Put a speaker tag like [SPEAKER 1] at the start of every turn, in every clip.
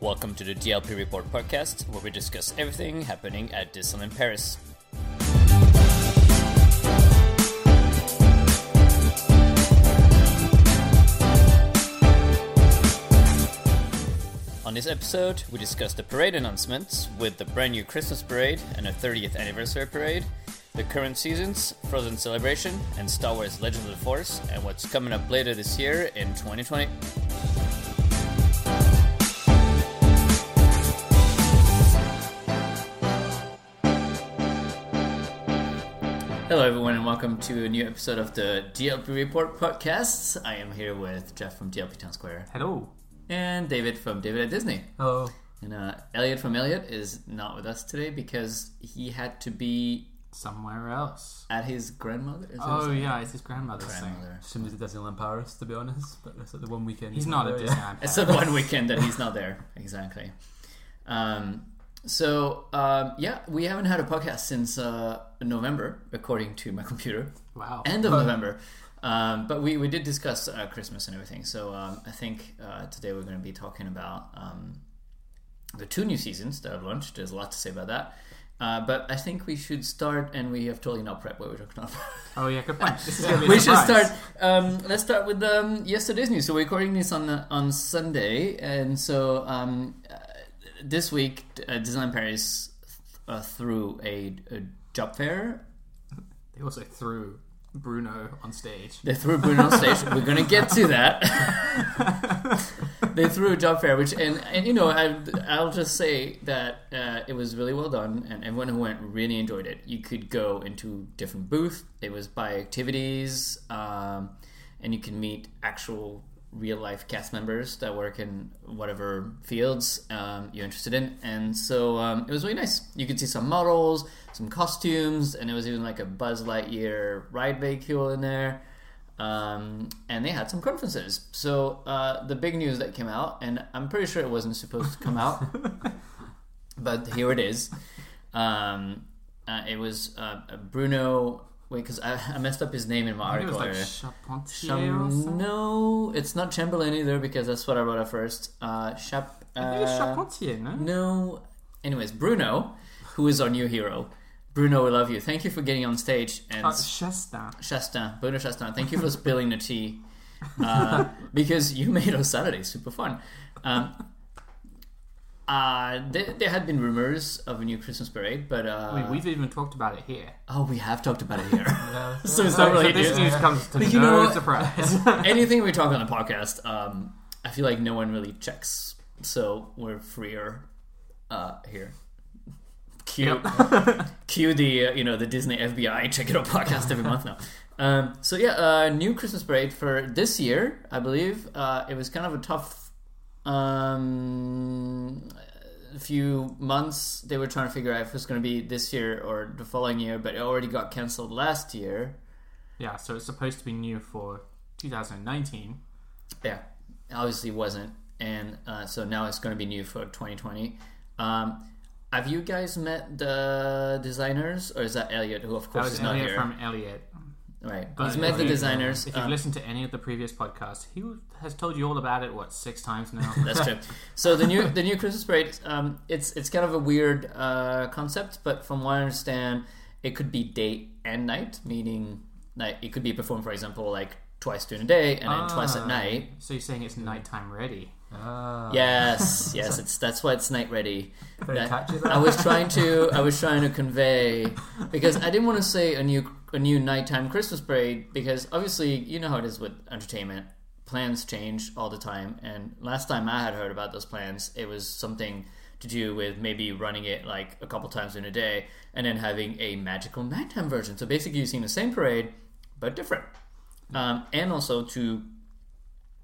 [SPEAKER 1] welcome to the DLP Report podcast, where we discuss everything happening at Disneyland Paris. On this episode, we discuss the parade announcements with the brand new Christmas parade and the 30th anniversary parade, the current seasons, Frozen Celebration, and Star Wars Legend of the Force, and what's coming up later this year in 2020. Hello, everyone, and welcome to a new episode of the DLP Report podcast. I am here with Jeff from DLP Town Square
[SPEAKER 2] Hello.
[SPEAKER 1] and David from David at Disney.
[SPEAKER 2] Hello.
[SPEAKER 1] And uh, Elliot from Elliot is not with us today because he had to be
[SPEAKER 2] Somewhere else.
[SPEAKER 1] at his grandmother. is it
[SPEAKER 2] Oh
[SPEAKER 1] his-
[SPEAKER 2] yeah, it's his grandmother's
[SPEAKER 1] Grandmother.
[SPEAKER 2] thing.
[SPEAKER 3] Shouldn't have Disneyland Paris, to be honest. But that's like the one weekend.
[SPEAKER 2] He's not a
[SPEAKER 3] there, yeah.
[SPEAKER 2] Disneyland.
[SPEAKER 1] It's
[SPEAKER 2] parent.
[SPEAKER 1] the one weekend that he's not there. Exactly. Um, so um, yeah, we haven't had a podcast since uh, November, according to my computer.
[SPEAKER 2] Wow.
[SPEAKER 1] end of November. Um, but we, we did discuss uh, Christmas and everything. So um, I think uh, today we're going to be talking about um, the two new seasons that have launched. There's a lot to say about that. Uh, but I think we should start, and we have totally not prepped what we're talking about.
[SPEAKER 2] Oh yeah, good point. This is gonna be a
[SPEAKER 1] we should
[SPEAKER 2] surprise.
[SPEAKER 1] start. Um, let's start with um, yesterday's news. So we're recording this on uh, on Sunday, and so um, uh, this week uh, Disneyland Paris uh, threw a, a job fair
[SPEAKER 2] They also threw Bruno on stage.
[SPEAKER 1] They threw Bruno on stage. We're gonna get to that. they threw a job fair, which and, and you know I, I'll just say that uh, it was really well done, and everyone who went really enjoyed it. You could go into different booths. It was by activities, um, and you can meet actual real life cast members that work in whatever fields um, you're interested in, and so um, it was really nice. You could see some models, some costumes, and there was even like a Buzz Lightyear ride vehicle in there um, and they had some conferences. So uh, the big news that came out, and I'm pretty sure it wasn't supposed to come out, but here it is. Um, uh, it was uh, Bruno. Wait, because I, I messed up his name in my
[SPEAKER 2] I think it
[SPEAKER 1] article.
[SPEAKER 2] was like
[SPEAKER 1] earlier.
[SPEAKER 2] Charpentier or
[SPEAKER 1] Cham-
[SPEAKER 2] something.
[SPEAKER 1] no, it's not Chamberlain either because that's what I wrote at first. Uh, Chap.
[SPEAKER 2] I think it was
[SPEAKER 1] uh,
[SPEAKER 2] Charpentier, no?
[SPEAKER 1] no. Anyways, Bruno, who is our new hero. Bruno, we love you. Thank you for getting on stage and
[SPEAKER 2] Uh, Chestin.
[SPEAKER 1] Shastan, Bruno Shastan, thank you for spilling the tea uh, because you made our Saturday super fun. Um, uh, there, there had been rumors of a new Christmas parade, but uh,
[SPEAKER 2] I mean, we've even talked about it here.
[SPEAKER 1] oh, we have talked about it here.
[SPEAKER 3] Yeah.
[SPEAKER 1] So it's not
[SPEAKER 2] So
[SPEAKER 1] really
[SPEAKER 2] this
[SPEAKER 1] new.
[SPEAKER 2] news comes to
[SPEAKER 1] But you know
[SPEAKER 2] no
[SPEAKER 1] what?
[SPEAKER 2] surprise.
[SPEAKER 1] Anything we talk on the podcast, um, I feel like no one really checks, so we're freer uh, here. Cue, cue the uh, you know the Disney FBI check it out podcast every month now. Um, so yeah, uh, new Christmas parade for this year, I believe. Uh, it was kind of a tough um, few months. They were trying to figure out if it was going to be this year or the following year, but it already got canceled last year.
[SPEAKER 2] yeah, so it's supposed to be new for 2019.
[SPEAKER 1] Yeah, obviously wasn't, and uh, so now it's going to be new for 2020. Um, have you guys met the designers, or is that Elliot, who of
[SPEAKER 2] That
[SPEAKER 1] course
[SPEAKER 2] was
[SPEAKER 1] is not
[SPEAKER 2] Elliot
[SPEAKER 1] here?
[SPEAKER 2] from Elliot.
[SPEAKER 1] right,
[SPEAKER 2] But
[SPEAKER 1] he's met
[SPEAKER 2] if
[SPEAKER 1] the
[SPEAKER 2] you-
[SPEAKER 1] designers.
[SPEAKER 2] If you've
[SPEAKER 1] um,
[SPEAKER 2] listened to any of the previous podcasts, he has told you all about it. What six times now?
[SPEAKER 1] That's true. So the new the new Christmas parade, um, it's it's kind of a weird uh, concept, but from what I understand, it could be day and night, meaning like it could be performed, for example, like twice during the day and then twice
[SPEAKER 2] Ah.
[SPEAKER 1] at night.
[SPEAKER 2] so you're saying it's nighttime ready?
[SPEAKER 3] Ah,
[SPEAKER 1] Yes, yes, it's that's why it's night ready.
[SPEAKER 3] Very
[SPEAKER 1] That-
[SPEAKER 3] catchy.
[SPEAKER 1] I
[SPEAKER 3] That.
[SPEAKER 1] was trying to I was trying to convey because I didn't want to say a new a new nighttime Christmas parade because obviously you know how it is with entertainment plans change all the time and last time I had heard about those plans it was something to do with maybe running it like a couple times in a day and then having a magical nighttime version so basically using the same parade but different um, and also to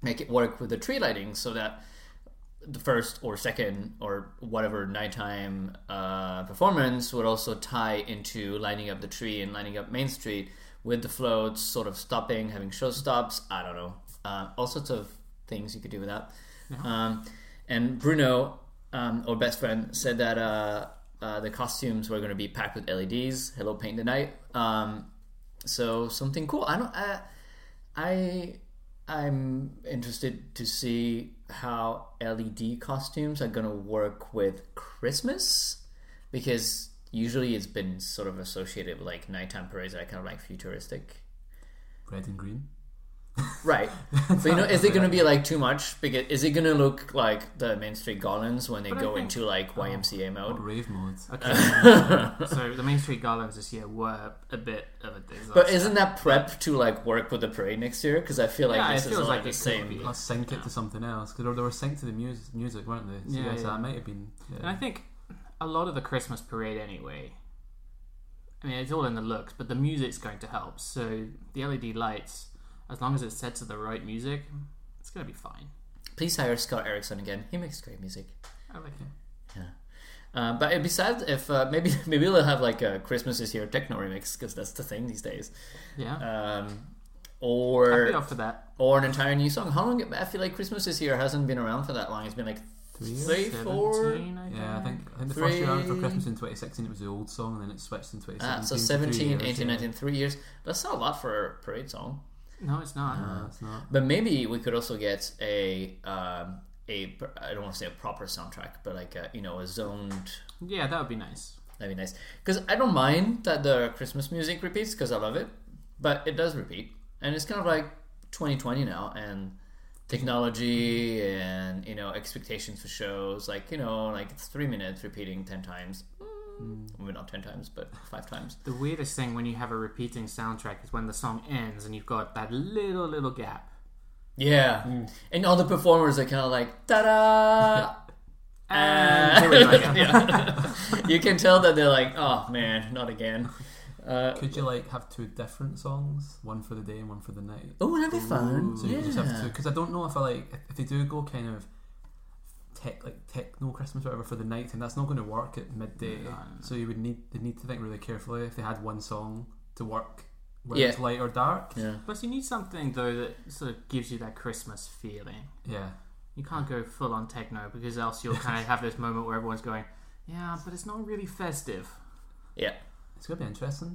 [SPEAKER 1] make it work with the tree lighting so that the first or second or whatever nighttime uh, performance would also tie into lining up the tree and lining up Main Street with the floats, sort of stopping, having show stops. I don't know. Uh, all sorts of things you could do with that. Um, and Bruno, um, our best friend, said that uh, uh, the costumes were going to be packed with LEDs. Hello, paint the night. Um, so something cool. uh, I don't. I, I I'm interested to see how LED costumes are going to work with Christmas because usually it's been sort of associated with like nighttime parades that are kind of like futuristic.
[SPEAKER 3] Red and green.
[SPEAKER 1] Right. but you know, is it going to be like too much? Because is it going to look like the Main Street Garlands when they
[SPEAKER 2] But I
[SPEAKER 1] go
[SPEAKER 2] think-
[SPEAKER 1] into like YMCA mode?
[SPEAKER 3] What rave modes?
[SPEAKER 2] Okay. so the Main Street Garlands this year were a bit of a disaster.
[SPEAKER 1] But isn't that prep to like work with the parade next year? Because I feel like
[SPEAKER 2] Yeah,
[SPEAKER 1] this
[SPEAKER 2] it
[SPEAKER 1] is
[SPEAKER 2] feels
[SPEAKER 1] like
[SPEAKER 2] like
[SPEAKER 1] the
[SPEAKER 2] it could
[SPEAKER 1] same.
[SPEAKER 2] be.
[SPEAKER 3] I'll sync it to something else because they were synced to the music, music weren't they? So
[SPEAKER 2] Yeah,
[SPEAKER 3] yes,
[SPEAKER 2] yeah.
[SPEAKER 3] that might have been.
[SPEAKER 2] And I think a lot of the Christmas parade, anyway. I mean, it's all in the looks, but the music's going to help. So the LED lights, as long as it's set to the right music, it's going to be fine.
[SPEAKER 1] Please hire Scott Erickson again. He makes great music.
[SPEAKER 2] I like it.
[SPEAKER 1] Uh, but it'd be sad if uh, maybe maybe they'll have like a Christmas is here techno remix because that's the thing these days,
[SPEAKER 2] Yeah,
[SPEAKER 1] um,
[SPEAKER 2] I'd be
[SPEAKER 1] or
[SPEAKER 2] up for that.
[SPEAKER 1] or an entire new song. How long? I feel like Christmas is here hasn't been around for that long. It's been like
[SPEAKER 3] Three years?
[SPEAKER 1] three, four.
[SPEAKER 2] 17, I
[SPEAKER 3] Yeah, I think I think the first year for Christmas in 2016 it was the old song, and then it switched in 2017.
[SPEAKER 1] Ah, so
[SPEAKER 3] to three
[SPEAKER 1] 17,
[SPEAKER 3] years,
[SPEAKER 1] 18,
[SPEAKER 3] yeah.
[SPEAKER 1] 19, three years. That's not a lot for a parade song.
[SPEAKER 2] No, it's not.
[SPEAKER 1] Uh.
[SPEAKER 3] No, it's not.
[SPEAKER 1] But maybe we could also get a um, a pr- I don't want to say a proper soundtrack, but like a, you know a zoned.
[SPEAKER 2] Yeah, that would be nice.
[SPEAKER 1] That'd be nice because I don't mind that the Christmas music repeats because I love it, but it does repeat, and it's kind of like 2020 now and technology and you know expectations for shows like you know like it's three minutes repeating ten times.
[SPEAKER 3] Mm.
[SPEAKER 1] Maybe not ten times, but five times.
[SPEAKER 2] The weirdest thing when you have a repeating soundtrack is when the song ends and you've got that little little gap.
[SPEAKER 1] Yeah,
[SPEAKER 3] Mm.
[SPEAKER 1] and all the performers are kind of like ta da.
[SPEAKER 3] Ah.
[SPEAKER 1] Uh,
[SPEAKER 2] And here we go again.
[SPEAKER 1] you can tell that they're like, oh man, not again. Uh,
[SPEAKER 3] Could you like have two different songs, one for the day and one for the night?
[SPEAKER 1] oh, that'd be fun.
[SPEAKER 3] So you
[SPEAKER 1] yeah.
[SPEAKER 3] just have to because I don't know if I like if- if they do go kind of tech like techno Christmas or whatever for the night, and that's not going to work at midday.
[SPEAKER 2] No, no, no.
[SPEAKER 3] So you would need they need to think really carefully if they had one song to work, whether
[SPEAKER 1] Yeah.
[SPEAKER 3] it's light or dark.
[SPEAKER 1] yeah.
[SPEAKER 2] Plus, you need something though that sort of gives you that Christmas feeling.
[SPEAKER 3] Yeah,
[SPEAKER 2] You can't go full on techno because else you'll kind of have this moment where everyone's going, "Yeah, but it's not really festive."
[SPEAKER 1] yeah,
[SPEAKER 3] it's going to be interesting.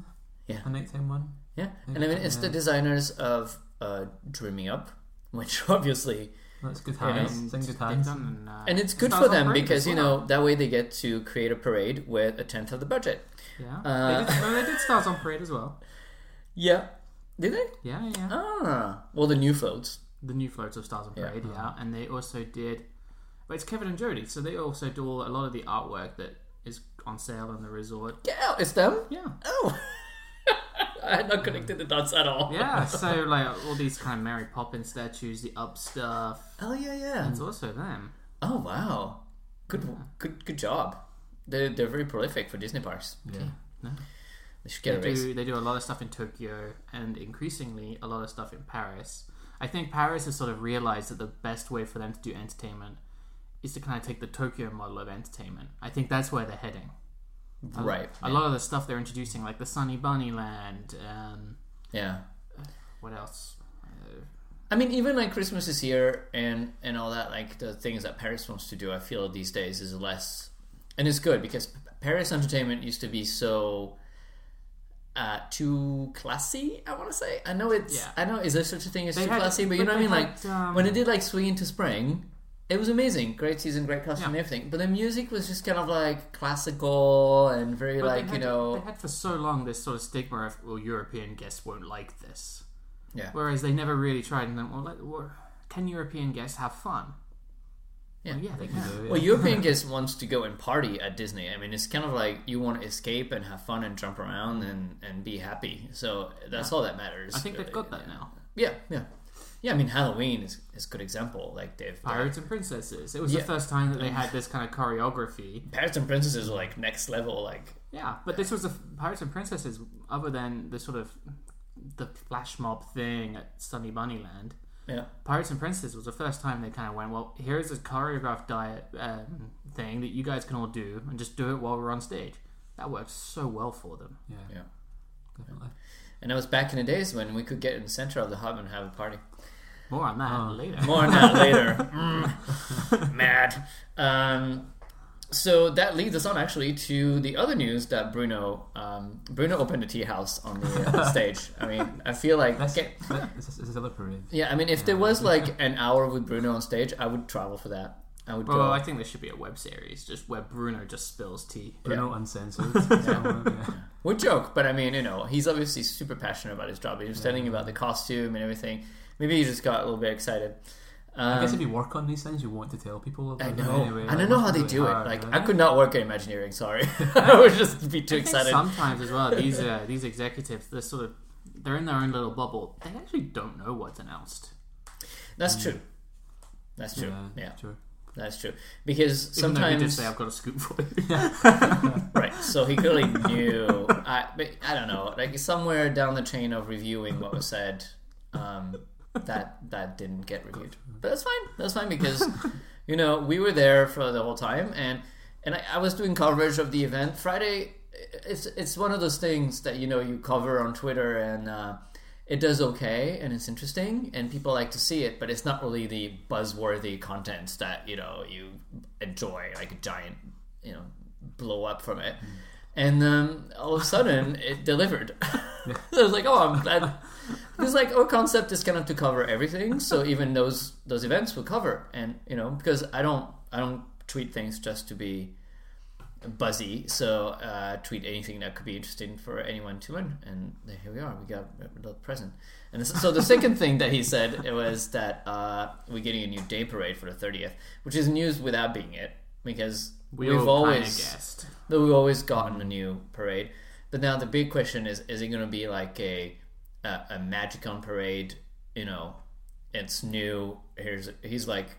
[SPEAKER 1] Yeah.
[SPEAKER 3] a nighttime one.
[SPEAKER 1] yeah, And I mean, it's
[SPEAKER 2] Mm-hmm.
[SPEAKER 1] the designers of uh, Dreaming Up, which obviously,
[SPEAKER 3] That's good hands.
[SPEAKER 2] And
[SPEAKER 3] Sing good
[SPEAKER 2] they've
[SPEAKER 3] hands.
[SPEAKER 2] done, uh,
[SPEAKER 1] and it's good
[SPEAKER 2] Stars
[SPEAKER 1] for
[SPEAKER 2] on
[SPEAKER 1] them
[SPEAKER 2] Parade
[SPEAKER 1] because
[SPEAKER 2] as
[SPEAKER 1] you
[SPEAKER 2] well.
[SPEAKER 1] know that way they get to create a parade with a tenth of the budget.
[SPEAKER 2] yeah,
[SPEAKER 1] uh,
[SPEAKER 2] they, did, no, they did stars on parade as well.
[SPEAKER 1] Yeah, did they?
[SPEAKER 2] Yeah, yeah.
[SPEAKER 1] Ah, well, the new floats.
[SPEAKER 2] the new floats of Stars on
[SPEAKER 1] Yeah. Uh-huh.
[SPEAKER 2] Parade, yeah, and they also did. Well, it's Kevin and Jody, so they also do all, a lot of the artwork that is on sale in the resort.
[SPEAKER 1] Get out! It's them.
[SPEAKER 2] Yeah,
[SPEAKER 1] Oh, I had not connected the dots at all.
[SPEAKER 2] yeah. so like all these kind of Mary Poppins statues, the up stuff.
[SPEAKER 1] Oh yeah, yeah.
[SPEAKER 2] It's also them.
[SPEAKER 1] Oh wow, good, good, good job. They're they're very prolific for Disney parks.
[SPEAKER 3] Yeah.
[SPEAKER 2] No.
[SPEAKER 1] They should get a
[SPEAKER 2] They
[SPEAKER 1] raise.
[SPEAKER 2] do, they do a lot of stuff in Tokyo and increasingly a lot of stuff in Paris. I think Paris has sort of realized that the best way for them to do entertainment is to kind of take the Tokyo model of entertainment. I think that's where they're heading. A-
[SPEAKER 1] Right.
[SPEAKER 2] A lot of the stuff they're introducing, like the Sunny Bunny Land, um,
[SPEAKER 1] Yeah.
[SPEAKER 2] what else? Uh,
[SPEAKER 1] I mean, even like Christmas is here and and all that, like the things that Paris wants to do, I feel these days is less, and it's good because P- Paris entertainment used to be so. Uh, too classy, I want to say. I know it's.
[SPEAKER 2] Yeah.
[SPEAKER 1] I know is there such a thing as
[SPEAKER 2] They
[SPEAKER 1] too
[SPEAKER 2] had-
[SPEAKER 1] classy? But you
[SPEAKER 2] but
[SPEAKER 1] know what I
[SPEAKER 2] they
[SPEAKER 1] mean.
[SPEAKER 2] had,
[SPEAKER 1] like
[SPEAKER 2] um,
[SPEAKER 1] when they did like swing into spring, it was amazing. Great season, great costume, and everything. But the music was just kind of like classical and very
[SPEAKER 2] but they
[SPEAKER 1] like
[SPEAKER 2] had,
[SPEAKER 1] you know.
[SPEAKER 2] they had for so long this sort of stigma of well, European guests won't like this,
[SPEAKER 1] Yeah.
[SPEAKER 2] whereas they never really tried and then well, like, well, can European guests have fun?
[SPEAKER 1] Yeah.
[SPEAKER 2] Well, yeah, they
[SPEAKER 3] You
[SPEAKER 2] can.
[SPEAKER 3] know, yeah.
[SPEAKER 1] Well, European guest wants to go and party at Disney. I mean, it's kind of like you want to escape and have fun and jump around and, and be happy. So that's all that matters.
[SPEAKER 2] I think they've got
[SPEAKER 1] Uh,
[SPEAKER 2] that now.
[SPEAKER 1] Yeah, yeah. Yeah, I mean, Halloween is, is a good example. Like, they've.
[SPEAKER 2] Pirates and Princesses. It was
[SPEAKER 1] Yeah.
[SPEAKER 2] the first time that they had this kind of choreography.
[SPEAKER 1] Pirates and Princesses are like next level. Like,
[SPEAKER 2] Yeah, but this was the Pirates and Princesses, other than the sort of the flash mob thing at Sunny Bunny Land.
[SPEAKER 1] yeah.
[SPEAKER 2] Pirates and Princesses was the first time they kind of went, well, here's a choreographed diet um, thing that you guys can all do, and just do it while we're on stage. That worked so well for them.
[SPEAKER 3] yeah,
[SPEAKER 1] Yeah.
[SPEAKER 3] definitely.
[SPEAKER 1] And that was back in the days when we could get in the center of the hub and have a party.
[SPEAKER 2] More
[SPEAKER 1] Oh,
[SPEAKER 2] on that later.
[SPEAKER 1] More on that later. Mm, mad. Um, So that leads us on actually to the other news that Bruno um, Bruno opened a tea house on the uh, stage. I mean, I feel like
[SPEAKER 3] That's,
[SPEAKER 1] okay,
[SPEAKER 3] that- this, is, this is a parade.
[SPEAKER 1] yeah. I mean, if there was like an hour with Bruno on stage, I would travel for that. I would
[SPEAKER 2] Bro,
[SPEAKER 1] go.
[SPEAKER 2] I think there should be a web series just where Bruno just spills tea.
[SPEAKER 3] Bruno uncensored. yeah.
[SPEAKER 1] Would joke, but I mean, you know, he's obviously super passionate about his job. He was telling you about the costume and everything. Maybe he just got a little bit excited. Um,
[SPEAKER 3] I guess if you work on these things, you want to tell people. About
[SPEAKER 1] I
[SPEAKER 3] them
[SPEAKER 1] know.
[SPEAKER 3] Anyway,
[SPEAKER 1] I don't
[SPEAKER 3] like,
[SPEAKER 1] know
[SPEAKER 3] it's
[SPEAKER 1] how they
[SPEAKER 3] really
[SPEAKER 1] do it.
[SPEAKER 3] hard,
[SPEAKER 1] Like,
[SPEAKER 3] right?
[SPEAKER 1] I could not work at Imagineering. Sorry, I would just be too
[SPEAKER 2] I think
[SPEAKER 1] excited.
[SPEAKER 2] Sometimes as well, these uh, these executives, they're sort of they're in their own little bubble. They actually don't know what's announced.
[SPEAKER 1] That's true. That's true.
[SPEAKER 3] Yeah,
[SPEAKER 1] Yeah,
[SPEAKER 3] sure.
[SPEAKER 1] that's true. Because
[SPEAKER 2] Even though they did
[SPEAKER 1] sometimes,
[SPEAKER 2] say, "I've got a scoop for you."
[SPEAKER 1] right? So he clearly knew. I, but I don't know. Like somewhere down the chain of reviewing what was said, um, that that didn't get reviewed. But that's fine. That's fine because you know we were there for the whole time, and and I, I was doing coverage of the event Friday. It's it's one of those things that you know you cover on Twitter and. Uh, it does okay and it's interesting and people like to see it, but it's not really the buzzworthy content that you know you enjoy like a giant you know blow up from it. And um, all of a sudden, it delivered. I was like, oh, I'm glad. Because like our concept is kind of to cover everything, so even those those events will cover. And you know, because I don't I don't tweet things just to be buzzy. So uh, tweet anything that could be interesting for anyone to win. And there- here we are. We got a little present. And this, so the second thing that he said it was that uh, we're getting a new day parade for the thirtieth, which is news without being it because
[SPEAKER 2] We
[SPEAKER 1] have
[SPEAKER 2] all kinda
[SPEAKER 1] always
[SPEAKER 2] guessed.
[SPEAKER 1] though we've always gotten a new parade. But now the big question is: Is it going to be like a a, a Magicon parade? You know, it's new. Here's he's like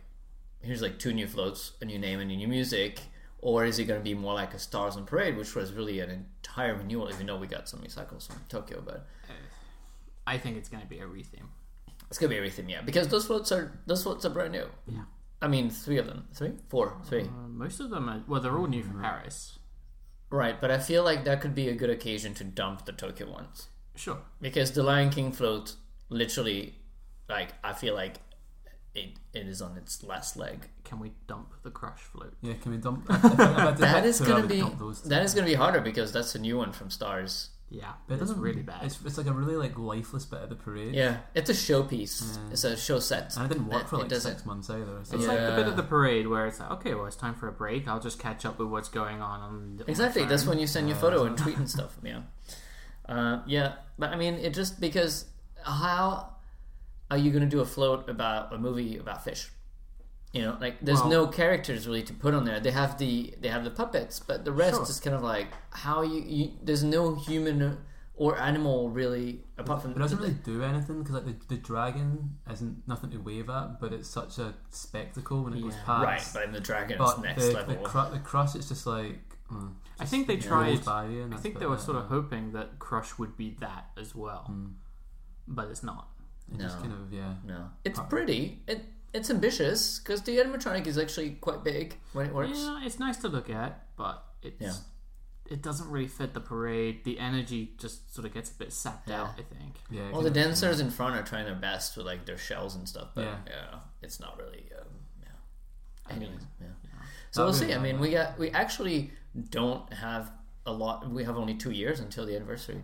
[SPEAKER 1] here's like two new floats, a new name, and a new music. Or is it going to be more like a Stars on Parade, which was really an entire renewal, even though we got some recycles from Tokyo, but
[SPEAKER 2] I think it's going to be a retheme.
[SPEAKER 1] it's going to be everything, yeah. Because those floats are those floats are brand new.
[SPEAKER 2] Yeah.
[SPEAKER 1] I mean, three of them, three, four, three.
[SPEAKER 2] Uh, most of them are well, they're all new from
[SPEAKER 1] Mm-hmm.
[SPEAKER 2] Paris.
[SPEAKER 1] Right, but I feel like that could be a good occasion to dump the Tokyo ones.
[SPEAKER 2] Sure.
[SPEAKER 1] because the Lion King float literally, like I feel like it it is on its last leg.
[SPEAKER 2] Can we dump the crush float?
[SPEAKER 3] Yeah, can we dump? if I- if I did
[SPEAKER 1] That
[SPEAKER 3] that
[SPEAKER 1] is
[SPEAKER 3] tour, I
[SPEAKER 1] gonna
[SPEAKER 3] would
[SPEAKER 1] be
[SPEAKER 3] dump those
[SPEAKER 1] that is gonna be harder because that's a new one from Stars.
[SPEAKER 2] Yeah,
[SPEAKER 3] But it
[SPEAKER 2] it's
[SPEAKER 3] doesn't
[SPEAKER 2] really bad.
[SPEAKER 3] It's, it's like a really like lifeless bit of the parade.
[SPEAKER 1] Yeah, it's a showpiece. It's a show set.
[SPEAKER 3] and it didn't work
[SPEAKER 1] It-
[SPEAKER 3] for
[SPEAKER 1] it
[SPEAKER 3] like
[SPEAKER 1] doesn't-
[SPEAKER 3] six months either. So
[SPEAKER 2] It's
[SPEAKER 3] yeah.
[SPEAKER 2] like the bit
[SPEAKER 1] Yeah.
[SPEAKER 2] of the parade where it's like, okay, well, it's time for a break. I'll just catch up with what's going on. on the- on my
[SPEAKER 1] Exactly. That's
[SPEAKER 2] phone."
[SPEAKER 1] when you send your photo and tweet and stuff. Yeah. Uh, yeah. But I mean, it just because how are you going to do a float about a movie about fish? You know, like there's
[SPEAKER 2] Well-
[SPEAKER 1] no characters really to put on there. They have the they have the puppets, but the rest
[SPEAKER 2] Sure.
[SPEAKER 1] is kind of like how you, you there's no human or animal really apart from
[SPEAKER 3] It doesn't really do anything because like the, the dragon isn't nothing to wave at, but it's such a spectacle when it goes
[SPEAKER 2] Yeah.
[SPEAKER 1] right.
[SPEAKER 3] past.
[SPEAKER 1] But in the dragon, it's
[SPEAKER 3] but
[SPEAKER 1] next
[SPEAKER 3] the,
[SPEAKER 1] level.
[SPEAKER 3] the, cru- the crust, it's just like mm,
[SPEAKER 2] I think they
[SPEAKER 3] just
[SPEAKER 2] tried.
[SPEAKER 3] rolls by you and
[SPEAKER 2] I
[SPEAKER 3] that's
[SPEAKER 2] think they
[SPEAKER 3] about
[SPEAKER 2] were
[SPEAKER 3] it.
[SPEAKER 2] sort of hoping that Crush would be that as well,
[SPEAKER 3] Mm.
[SPEAKER 2] but it's not.
[SPEAKER 3] It just
[SPEAKER 1] No.
[SPEAKER 3] kind of yeah.
[SPEAKER 1] no, it's pretty. It it's ambitious because the animatronic is actually quite big when it works.
[SPEAKER 2] Yeah, it's nice to look at, but it's it doesn't really fit the parade. The energy just sort of gets a bit sapped
[SPEAKER 1] Yeah.
[SPEAKER 2] out. I think.
[SPEAKER 3] Yeah,
[SPEAKER 1] Well,
[SPEAKER 3] kind
[SPEAKER 1] the
[SPEAKER 3] of-
[SPEAKER 1] dancers in front are trying their best with like their shells and stuff, but yeah,
[SPEAKER 3] Yeah.
[SPEAKER 1] it's not really. Um, yeah.
[SPEAKER 2] I mean,
[SPEAKER 1] Anyways, yeah. So we'll
[SPEAKER 3] That'd be
[SPEAKER 1] see. I mean,
[SPEAKER 3] lovely.
[SPEAKER 1] we got we actually don't have a lot. We have only two years until the anniversary.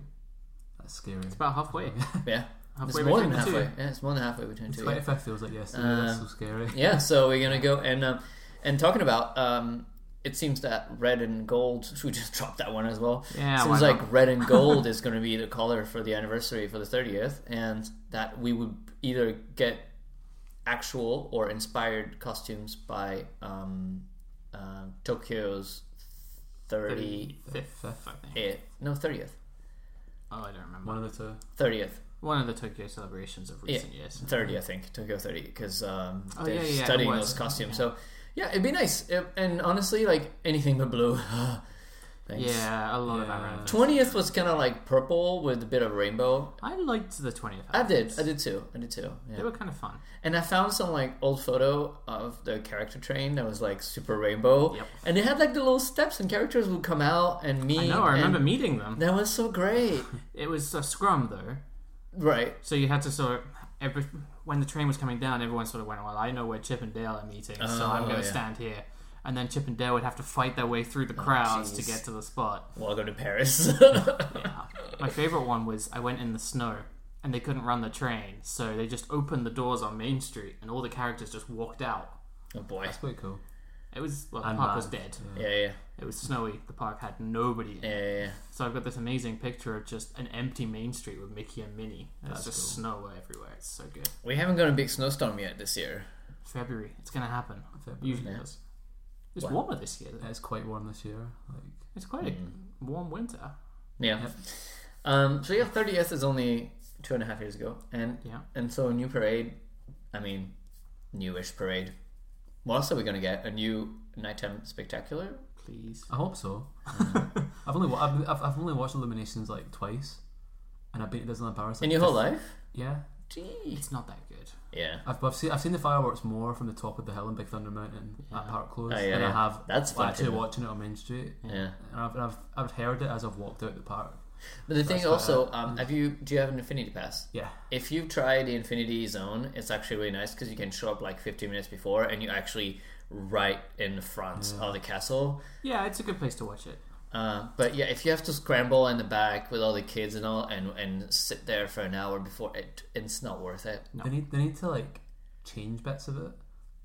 [SPEAKER 3] that's scary.
[SPEAKER 2] It's about halfway.
[SPEAKER 1] Yeah, it's
[SPEAKER 2] halfway
[SPEAKER 1] more than
[SPEAKER 2] between the two.
[SPEAKER 1] halfway. Yeah, it's more than halfway between two.
[SPEAKER 3] Twenty
[SPEAKER 1] Yeah.
[SPEAKER 3] fifth feels like yesterday. that's so
[SPEAKER 1] Um,
[SPEAKER 3] scary.
[SPEAKER 1] yeah. So we're gonna go and um, and talking about. Um, it seems that red and gold. Should we just drop that one as well?
[SPEAKER 2] Yeah,
[SPEAKER 1] Seems
[SPEAKER 2] why
[SPEAKER 1] like red and gold is going to be the color for the anniversary for the 30th, and that we would either get actual or inspired costumes by um, uh, Tokyo's 30th.
[SPEAKER 2] Fifth, I think.
[SPEAKER 1] No, 30th.
[SPEAKER 2] Oh, I don't remember.
[SPEAKER 3] One of the two.
[SPEAKER 1] 30th.
[SPEAKER 2] One of the Tokyo celebrations of recent years.
[SPEAKER 1] 30, I think. Tokyo 30, because um,
[SPEAKER 2] Oh,
[SPEAKER 1] they're
[SPEAKER 2] yeah, yeah, it
[SPEAKER 1] studying
[SPEAKER 2] was.
[SPEAKER 1] those costumes.
[SPEAKER 2] Yeah.
[SPEAKER 1] So, yeah, it'd be nice. It- and honestly, like anything but blue. Thanks.
[SPEAKER 2] Yeah, a lot of
[SPEAKER 3] Yeah.
[SPEAKER 2] that.
[SPEAKER 1] 20th was kind of like purple with a bit of rainbow.
[SPEAKER 2] I liked the twentieth.
[SPEAKER 1] I did. I did too. I did too. Yeah.
[SPEAKER 2] They were kind of fun.
[SPEAKER 1] And I found some like old photo of the character train that was like super rainbow.
[SPEAKER 2] Yep.
[SPEAKER 1] And it had like the little steps and characters would come out and meet.
[SPEAKER 2] I know. I
[SPEAKER 1] and
[SPEAKER 2] remember meeting them.
[SPEAKER 1] That was so great.
[SPEAKER 2] It was a scrum though,
[SPEAKER 1] right.
[SPEAKER 2] so you had to sort of every when the train was coming down, everyone sort of went, "Well, I know where Chip and Dale are meeting, so I'm
[SPEAKER 1] Oh,
[SPEAKER 2] going to
[SPEAKER 1] yeah. Oh,
[SPEAKER 2] stand here." and then Chip and Dale would have to fight their way through the crowds to
[SPEAKER 1] jeez.
[SPEAKER 2] get to the spot.
[SPEAKER 1] Welcome to Paris.
[SPEAKER 2] Yeah. My favorite one was I went in the snow and they couldn't run the train, so they just opened the doors on Main Street and all the characters just walked out.
[SPEAKER 1] oh boy.
[SPEAKER 3] That's quite cool.
[SPEAKER 2] It was well, the
[SPEAKER 3] And
[SPEAKER 2] park
[SPEAKER 3] mad.
[SPEAKER 2] was dead.
[SPEAKER 1] Yeah, yeah,
[SPEAKER 2] It was snowy. The park had nobody. in it.
[SPEAKER 1] yeah, yeah, yeah.
[SPEAKER 2] So I've got this amazing picture of just an empty Main Street with Mickey and Minnie. And It's
[SPEAKER 3] That's
[SPEAKER 2] just snow everywhere. It's so good.
[SPEAKER 1] We haven't got a big snowstorm yet this year.
[SPEAKER 2] February, it's gonna happen.
[SPEAKER 3] February.
[SPEAKER 2] Usually
[SPEAKER 1] Yeah.
[SPEAKER 2] does. It's
[SPEAKER 1] Wow.
[SPEAKER 2] warmer this year. Though.
[SPEAKER 3] It's quite warm this year. Like
[SPEAKER 2] It's quite
[SPEAKER 3] Mm.
[SPEAKER 2] a warm winter.
[SPEAKER 1] Yeah.
[SPEAKER 3] Yep.
[SPEAKER 1] Um, so yeah, 30s is only two and a half years ago, and
[SPEAKER 2] Yeah.
[SPEAKER 1] and so a new parade. I mean, newish parade. What else are we gonna get? A new nighttime spectacular?
[SPEAKER 2] Please.
[SPEAKER 3] I hope so. I've only wa- I've, I've, I've only watched Illuminations like twice, and I've been to Disneyland Paris. Like,
[SPEAKER 1] In your whole
[SPEAKER 3] fif-
[SPEAKER 1] life?
[SPEAKER 3] Yeah,
[SPEAKER 1] Gee.
[SPEAKER 2] It's not that good.
[SPEAKER 1] Yeah.
[SPEAKER 3] I've, I've seen I've seen the fireworks more from the top of the hill in Big Thunder Mountain at
[SPEAKER 2] Yeah.
[SPEAKER 3] Park Close
[SPEAKER 1] Oh, yeah,
[SPEAKER 3] than
[SPEAKER 1] yeah.
[SPEAKER 3] I have
[SPEAKER 1] That's fun
[SPEAKER 3] actually
[SPEAKER 1] too.
[SPEAKER 3] watching it on Main Street.
[SPEAKER 1] Yeah.
[SPEAKER 3] And I've, I've I've heard it as I've walked out the park.
[SPEAKER 1] But the thing
[SPEAKER 3] That's
[SPEAKER 1] also, um, have you do you have an Infinity Pass?
[SPEAKER 3] Yeah,
[SPEAKER 1] If you try the Infinity Zone, it's actually really nice because you can show up like 15 minutes before, and you actually right in front of the castle.
[SPEAKER 2] Yeah, it's a good place to watch it.
[SPEAKER 1] Uh, but yeah, if you have to scramble in the back with all the kids and all, and and sit there for an hour before it, it's not worth it.
[SPEAKER 3] they need they need to like change bits of it.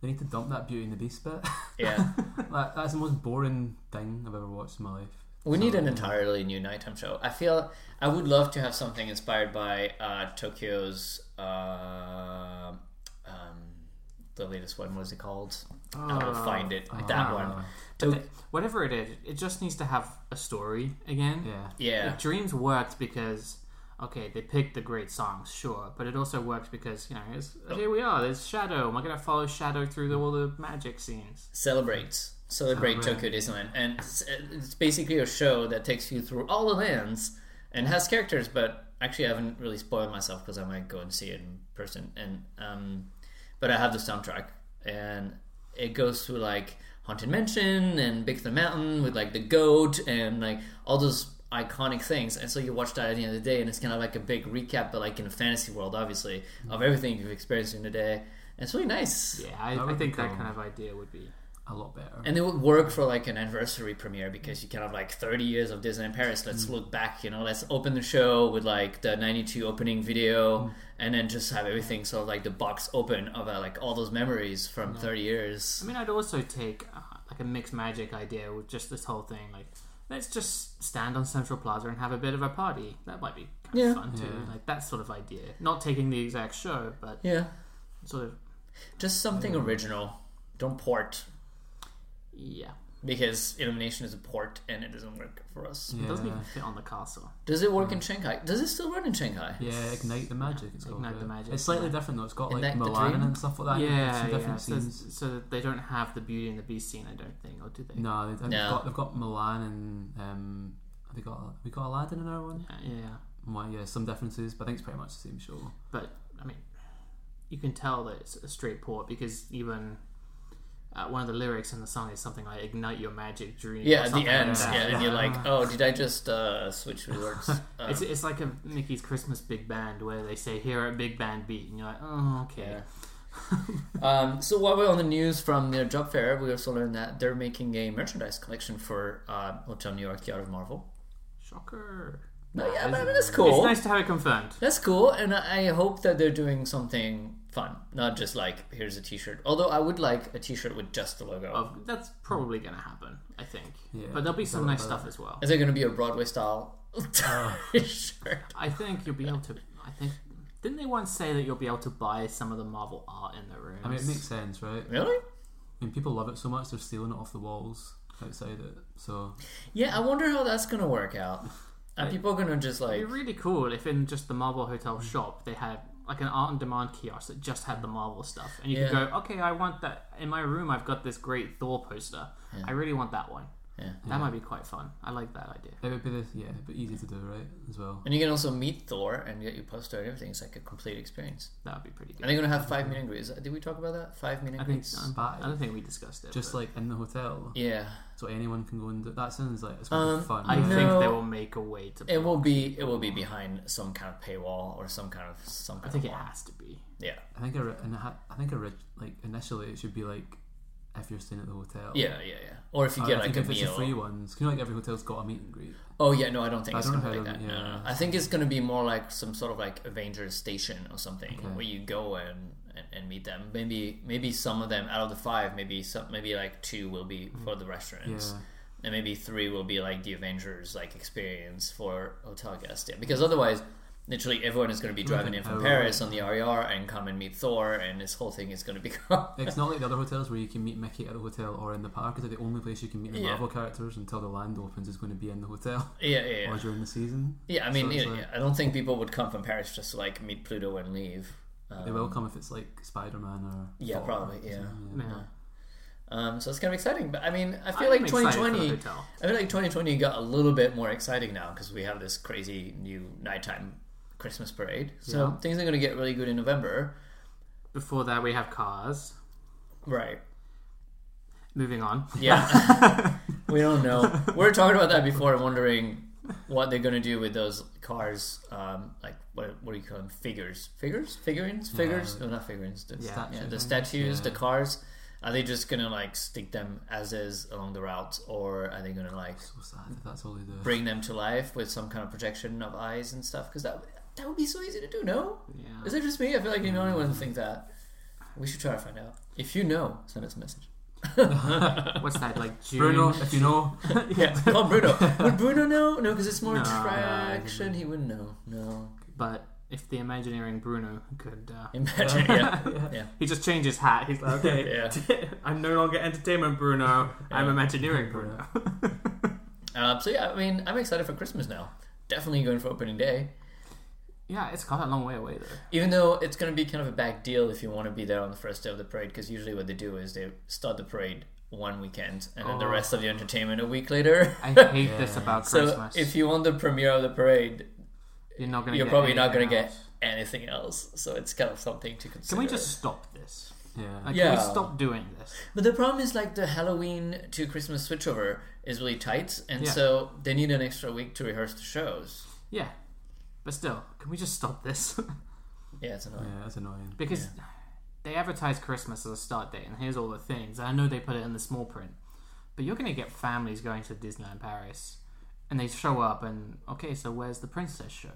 [SPEAKER 3] They need to dump that Beauty and the Beast bit.
[SPEAKER 1] Yeah,
[SPEAKER 3] that, that's the most boring thing I've ever watched in my life.
[SPEAKER 1] we need an
[SPEAKER 3] So,
[SPEAKER 1] entirely new nighttime show. I feel I would love to have something inspired by uh, Tokyo's uh, um, the latest one. What is it called? I will
[SPEAKER 2] Oh,
[SPEAKER 1] find it.
[SPEAKER 3] oh,
[SPEAKER 1] that
[SPEAKER 3] no.
[SPEAKER 1] one.
[SPEAKER 2] But
[SPEAKER 1] To-
[SPEAKER 2] th- whatever it is, it just needs to have a story again.
[SPEAKER 3] Yeah,
[SPEAKER 1] yeah,
[SPEAKER 2] Like, Dreams worked because okay, they picked the great songs, sure, but it also works because you know it's,
[SPEAKER 3] Oh.
[SPEAKER 2] here we are. There's Shadow. We're gonna follow Shadow through the, all the magic scenes.
[SPEAKER 1] celebrate. Celebrate Tokyo Disneyland, and it's, it's basically a show that takes you through all the lands and has characters. But actually, I haven't really spoiled myself because I might go and see it in person. And um, but I have the soundtrack, and it goes through like Haunted Mansion and Big Thunder Mountain with like the goat and like all those iconic things. And so you watch that at the end of the day, and it's kind of like a big recap, but like in a fantasy world, obviously, of everything you've experienced in the day. And it's really nice.
[SPEAKER 2] Yeah, I,
[SPEAKER 3] That would
[SPEAKER 2] I think
[SPEAKER 3] be
[SPEAKER 2] that
[SPEAKER 3] cool.
[SPEAKER 2] kind of idea would be.
[SPEAKER 3] a lot better.
[SPEAKER 1] And it would work for like an anniversary premiere because you kind of like 30 years of Disney in Paris.
[SPEAKER 2] Mm.
[SPEAKER 1] Let's look back, you know, let's open the show with like the 92 opening video
[SPEAKER 2] Mm.
[SPEAKER 1] and then just have everything sort of like the box open of uh, like all those memories
[SPEAKER 2] Mm.
[SPEAKER 1] from 30 years.
[SPEAKER 2] I mean, I'd also take uh, like a mixed magic idea with just this whole thing. Like, let's just stand on Central Plaza and have a bit of a party. That might be kind
[SPEAKER 1] Yeah.
[SPEAKER 2] of fun too.
[SPEAKER 3] Yeah.
[SPEAKER 2] Like that sort of idea. Not taking the exact show, but
[SPEAKER 1] Yeah.
[SPEAKER 2] sort of
[SPEAKER 1] Just something
[SPEAKER 2] Mm.
[SPEAKER 1] original. Don't port
[SPEAKER 2] yeah.
[SPEAKER 1] because Illumination is a port and it doesn't work for us.
[SPEAKER 3] yeah.
[SPEAKER 2] It doesn't even fit on the castle.
[SPEAKER 1] Does it work
[SPEAKER 2] Mm.
[SPEAKER 1] in Shanghai? Does it still run in Shanghai?
[SPEAKER 3] Yeah, ignite the magic. It's called.
[SPEAKER 2] Ignite the
[SPEAKER 3] yeah.
[SPEAKER 2] Magic,
[SPEAKER 3] It's slightly
[SPEAKER 2] yeah.
[SPEAKER 3] different though. It's got like
[SPEAKER 1] Ignite the
[SPEAKER 3] Milan
[SPEAKER 1] Dream?
[SPEAKER 3] and stuff like that.
[SPEAKER 2] yeah,
[SPEAKER 3] some
[SPEAKER 2] yeah.
[SPEAKER 3] different
[SPEAKER 2] So,
[SPEAKER 3] scenes.
[SPEAKER 2] so that they don't have the Beauty and the Beast scene, I don't think, or do they?
[SPEAKER 3] No, they, they've,
[SPEAKER 1] No.
[SPEAKER 3] Got, they've got Milan and um, have they got have we got Aladdin in our one?
[SPEAKER 2] Uh, yeah,
[SPEAKER 3] Well, yeah, some differences, but I think it's pretty much the same show.
[SPEAKER 2] but I mean, you can tell that it's a straight port because even. Uh, one of the lyrics in the song is something like "Ignite your magic dream." or
[SPEAKER 1] Yeah, at the
[SPEAKER 2] something
[SPEAKER 1] end.
[SPEAKER 2] Like that.
[SPEAKER 1] yeah, and you're like, oh, did I just uh, switch resorts? Um,
[SPEAKER 2] It's, it's like a Mickey's Christmas Big Band where they say here at Big Band Beat and you're like oh okay
[SPEAKER 1] Um, so while we're on the news from the job fair, we also learned that they're making a merchandise collection for uh, Hotel New York, the Art of Marvel.
[SPEAKER 2] shocker
[SPEAKER 1] No, yeah, but
[SPEAKER 3] isn't
[SPEAKER 1] that's
[SPEAKER 3] it?
[SPEAKER 1] cool.
[SPEAKER 2] it's nice to have it confirmed
[SPEAKER 1] That's cool, and I I hope that they're doing something fun, not just like here's a T-shirt. Although I would like a T-shirt with just the logo.
[SPEAKER 2] of, that's probably gonna happen I think
[SPEAKER 3] Yeah,
[SPEAKER 2] but there'll be some
[SPEAKER 3] probably
[SPEAKER 2] nice
[SPEAKER 3] about
[SPEAKER 2] stuff as well
[SPEAKER 1] Is there going to be a Broadway style
[SPEAKER 2] Oh.
[SPEAKER 1] T-shirt?
[SPEAKER 2] I think you'll be able to I think didn't they once say that you'll be able to buy some of the Marvel art in the rooms
[SPEAKER 3] I mean, it makes sense, right?
[SPEAKER 1] Really?
[SPEAKER 3] I mean, people love it so much they're stealing it off the walls outside it. So
[SPEAKER 1] Yeah, I wonder how that's going to work out. Are people going to just like Mm.
[SPEAKER 2] It'd be really cool if in just the Marvel Hotel shop they had like an art on demand kiosk that just had the Marvel stuff, and you
[SPEAKER 1] Yeah.
[SPEAKER 2] could go, okay, I want that in my room. I've got this great Thor poster. I really want that one.
[SPEAKER 1] Yeah.
[SPEAKER 2] That might be quite fun. I like that idea.
[SPEAKER 3] it would be the yeah, but easy to do, right? As well.
[SPEAKER 1] And you can also meet Thor and get your poster and everything. It's like a complete experience.
[SPEAKER 2] That would be pretty
[SPEAKER 1] And
[SPEAKER 2] good.
[SPEAKER 1] they're gonna have five meet and greets. Uh, Did we talk about that? Five meet and
[SPEAKER 2] I think
[SPEAKER 1] greets.
[SPEAKER 2] um,
[SPEAKER 3] Bye.
[SPEAKER 2] I don't think we discussed it.
[SPEAKER 3] Just
[SPEAKER 2] but
[SPEAKER 3] like in the hotel,
[SPEAKER 1] yeah,
[SPEAKER 3] so anyone can go and do. That sounds like it's gonna
[SPEAKER 1] Um,
[SPEAKER 3] be fun.
[SPEAKER 2] I
[SPEAKER 3] right?
[SPEAKER 1] No.
[SPEAKER 2] think they will make a way to.
[SPEAKER 1] it will be. It will be behind some kind of paywall or some kind of some
[SPEAKER 2] I
[SPEAKER 1] kind
[SPEAKER 2] think
[SPEAKER 1] of
[SPEAKER 2] it
[SPEAKER 1] wall.
[SPEAKER 2] has to be.
[SPEAKER 1] Yeah,
[SPEAKER 3] I think I, re- and I, ha- I think I read like initially it should be like if you're staying at the hotel.
[SPEAKER 1] Yeah, yeah, yeah. Or if you
[SPEAKER 3] Uh, I,
[SPEAKER 1] get
[SPEAKER 3] I
[SPEAKER 1] like
[SPEAKER 3] think
[SPEAKER 1] a
[SPEAKER 3] if it's the
[SPEAKER 1] meal.
[SPEAKER 3] free ones, 'cause you know, like every hotel's got a meet and greet.
[SPEAKER 1] Oh yeah, no, I don't think
[SPEAKER 3] I
[SPEAKER 1] it's
[SPEAKER 3] don't
[SPEAKER 1] gonna be
[SPEAKER 3] know
[SPEAKER 1] like
[SPEAKER 3] how
[SPEAKER 1] that.
[SPEAKER 3] to-
[SPEAKER 1] No, no, no.
[SPEAKER 3] yeah.
[SPEAKER 1] I think it's gonna be more like some sort of like Avengers Station or something
[SPEAKER 3] Okay.
[SPEAKER 1] where you go and, and, and meet them. Maybe maybe some of them out of the five, maybe some maybe like two will be for the
[SPEAKER 3] Mm. Yeah,
[SPEAKER 1] restaurants, and maybe three will be like the Avengers like experience for hotel guests. Yeah, because otherwise, literally everyone is gonna be driving in from
[SPEAKER 3] Oh.
[SPEAKER 1] Paris on the RER and come and meet Thor, and this whole thing is gonna become
[SPEAKER 3] it's not like the other hotels where you can meet Mickey at the hotel or in the park. It's like the only place you can meet the
[SPEAKER 1] Yeah.
[SPEAKER 3] Marvel characters until the land opens is going to be in the hotel
[SPEAKER 1] yeah, yeah, yeah.
[SPEAKER 3] or during the season.
[SPEAKER 1] Yeah, I
[SPEAKER 3] So
[SPEAKER 1] mean,
[SPEAKER 3] it's
[SPEAKER 1] yeah,
[SPEAKER 3] like-
[SPEAKER 1] yeah, I don't think people would come from Paris just to like meet Pluto and leave. Um,
[SPEAKER 3] They will come if it's like Spider Man or
[SPEAKER 1] Yeah,
[SPEAKER 3] Thor,
[SPEAKER 1] probably,
[SPEAKER 3] so,
[SPEAKER 1] yeah.
[SPEAKER 2] Yeah.
[SPEAKER 1] Um, so it's kind of exciting. But I mean, I
[SPEAKER 2] I'm
[SPEAKER 1] feel like
[SPEAKER 2] excited for the
[SPEAKER 1] 2020.
[SPEAKER 2] hotel.
[SPEAKER 1] I feel like 2020 got a little bit more exciting now because we have this crazy new nighttime Christmas parade. So
[SPEAKER 2] Yeah.
[SPEAKER 1] things are going to get really good in November,
[SPEAKER 2] Before that, we have cars.
[SPEAKER 1] right?
[SPEAKER 2] Moving on.
[SPEAKER 1] Yeah, we don't know. We were talking about that before, wondering what they're going to do with those cars. Um, like what what do you call them? Figures, figures, figurines, figures? No, not figurines. The,
[SPEAKER 2] Yeah.
[SPEAKER 1] yeah,
[SPEAKER 3] Statues,
[SPEAKER 1] the
[SPEAKER 3] I
[SPEAKER 1] statues,
[SPEAKER 3] guess,
[SPEAKER 1] the
[SPEAKER 3] yeah.
[SPEAKER 1] cars. Are they just gonna like stick them as is along the route, or are they gonna like
[SPEAKER 3] So sad if that's all they do.
[SPEAKER 1] bring them to life with some kind of projection of eyes and stuff because that that would be so easy to do. No,
[SPEAKER 2] Yeah.
[SPEAKER 1] is it just me? I feel like you're the only one who thinks that. We should try to find out. If you know, send us a message.
[SPEAKER 2] What's that like? June?
[SPEAKER 3] Bruno, if you know,
[SPEAKER 1] yeah, call Bruno. Would Bruno know? No, because it's more
[SPEAKER 2] No, no, he
[SPEAKER 1] attraction. he wouldn't know. No,
[SPEAKER 2] But if the Imagineering Bruno could, uh,
[SPEAKER 1] imagine. Yeah,
[SPEAKER 2] he just changed his hat. He's like, okay,
[SPEAKER 1] yeah.
[SPEAKER 2] I'm no longer Entertainment Bruno. I'm Imagineering Bruno.
[SPEAKER 1] Uh, so yeah, I mean, I'm excited for Christmas now. Definitely going for opening day.
[SPEAKER 2] Yeah, it's got a long way away though.
[SPEAKER 1] Even though it's going to be kind of a bad deal if you want to be there on the first day of the parade, because usually what they do is they start the parade one weekend and then the
[SPEAKER 2] Oh.
[SPEAKER 1] rest of the entertainment a week later.
[SPEAKER 2] I hate this about
[SPEAKER 1] so
[SPEAKER 2] Christmas.
[SPEAKER 1] if you want the premiere of the parade,
[SPEAKER 2] you're not gonna,
[SPEAKER 1] you're
[SPEAKER 2] get
[SPEAKER 1] probably not going
[SPEAKER 2] anything
[SPEAKER 1] to get
[SPEAKER 2] else.
[SPEAKER 1] anything else. So it's kind of something to consider.
[SPEAKER 2] Can we just stop this?
[SPEAKER 3] yeah.
[SPEAKER 2] Like,
[SPEAKER 1] Yeah.
[SPEAKER 2] can we stop doing this?
[SPEAKER 1] But the problem is like the Halloween to Christmas switchover is really tight, and
[SPEAKER 2] Yeah.
[SPEAKER 1] so they need an extra week to rehearse the shows.
[SPEAKER 2] Yeah, but still, can we just stop this?
[SPEAKER 1] Yeah, it's annoying.
[SPEAKER 3] yeah, that's annoying.
[SPEAKER 2] because they advertise Christmas as a start date, and here's all the things. I know they put it in the small print, but you're gonna get families going to Disneyland Paris, and they show up, and okay, so where's the princess show?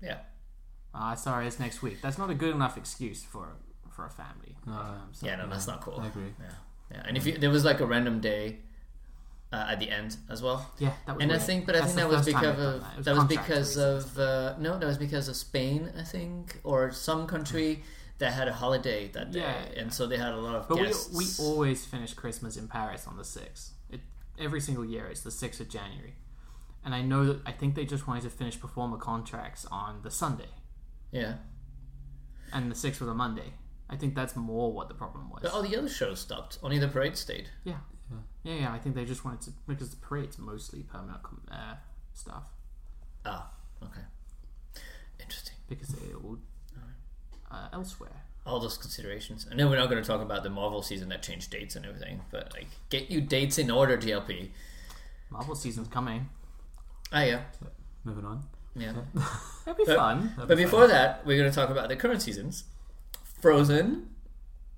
[SPEAKER 1] Yeah.
[SPEAKER 2] Ah, sorry, it's next week. That's not a good enough excuse for for a family. Um, so-
[SPEAKER 1] Yeah, no, that's not cool.
[SPEAKER 3] I agree.
[SPEAKER 1] Yeah, yeah. And if you, there was like a random day uh, at the end as well,
[SPEAKER 2] yeah, that was
[SPEAKER 1] and I
[SPEAKER 2] weird.
[SPEAKER 1] think, but I
[SPEAKER 2] That's
[SPEAKER 1] think
[SPEAKER 2] the
[SPEAKER 1] that was
[SPEAKER 2] first time
[SPEAKER 1] because
[SPEAKER 2] they've done
[SPEAKER 1] of
[SPEAKER 2] It
[SPEAKER 1] that was
[SPEAKER 2] contract
[SPEAKER 1] because
[SPEAKER 2] reasons.
[SPEAKER 1] of uh, no, that was because of Spain, I think, or some country that had a holiday that day,
[SPEAKER 2] Yeah,
[SPEAKER 1] and so they had a lot of
[SPEAKER 2] But
[SPEAKER 1] guests.
[SPEAKER 2] we, we always finish Christmas in Paris on the 6th. It, every single year, it's the 6th of January. And I know that I think they just wanted to finish performer contracts on the Sunday,
[SPEAKER 1] yeah,
[SPEAKER 2] and the 6th was a Monday. I think that's more what the problem was.
[SPEAKER 1] but all the other shows stopped. Only the parade stayed.
[SPEAKER 2] yeah. yeah. Yeah, I think they just wanted to, because the parade's mostly permanent com- uh, stuff,
[SPEAKER 1] Ah, okay, interesting.
[SPEAKER 2] because they all uh, elsewhere.
[SPEAKER 1] All those considerations. I know we're not going to talk about the Marvel season that changed dates and everything, but like, get you dates in order, DLP.
[SPEAKER 2] Marvel season's coming.
[SPEAKER 1] Ah, yeah,
[SPEAKER 3] Moving on.
[SPEAKER 1] yeah.
[SPEAKER 2] It'll be
[SPEAKER 1] But-
[SPEAKER 2] fun.
[SPEAKER 1] But before that, we're going to talk about the current seasons. Frozen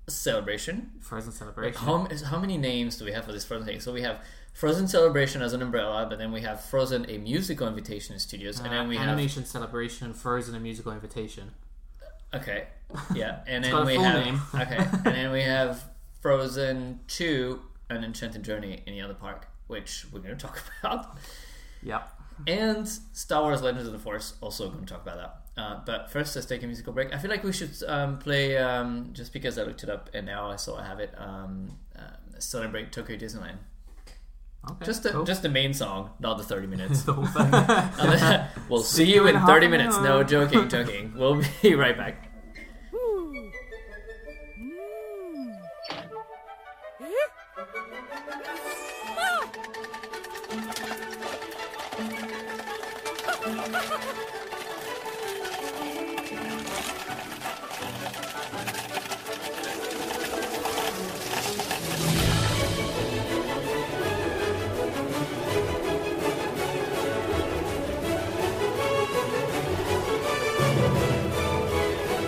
[SPEAKER 1] Celebration.
[SPEAKER 2] Frozen celebration.
[SPEAKER 1] How, how many names do we have for this Frozen thing? So we have Frozen Celebration as an umbrella, but then we have Frozen a musical invitation in studios, and then we
[SPEAKER 2] Uh,
[SPEAKER 1] have
[SPEAKER 2] animation celebration, Frozen, a musical invitation.
[SPEAKER 1] okay, yeah, and
[SPEAKER 2] got
[SPEAKER 1] then
[SPEAKER 2] a
[SPEAKER 1] we
[SPEAKER 2] full
[SPEAKER 1] have
[SPEAKER 2] name.
[SPEAKER 1] okay, and then we have Frozen Two, an Enchanted Journey in the other park, which we're going to talk about,
[SPEAKER 2] Yep.
[SPEAKER 1] and Star Wars Legends of the Force. Also going to talk about that. Uh, but first, let's take a musical break. I feel like we should um, play um, just because I looked it up and now I saw I have it. Um, uh, celebrate Tokyo Disneyland.
[SPEAKER 2] Okay.
[SPEAKER 1] Just the
[SPEAKER 2] cool.
[SPEAKER 1] just the main song, not the thirty minutes.
[SPEAKER 3] The whole thing.
[SPEAKER 1] we'll see you in
[SPEAKER 2] half
[SPEAKER 1] thirty
[SPEAKER 2] an
[SPEAKER 1] minutes. No joking, joking. We'll be right back.
[SPEAKER 4] Thank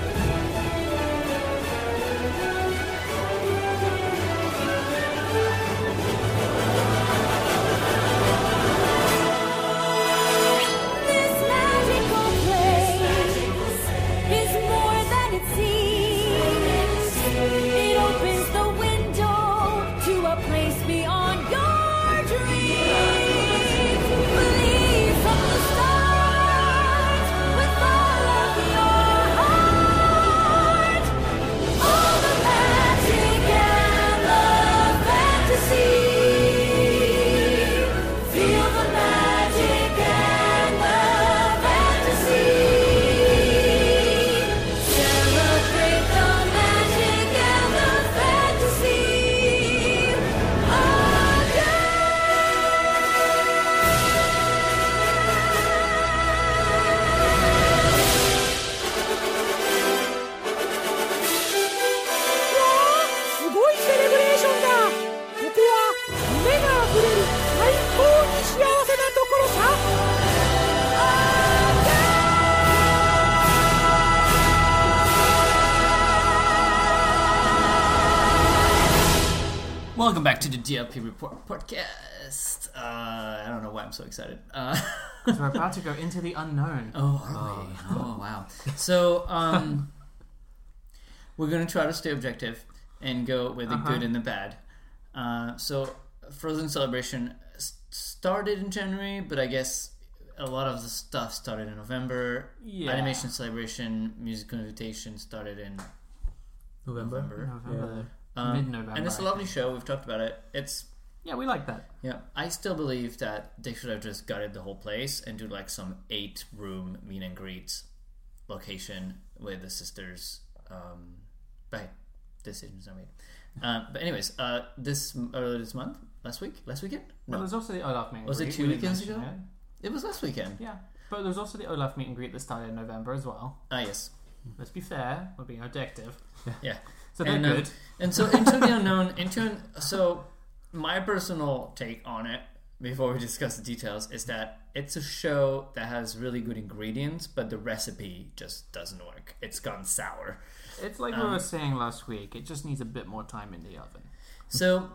[SPEAKER 1] Welcome back to the DLP Report podcast. Uh, I don't know why I'm so excited. Uh,
[SPEAKER 2] So we're about to go into the unknown.
[SPEAKER 1] oh, are we? oh, wow. So um, we're going to try to stay objective and go with the
[SPEAKER 2] Uh-huh.
[SPEAKER 1] good and the bad. Uh, so Frozen Celebration s- started in January, but I guess a lot of the stuff started in November.
[SPEAKER 2] Yeah.
[SPEAKER 1] Animation Celebration, Music Invitation started in
[SPEAKER 3] November.
[SPEAKER 1] November.
[SPEAKER 2] November.
[SPEAKER 1] Um,
[SPEAKER 2] Mid-November,
[SPEAKER 1] And it's a
[SPEAKER 2] I
[SPEAKER 1] lovely
[SPEAKER 2] think.
[SPEAKER 1] show. We've talked about it. It's
[SPEAKER 2] Yeah, we like that.
[SPEAKER 1] yeah. I still believe that they should have just gutted the whole place and do like some eight room meet and greet location with the sisters. Um, but decisions are made. Uh, but anyways, uh, this earlier this month, last week, last weekend. No,
[SPEAKER 2] But there's also the Olaf meet and
[SPEAKER 1] Was it
[SPEAKER 2] greet.
[SPEAKER 1] two
[SPEAKER 2] We didn't
[SPEAKER 1] weekends
[SPEAKER 2] mention
[SPEAKER 1] ago?
[SPEAKER 2] it.
[SPEAKER 1] it was last weekend.
[SPEAKER 2] Yeah. But there's also the Olaf meet and greet that started in November as well.
[SPEAKER 1] Ah, yes.
[SPEAKER 2] Let's be fair, we're being objective.
[SPEAKER 1] Yeah.
[SPEAKER 2] So they're
[SPEAKER 1] And, uh,
[SPEAKER 2] good.
[SPEAKER 1] And so into the unknown, into so my personal take on it before we discuss the details is that it's a show that has really good ingredients, but the recipe just doesn't work. It's gone sour.
[SPEAKER 2] It's like
[SPEAKER 1] um,
[SPEAKER 2] we were saying last week, it just needs a bit more time in the oven.
[SPEAKER 1] So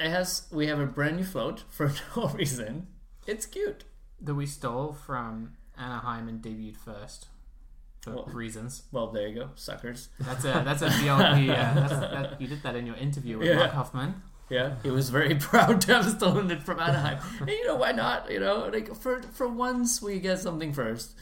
[SPEAKER 1] it has we have a brand new float for no reason. It's cute.
[SPEAKER 2] That we stole from Anaheim and debuted first. For
[SPEAKER 1] Well-
[SPEAKER 2] reasons.
[SPEAKER 1] Well, there you go, suckers.
[SPEAKER 2] That's a that's a DLP. Uh, that's, that, you did that in your interview with
[SPEAKER 1] Yeah.
[SPEAKER 2] Mark Hoffman.
[SPEAKER 1] Yeah, he was very proud to have stolen it from Anaheim. and you know why not? You know, like for for once we get something first.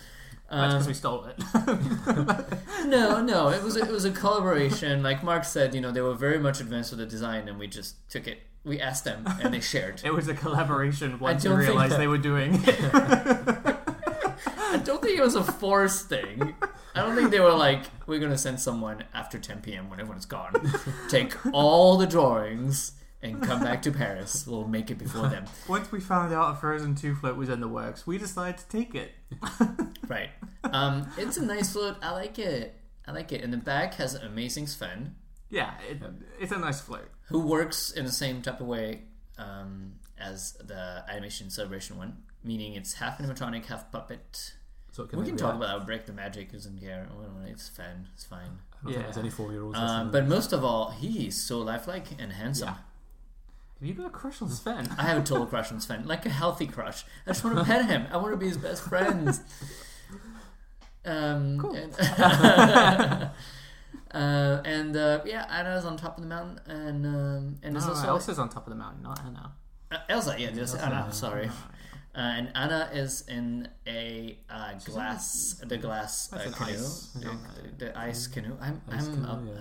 [SPEAKER 1] Um,
[SPEAKER 2] That's because we stole it.
[SPEAKER 1] No, no, it was it was a collaboration. Like Mark said, you know, they were very much advanced with the design, and we just took it. We asked them, and they shared.
[SPEAKER 2] It was a collaboration once you
[SPEAKER 1] don't think
[SPEAKER 2] realized
[SPEAKER 1] that-
[SPEAKER 2] they were doing.
[SPEAKER 1] I don't think it was a forced thing. I don't think they were like, we're gonna send someone after 10 p.m. when everyone's gone, take all the drawings and come back to Paris. We'll make it before them,
[SPEAKER 2] once we found out Frozen 2 float was in the works, we decided to take it.
[SPEAKER 1] right? Um, it's a nice float. I like it. I like it. And the back has an amazing Sven.
[SPEAKER 2] Yeah, it, it's a nice float.
[SPEAKER 1] who works in the same type of way um, as the animation celebration one, meaning it's half animatronic, half puppet.
[SPEAKER 3] So it
[SPEAKER 1] we
[SPEAKER 3] like
[SPEAKER 1] can
[SPEAKER 3] be
[SPEAKER 1] talk
[SPEAKER 3] that.
[SPEAKER 1] about that. Break the magic doesn't care. I don't know, Oh, It's fun. It's fine.
[SPEAKER 3] I
[SPEAKER 2] Yeah.
[SPEAKER 3] don't think there's any four year olds.
[SPEAKER 1] Um, but most of all, he's so lifelike and handsome.
[SPEAKER 2] Yeah. Have you got a crush on Sven?
[SPEAKER 1] I have a total crush on Sven, like a healthy crush. I just want to pet him. I want to be his best friend. Um,
[SPEAKER 2] Cool.
[SPEAKER 1] And, uh, and uh, yeah, Anna's on top of the mountain, and um, and there's
[SPEAKER 2] No,
[SPEAKER 1] also
[SPEAKER 2] Elsa's on top of the mountain, not Anna.
[SPEAKER 1] Uh, Elsa, yeah, just Anna.
[SPEAKER 3] Anna.
[SPEAKER 1] Sorry, uh, and Anna is in a uh, glass, the glass uh,
[SPEAKER 2] That's an
[SPEAKER 1] canoe,
[SPEAKER 2] ice.
[SPEAKER 1] The,
[SPEAKER 2] Yeah.
[SPEAKER 1] the ice canoe. I'm,
[SPEAKER 3] Ice
[SPEAKER 1] I'm
[SPEAKER 3] canoe,
[SPEAKER 1] up.
[SPEAKER 3] yeah.
[SPEAKER 1] uh,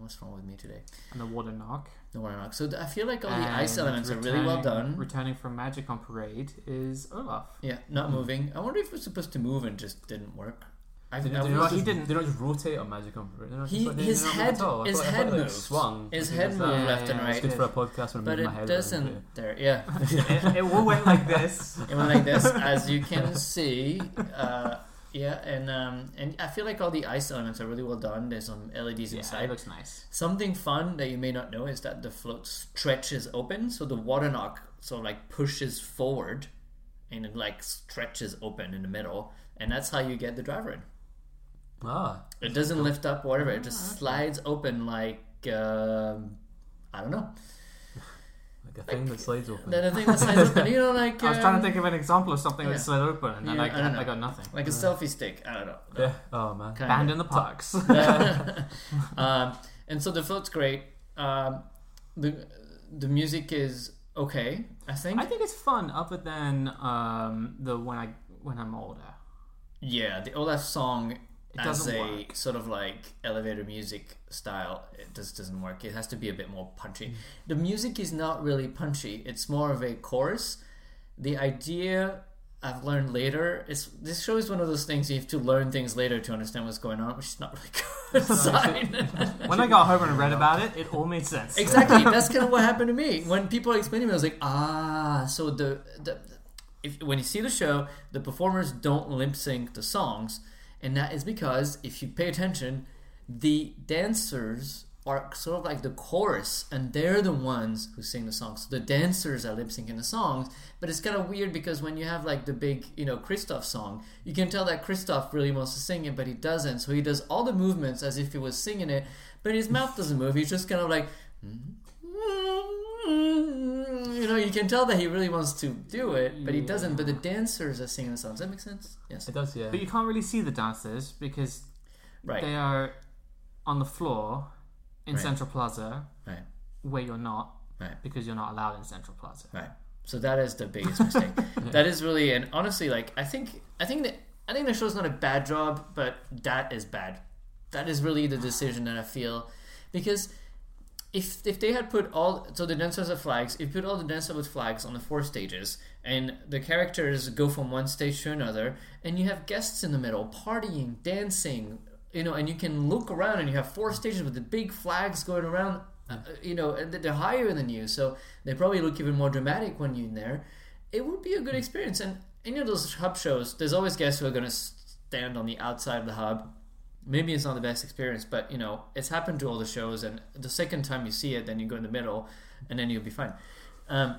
[SPEAKER 1] what's wrong with me today?
[SPEAKER 2] uh, And the water knock.
[SPEAKER 1] No one knock. So th- I feel like all the ice
[SPEAKER 2] And
[SPEAKER 1] elements are really well
[SPEAKER 2] returning-
[SPEAKER 1] done.
[SPEAKER 2] Returning from Magic on Parade is Olaf.
[SPEAKER 1] yeah, not moving. I wonder if it was supposed to move and just didn't work. I,
[SPEAKER 3] They
[SPEAKER 1] I
[SPEAKER 3] don't- they
[SPEAKER 1] was
[SPEAKER 3] don't
[SPEAKER 2] Well,
[SPEAKER 3] just-
[SPEAKER 2] he didn't-
[SPEAKER 3] They don't just rotate on Magic on Parade. They don't-
[SPEAKER 1] He-
[SPEAKER 3] they don't
[SPEAKER 1] his
[SPEAKER 3] move
[SPEAKER 1] head-
[SPEAKER 3] at all. I
[SPEAKER 1] his
[SPEAKER 3] thought- I thought
[SPEAKER 1] head
[SPEAKER 3] it, like,
[SPEAKER 1] moves.
[SPEAKER 3] swung.
[SPEAKER 1] his
[SPEAKER 3] I think
[SPEAKER 1] head
[SPEAKER 3] that's
[SPEAKER 1] moved
[SPEAKER 3] that.
[SPEAKER 2] Yeah,
[SPEAKER 1] left and
[SPEAKER 2] yeah,
[SPEAKER 3] It's
[SPEAKER 1] right,
[SPEAKER 3] good for a podcast when I'm
[SPEAKER 1] but
[SPEAKER 3] moving my
[SPEAKER 1] it
[SPEAKER 3] head.
[SPEAKER 1] doesn't.
[SPEAKER 3] Around.
[SPEAKER 1] There, yeah.
[SPEAKER 2] it, it all went like this.
[SPEAKER 1] It went like this, as you can see. Uh, yeah, and um, and I feel like all the ice elements are really well done. There's some LEDs
[SPEAKER 2] Yeah,
[SPEAKER 1] inside.
[SPEAKER 2] it looks nice.
[SPEAKER 1] Something fun that you may not know is that the float stretches open, so the water knock sort of like pushes forward, and it like stretches open in the middle, and that's how you get the driver in.
[SPEAKER 3] Ah,
[SPEAKER 1] It
[SPEAKER 2] Oh.
[SPEAKER 1] doesn't lift up, whatever. It just slides open like um, I don't know.
[SPEAKER 3] like a thing that slides open.
[SPEAKER 1] The, the thing that slides open, you know, like
[SPEAKER 2] Hmm. I was trying
[SPEAKER 1] um,
[SPEAKER 2] to think of an example of something
[SPEAKER 1] yeah.
[SPEAKER 2] that slid open, and then
[SPEAKER 1] Yeah,
[SPEAKER 2] I,
[SPEAKER 1] I don't
[SPEAKER 2] got, I
[SPEAKER 1] know.
[SPEAKER 2] got nothing.
[SPEAKER 1] um, like a selfie stick. I don't know.
[SPEAKER 3] Yeah. Oh man.
[SPEAKER 1] Kind of.
[SPEAKER 2] Band in the parks.
[SPEAKER 1] um, and so the float's great. Um, the the music is okay, I think.
[SPEAKER 2] I think it's fun, other than um, the when I when I'm older.
[SPEAKER 1] yeah, the Olaf song as
[SPEAKER 2] doesn't
[SPEAKER 1] a
[SPEAKER 2] work.
[SPEAKER 1] sort of like elevator music style, it just doesn't work. It has to be a bit more punchy. The music is not really punchy. It's more of a chorus. The idea I've learned later is this show is one of those things you have to learn things later to understand what's going on, which is not really good sign.
[SPEAKER 2] When I got home and read about it, it all made sense.
[SPEAKER 1] Exactly. That's kind of what happened to me. When people explained to me, I was like, ah, so the, the if when you see the show, the performers don't lip sync the songs, and that is because if you pay attention, the dancers are sort of like the chorus, and they're the ones who sing the songs. The dancers are lip syncing the songs, but it's kind of weird because when you have like the big, you know, Kristoff song, you can tell that Kristoff really wants to sing it, but he doesn't. So he does all the movements as if he was singing it, but his mouth doesn't move. He's just kind of like, you can tell that he really wants to do it, but he
[SPEAKER 2] Yeah.
[SPEAKER 1] doesn't. But the dancers are singing the songs. Does that make sense? Yes.
[SPEAKER 3] It does, yeah.
[SPEAKER 2] But you can't really see the dancers because
[SPEAKER 1] Right.
[SPEAKER 2] they are on the floor in
[SPEAKER 1] Right.
[SPEAKER 2] Central Plaza
[SPEAKER 1] Right.
[SPEAKER 2] where you're not
[SPEAKER 1] Right.
[SPEAKER 2] because you're not allowed in Central Plaza.
[SPEAKER 1] Right. So that is the biggest mistake. That is really and honestly, like I think I think that I think the show's not a bad job, but that is bad. That is really the decision that I feel because if if they had put all so the dancers have flags, if you put all the dancers with flags on the four stages and the characters go from one stage to another and you have guests in the middle partying, dancing, you know, and you can look around and you have four stages with the big flags going around, uh, you know, and they're higher than you, so they probably look even more dramatic when you're in there. It would be a good experience, and any of those hub shows, there's always guests who are going to stand on the outside of the hub maybe it's not the best experience, but you know, it's happened to all the shows, and the second time you see it, then you go in the middle, and then you'll be fine. Um,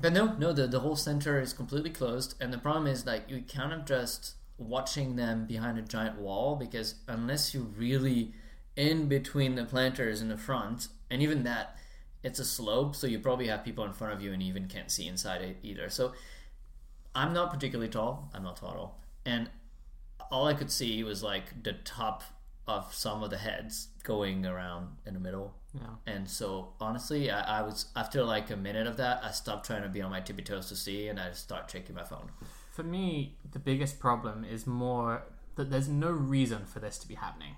[SPEAKER 1] but no, no, the, the whole center is completely closed, and the problem is like you kind of just watching them behind a giant wall because unless you really in between the planters in the front, and even that, it's a slope, so you probably have people in front of you and you even can't see inside it either. So I'm not particularly tall. I'm not tall at all. And all I could see was like the top of some of the heads going around in the middle.
[SPEAKER 2] Yeah.
[SPEAKER 1] And so honestly, I, I was after like a minute of that, I stopped trying to be on my tippy toes to see, and I start checking my phone.
[SPEAKER 2] For me, the biggest problem is more that there's no reason for this to be happening.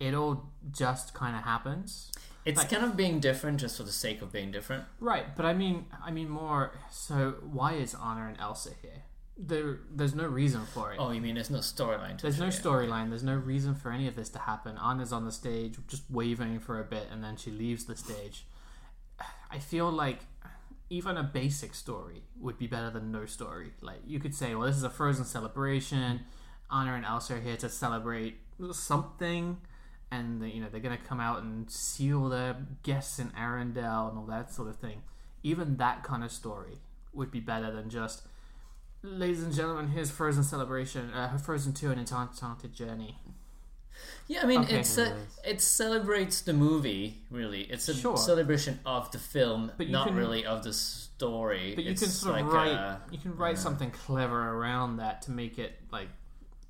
[SPEAKER 2] It all just kind of happens.
[SPEAKER 1] It's
[SPEAKER 2] Like-
[SPEAKER 1] kind of being different just for the sake of being different.
[SPEAKER 2] Right, but I mean, I mean more. So why is Anna and Elsa here? There, there's no reason for it.
[SPEAKER 1] Oh, you mean there's no storyline? to
[SPEAKER 2] there's
[SPEAKER 1] it,
[SPEAKER 2] no
[SPEAKER 1] yeah.
[SPEAKER 2] storyline. There's no reason for any of this to happen. Anna's on the stage, just waving for a bit, and then she leaves the stage. I feel like even a basic story would be better than no story. Like you could say, well, this is a Frozen celebration. Anna and Elsa are here to celebrate something, and you know they're gonna come out and seal their guests in Arendelle and all that sort of thing. Even that kind of story would be better than just, ladies and gentlemen, here's Frozen celebration, uh, Frozen Two, an enchanted journey.
[SPEAKER 1] Yeah, I mean
[SPEAKER 2] Okay.
[SPEAKER 1] it's a, it celebrates the movie really. It's a
[SPEAKER 2] Sure.
[SPEAKER 1] celebration of the film,
[SPEAKER 2] But you
[SPEAKER 1] not
[SPEAKER 2] can-
[SPEAKER 1] really of the story.
[SPEAKER 2] But you
[SPEAKER 1] It's
[SPEAKER 2] can sort of
[SPEAKER 1] like uh,
[SPEAKER 2] write
[SPEAKER 1] a-
[SPEAKER 2] you can write something clever around that to make it like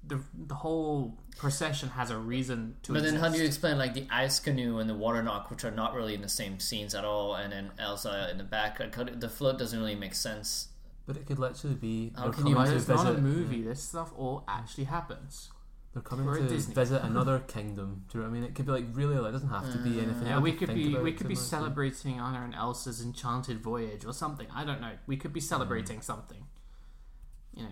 [SPEAKER 2] the the whole procession has a reason to
[SPEAKER 1] But
[SPEAKER 2] exist.
[SPEAKER 1] then, how do you explain like the ice canoe and the water knock, which are not really in the same scenes at all, and then Elsa in the back? Like, how do- the float doesn't really make sense.
[SPEAKER 3] But it could literally be.
[SPEAKER 1] How
[SPEAKER 3] they're
[SPEAKER 1] can you
[SPEAKER 3] coming
[SPEAKER 2] But
[SPEAKER 3] to
[SPEAKER 2] it's not a
[SPEAKER 3] visit-
[SPEAKER 2] movie. This stuff all actually happens.
[SPEAKER 3] They're coming
[SPEAKER 2] We're
[SPEAKER 3] to
[SPEAKER 2] at Disney.
[SPEAKER 3] visit another kingdom. Do you know what I mean? It could be like really. Like, it doesn't have to be anything.
[SPEAKER 2] Yeah,
[SPEAKER 3] I
[SPEAKER 2] we
[SPEAKER 3] didn't
[SPEAKER 2] could
[SPEAKER 3] think
[SPEAKER 2] be
[SPEAKER 3] about
[SPEAKER 2] we
[SPEAKER 3] it
[SPEAKER 2] could
[SPEAKER 3] too
[SPEAKER 2] be
[SPEAKER 3] much.
[SPEAKER 2] celebrating Anna and Elsa's enchanted voyage or something. I don't know. We could be celebrating
[SPEAKER 3] Mm.
[SPEAKER 2] something. You know,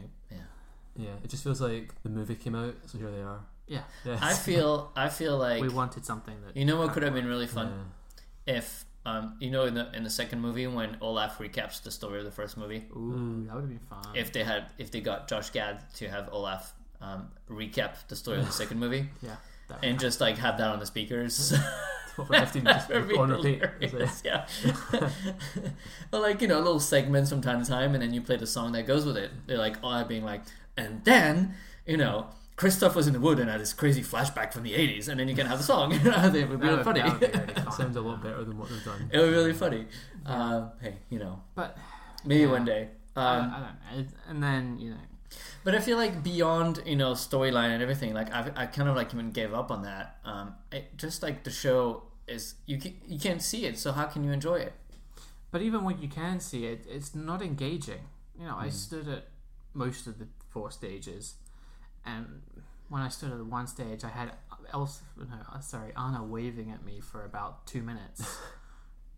[SPEAKER 3] Yeah, it just feels like the movie came out, so here they are.
[SPEAKER 2] Yeah.
[SPEAKER 3] Yes.
[SPEAKER 1] I feel, I feel like
[SPEAKER 2] we wanted something that
[SPEAKER 1] you know what could have been really
[SPEAKER 3] Yeah.
[SPEAKER 1] fun if um, you know in the in the second movie when Olaf recaps the story of the first movie,
[SPEAKER 3] Mm.
[SPEAKER 2] Ooh, that would have been fun.
[SPEAKER 1] if they had if they got Josh Gad to have Olaf um, recap the story of the second movie
[SPEAKER 2] yeah. That would
[SPEAKER 1] and just like have that on the speakers.
[SPEAKER 3] For 15 minutes,
[SPEAKER 1] That'd be
[SPEAKER 3] on repeat. It's like-
[SPEAKER 1] hilarious, yeah. but like you know, little segments from time to time, and then you play the song that goes with it. They're like, oh, being like, and then you know, Christoph was in the wood and had this crazy flashback from the '80s, and then you can have the song. it would be really
[SPEAKER 2] that would-
[SPEAKER 1] funny.
[SPEAKER 2] that would be really
[SPEAKER 3] That
[SPEAKER 2] fun.
[SPEAKER 3] sounds a lot better than what they've done.
[SPEAKER 1] it would be really funny. Um, hey, you know,
[SPEAKER 2] But
[SPEAKER 1] maybe
[SPEAKER 2] Yeah. Uh,
[SPEAKER 1] one day.
[SPEAKER 2] I
[SPEAKER 1] Um,
[SPEAKER 2] don't- I don't know. It's- And then you know,
[SPEAKER 1] But I feel like beyond you know storyline and everything, like I've, I kind of like even gave up on that. Um, it, just like the show is, you can, you can't see it, so how can you enjoy it?
[SPEAKER 2] But even when you can see it, it's not engaging. You know, I
[SPEAKER 1] Mm.
[SPEAKER 2] stood at most of the four stages, and when I stood at the one stage, I had Elsa, no, uh, sorry, Anna waving at me for about two minutes,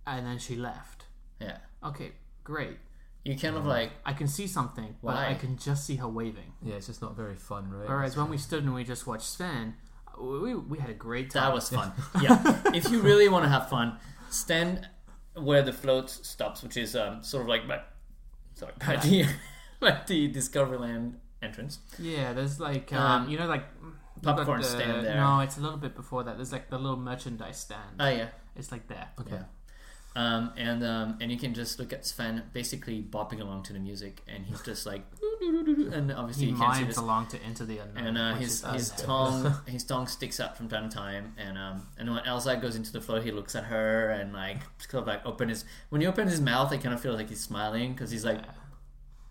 [SPEAKER 2] and then she left.
[SPEAKER 1] Yeah.
[SPEAKER 2] Okay, great.
[SPEAKER 1] You kind of like
[SPEAKER 2] I can see something, but
[SPEAKER 1] Why?
[SPEAKER 2] I can just see her waving.
[SPEAKER 3] Yeah, it's just not very fun, right?
[SPEAKER 2] Whereas when we stood and we just watched Sven, uh, we, we had a great time.
[SPEAKER 1] that was fun. yeah. If you really want to have fun, stand where the float stops, which is um, sort of like by, sorry, by the by the Discoveryland entrance.
[SPEAKER 2] Yeah, there's like um,
[SPEAKER 1] Um,
[SPEAKER 2] you know like you've got
[SPEAKER 1] popcorn
[SPEAKER 2] the-
[SPEAKER 1] stand there.
[SPEAKER 2] No, it's a little bit before that. There's like the little merchandise stand.
[SPEAKER 1] Oh yeah.
[SPEAKER 2] it's like there.
[SPEAKER 3] Okay.
[SPEAKER 1] Um, and um, and you can just look at Sven basically bopping along to the music, and he's just like, and obviously
[SPEAKER 2] He
[SPEAKER 1] you can't see
[SPEAKER 2] mimes
[SPEAKER 1] this.
[SPEAKER 2] along to Into the Unknown.
[SPEAKER 1] And uh,
[SPEAKER 2] which
[SPEAKER 1] his
[SPEAKER 2] is us
[SPEAKER 1] his
[SPEAKER 2] two.
[SPEAKER 1] tongue his tongue sticks out from time to time, and um and when Elsa goes into the floor, he looks at her and like kind of like open his when he opens his mouth, I kind of feel like he's smiling because he's like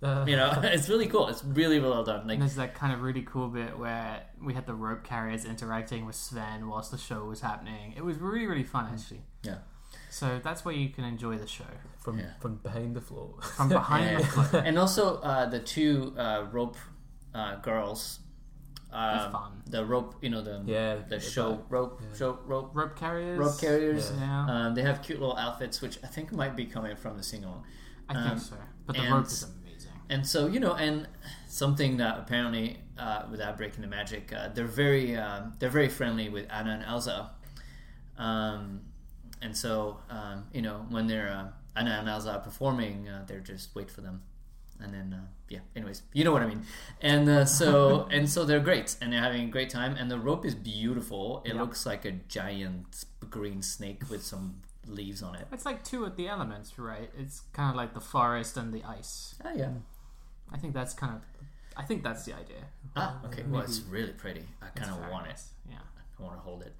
[SPEAKER 3] Uh,
[SPEAKER 1] you know it's really cool, it's really well done. Like
[SPEAKER 2] And there's that kind of really cool bit where we had the rope carriers interacting with Sven whilst the show was happening. It was really, really fun, actually.
[SPEAKER 1] Mm. Yeah.
[SPEAKER 2] So that's where you can enjoy the show
[SPEAKER 3] from
[SPEAKER 1] Yeah.
[SPEAKER 3] from behind the float.
[SPEAKER 2] from behind the
[SPEAKER 1] Yeah.
[SPEAKER 2] floor.
[SPEAKER 1] and also uh, the two uh, rope uh, girls,
[SPEAKER 2] That's
[SPEAKER 1] um,
[SPEAKER 2] fun.
[SPEAKER 1] the rope you know the
[SPEAKER 3] Yeah,
[SPEAKER 1] the show rope
[SPEAKER 3] Yeah.
[SPEAKER 1] show rope
[SPEAKER 2] Rope carriers.
[SPEAKER 1] rope carriers.
[SPEAKER 2] Yeah,
[SPEAKER 1] Um, they have cute little outfits, which I think might be coming from the sing along.
[SPEAKER 2] I think
[SPEAKER 1] um,
[SPEAKER 2] so. But the
[SPEAKER 1] and-
[SPEAKER 2] rope is amazing.
[SPEAKER 1] And so you know, and something that apparently, uh, without breaking the magic, uh, they're very um, they're very friendly with Anna and Elsa. Um, and so um, you know, when they're uh, Anna and Elsa are performing, uh, they're just wait for them, and then uh, yeah. Anyways, you know what I mean. And uh, so and so they're great, and they're having a great time. And the rope is beautiful. It
[SPEAKER 2] Yeah.
[SPEAKER 1] looks like a giant green snake with some leaves on it.
[SPEAKER 2] It's like two of the elements, right? It's kind of like the forest and the ice.
[SPEAKER 1] Oh yeah.
[SPEAKER 2] I think that's kind of. I think that's the idea.
[SPEAKER 1] Ah, okay. Well, it's really pretty. I
[SPEAKER 2] It's
[SPEAKER 1] kind of
[SPEAKER 2] very
[SPEAKER 1] want it.
[SPEAKER 2] nice. Yeah.
[SPEAKER 1] I want to hold it.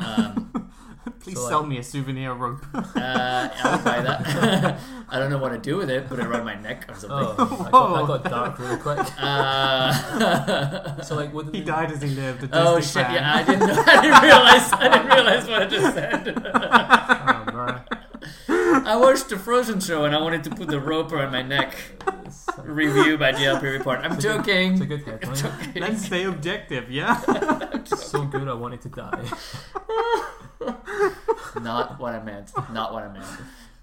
[SPEAKER 1] Um,
[SPEAKER 2] Please
[SPEAKER 3] So, like-
[SPEAKER 2] sell me a souvenir rope.
[SPEAKER 1] uh, I'll buy that. I don't know what to do with it. Put it around my neck or something.
[SPEAKER 3] Oh, I got, I got dark real quick.
[SPEAKER 1] Uh,
[SPEAKER 3] Oh. So like, what did
[SPEAKER 2] he
[SPEAKER 3] they-
[SPEAKER 2] died as he lived. A Disney
[SPEAKER 1] oh shit!
[SPEAKER 2] fan.
[SPEAKER 1] Yeah, I didn't. Know, I didn't realize. I didn't realize what I just said.
[SPEAKER 3] Oh, man.
[SPEAKER 1] I watched the Frozen show and I wanted to put the rope around my neck.
[SPEAKER 3] It's a-
[SPEAKER 1] Review by GLP report. I'm
[SPEAKER 3] it's a good-
[SPEAKER 1] joking.
[SPEAKER 3] It's a good headline.
[SPEAKER 1] Joking.
[SPEAKER 2] Let's stay objective, yeah?
[SPEAKER 3] so good, I wanted to die.
[SPEAKER 1] Not what I meant. Not what I meant.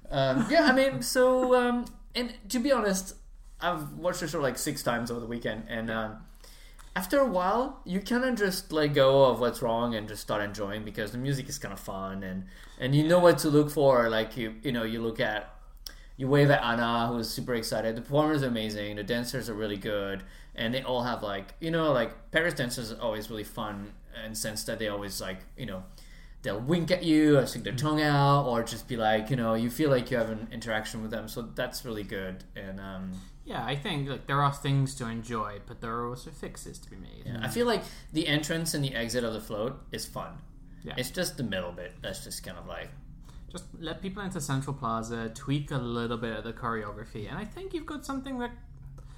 [SPEAKER 1] Um, yeah, I mean, so um, and to be honest, I've watched the show like six times over the weekend, and um, after a while, you kind of just let go of what's wrong and just start enjoying because the music is kind of fun and and you know what to look for. Like you, you know, you look at. You wave at Anna, who is super excited. The performers are amazing. The dancers are really good, and they all have like you know like Paris dancers are always really fun in the sense that they always like you know they'll wink at you or stick their tongue out or just be like you know you feel like you have an interaction with them so that's really good and um,
[SPEAKER 2] Yeah, I think like there are things to enjoy, but there are also fixes to be made.
[SPEAKER 1] yeah, i feel like the entrance and the exit of the float is fun
[SPEAKER 2] Yeah.
[SPEAKER 1] it's just the middle bit that's just kind of like
[SPEAKER 2] Just let people into Central Plaza, tweak a little bit of the choreography, and I think you've got something that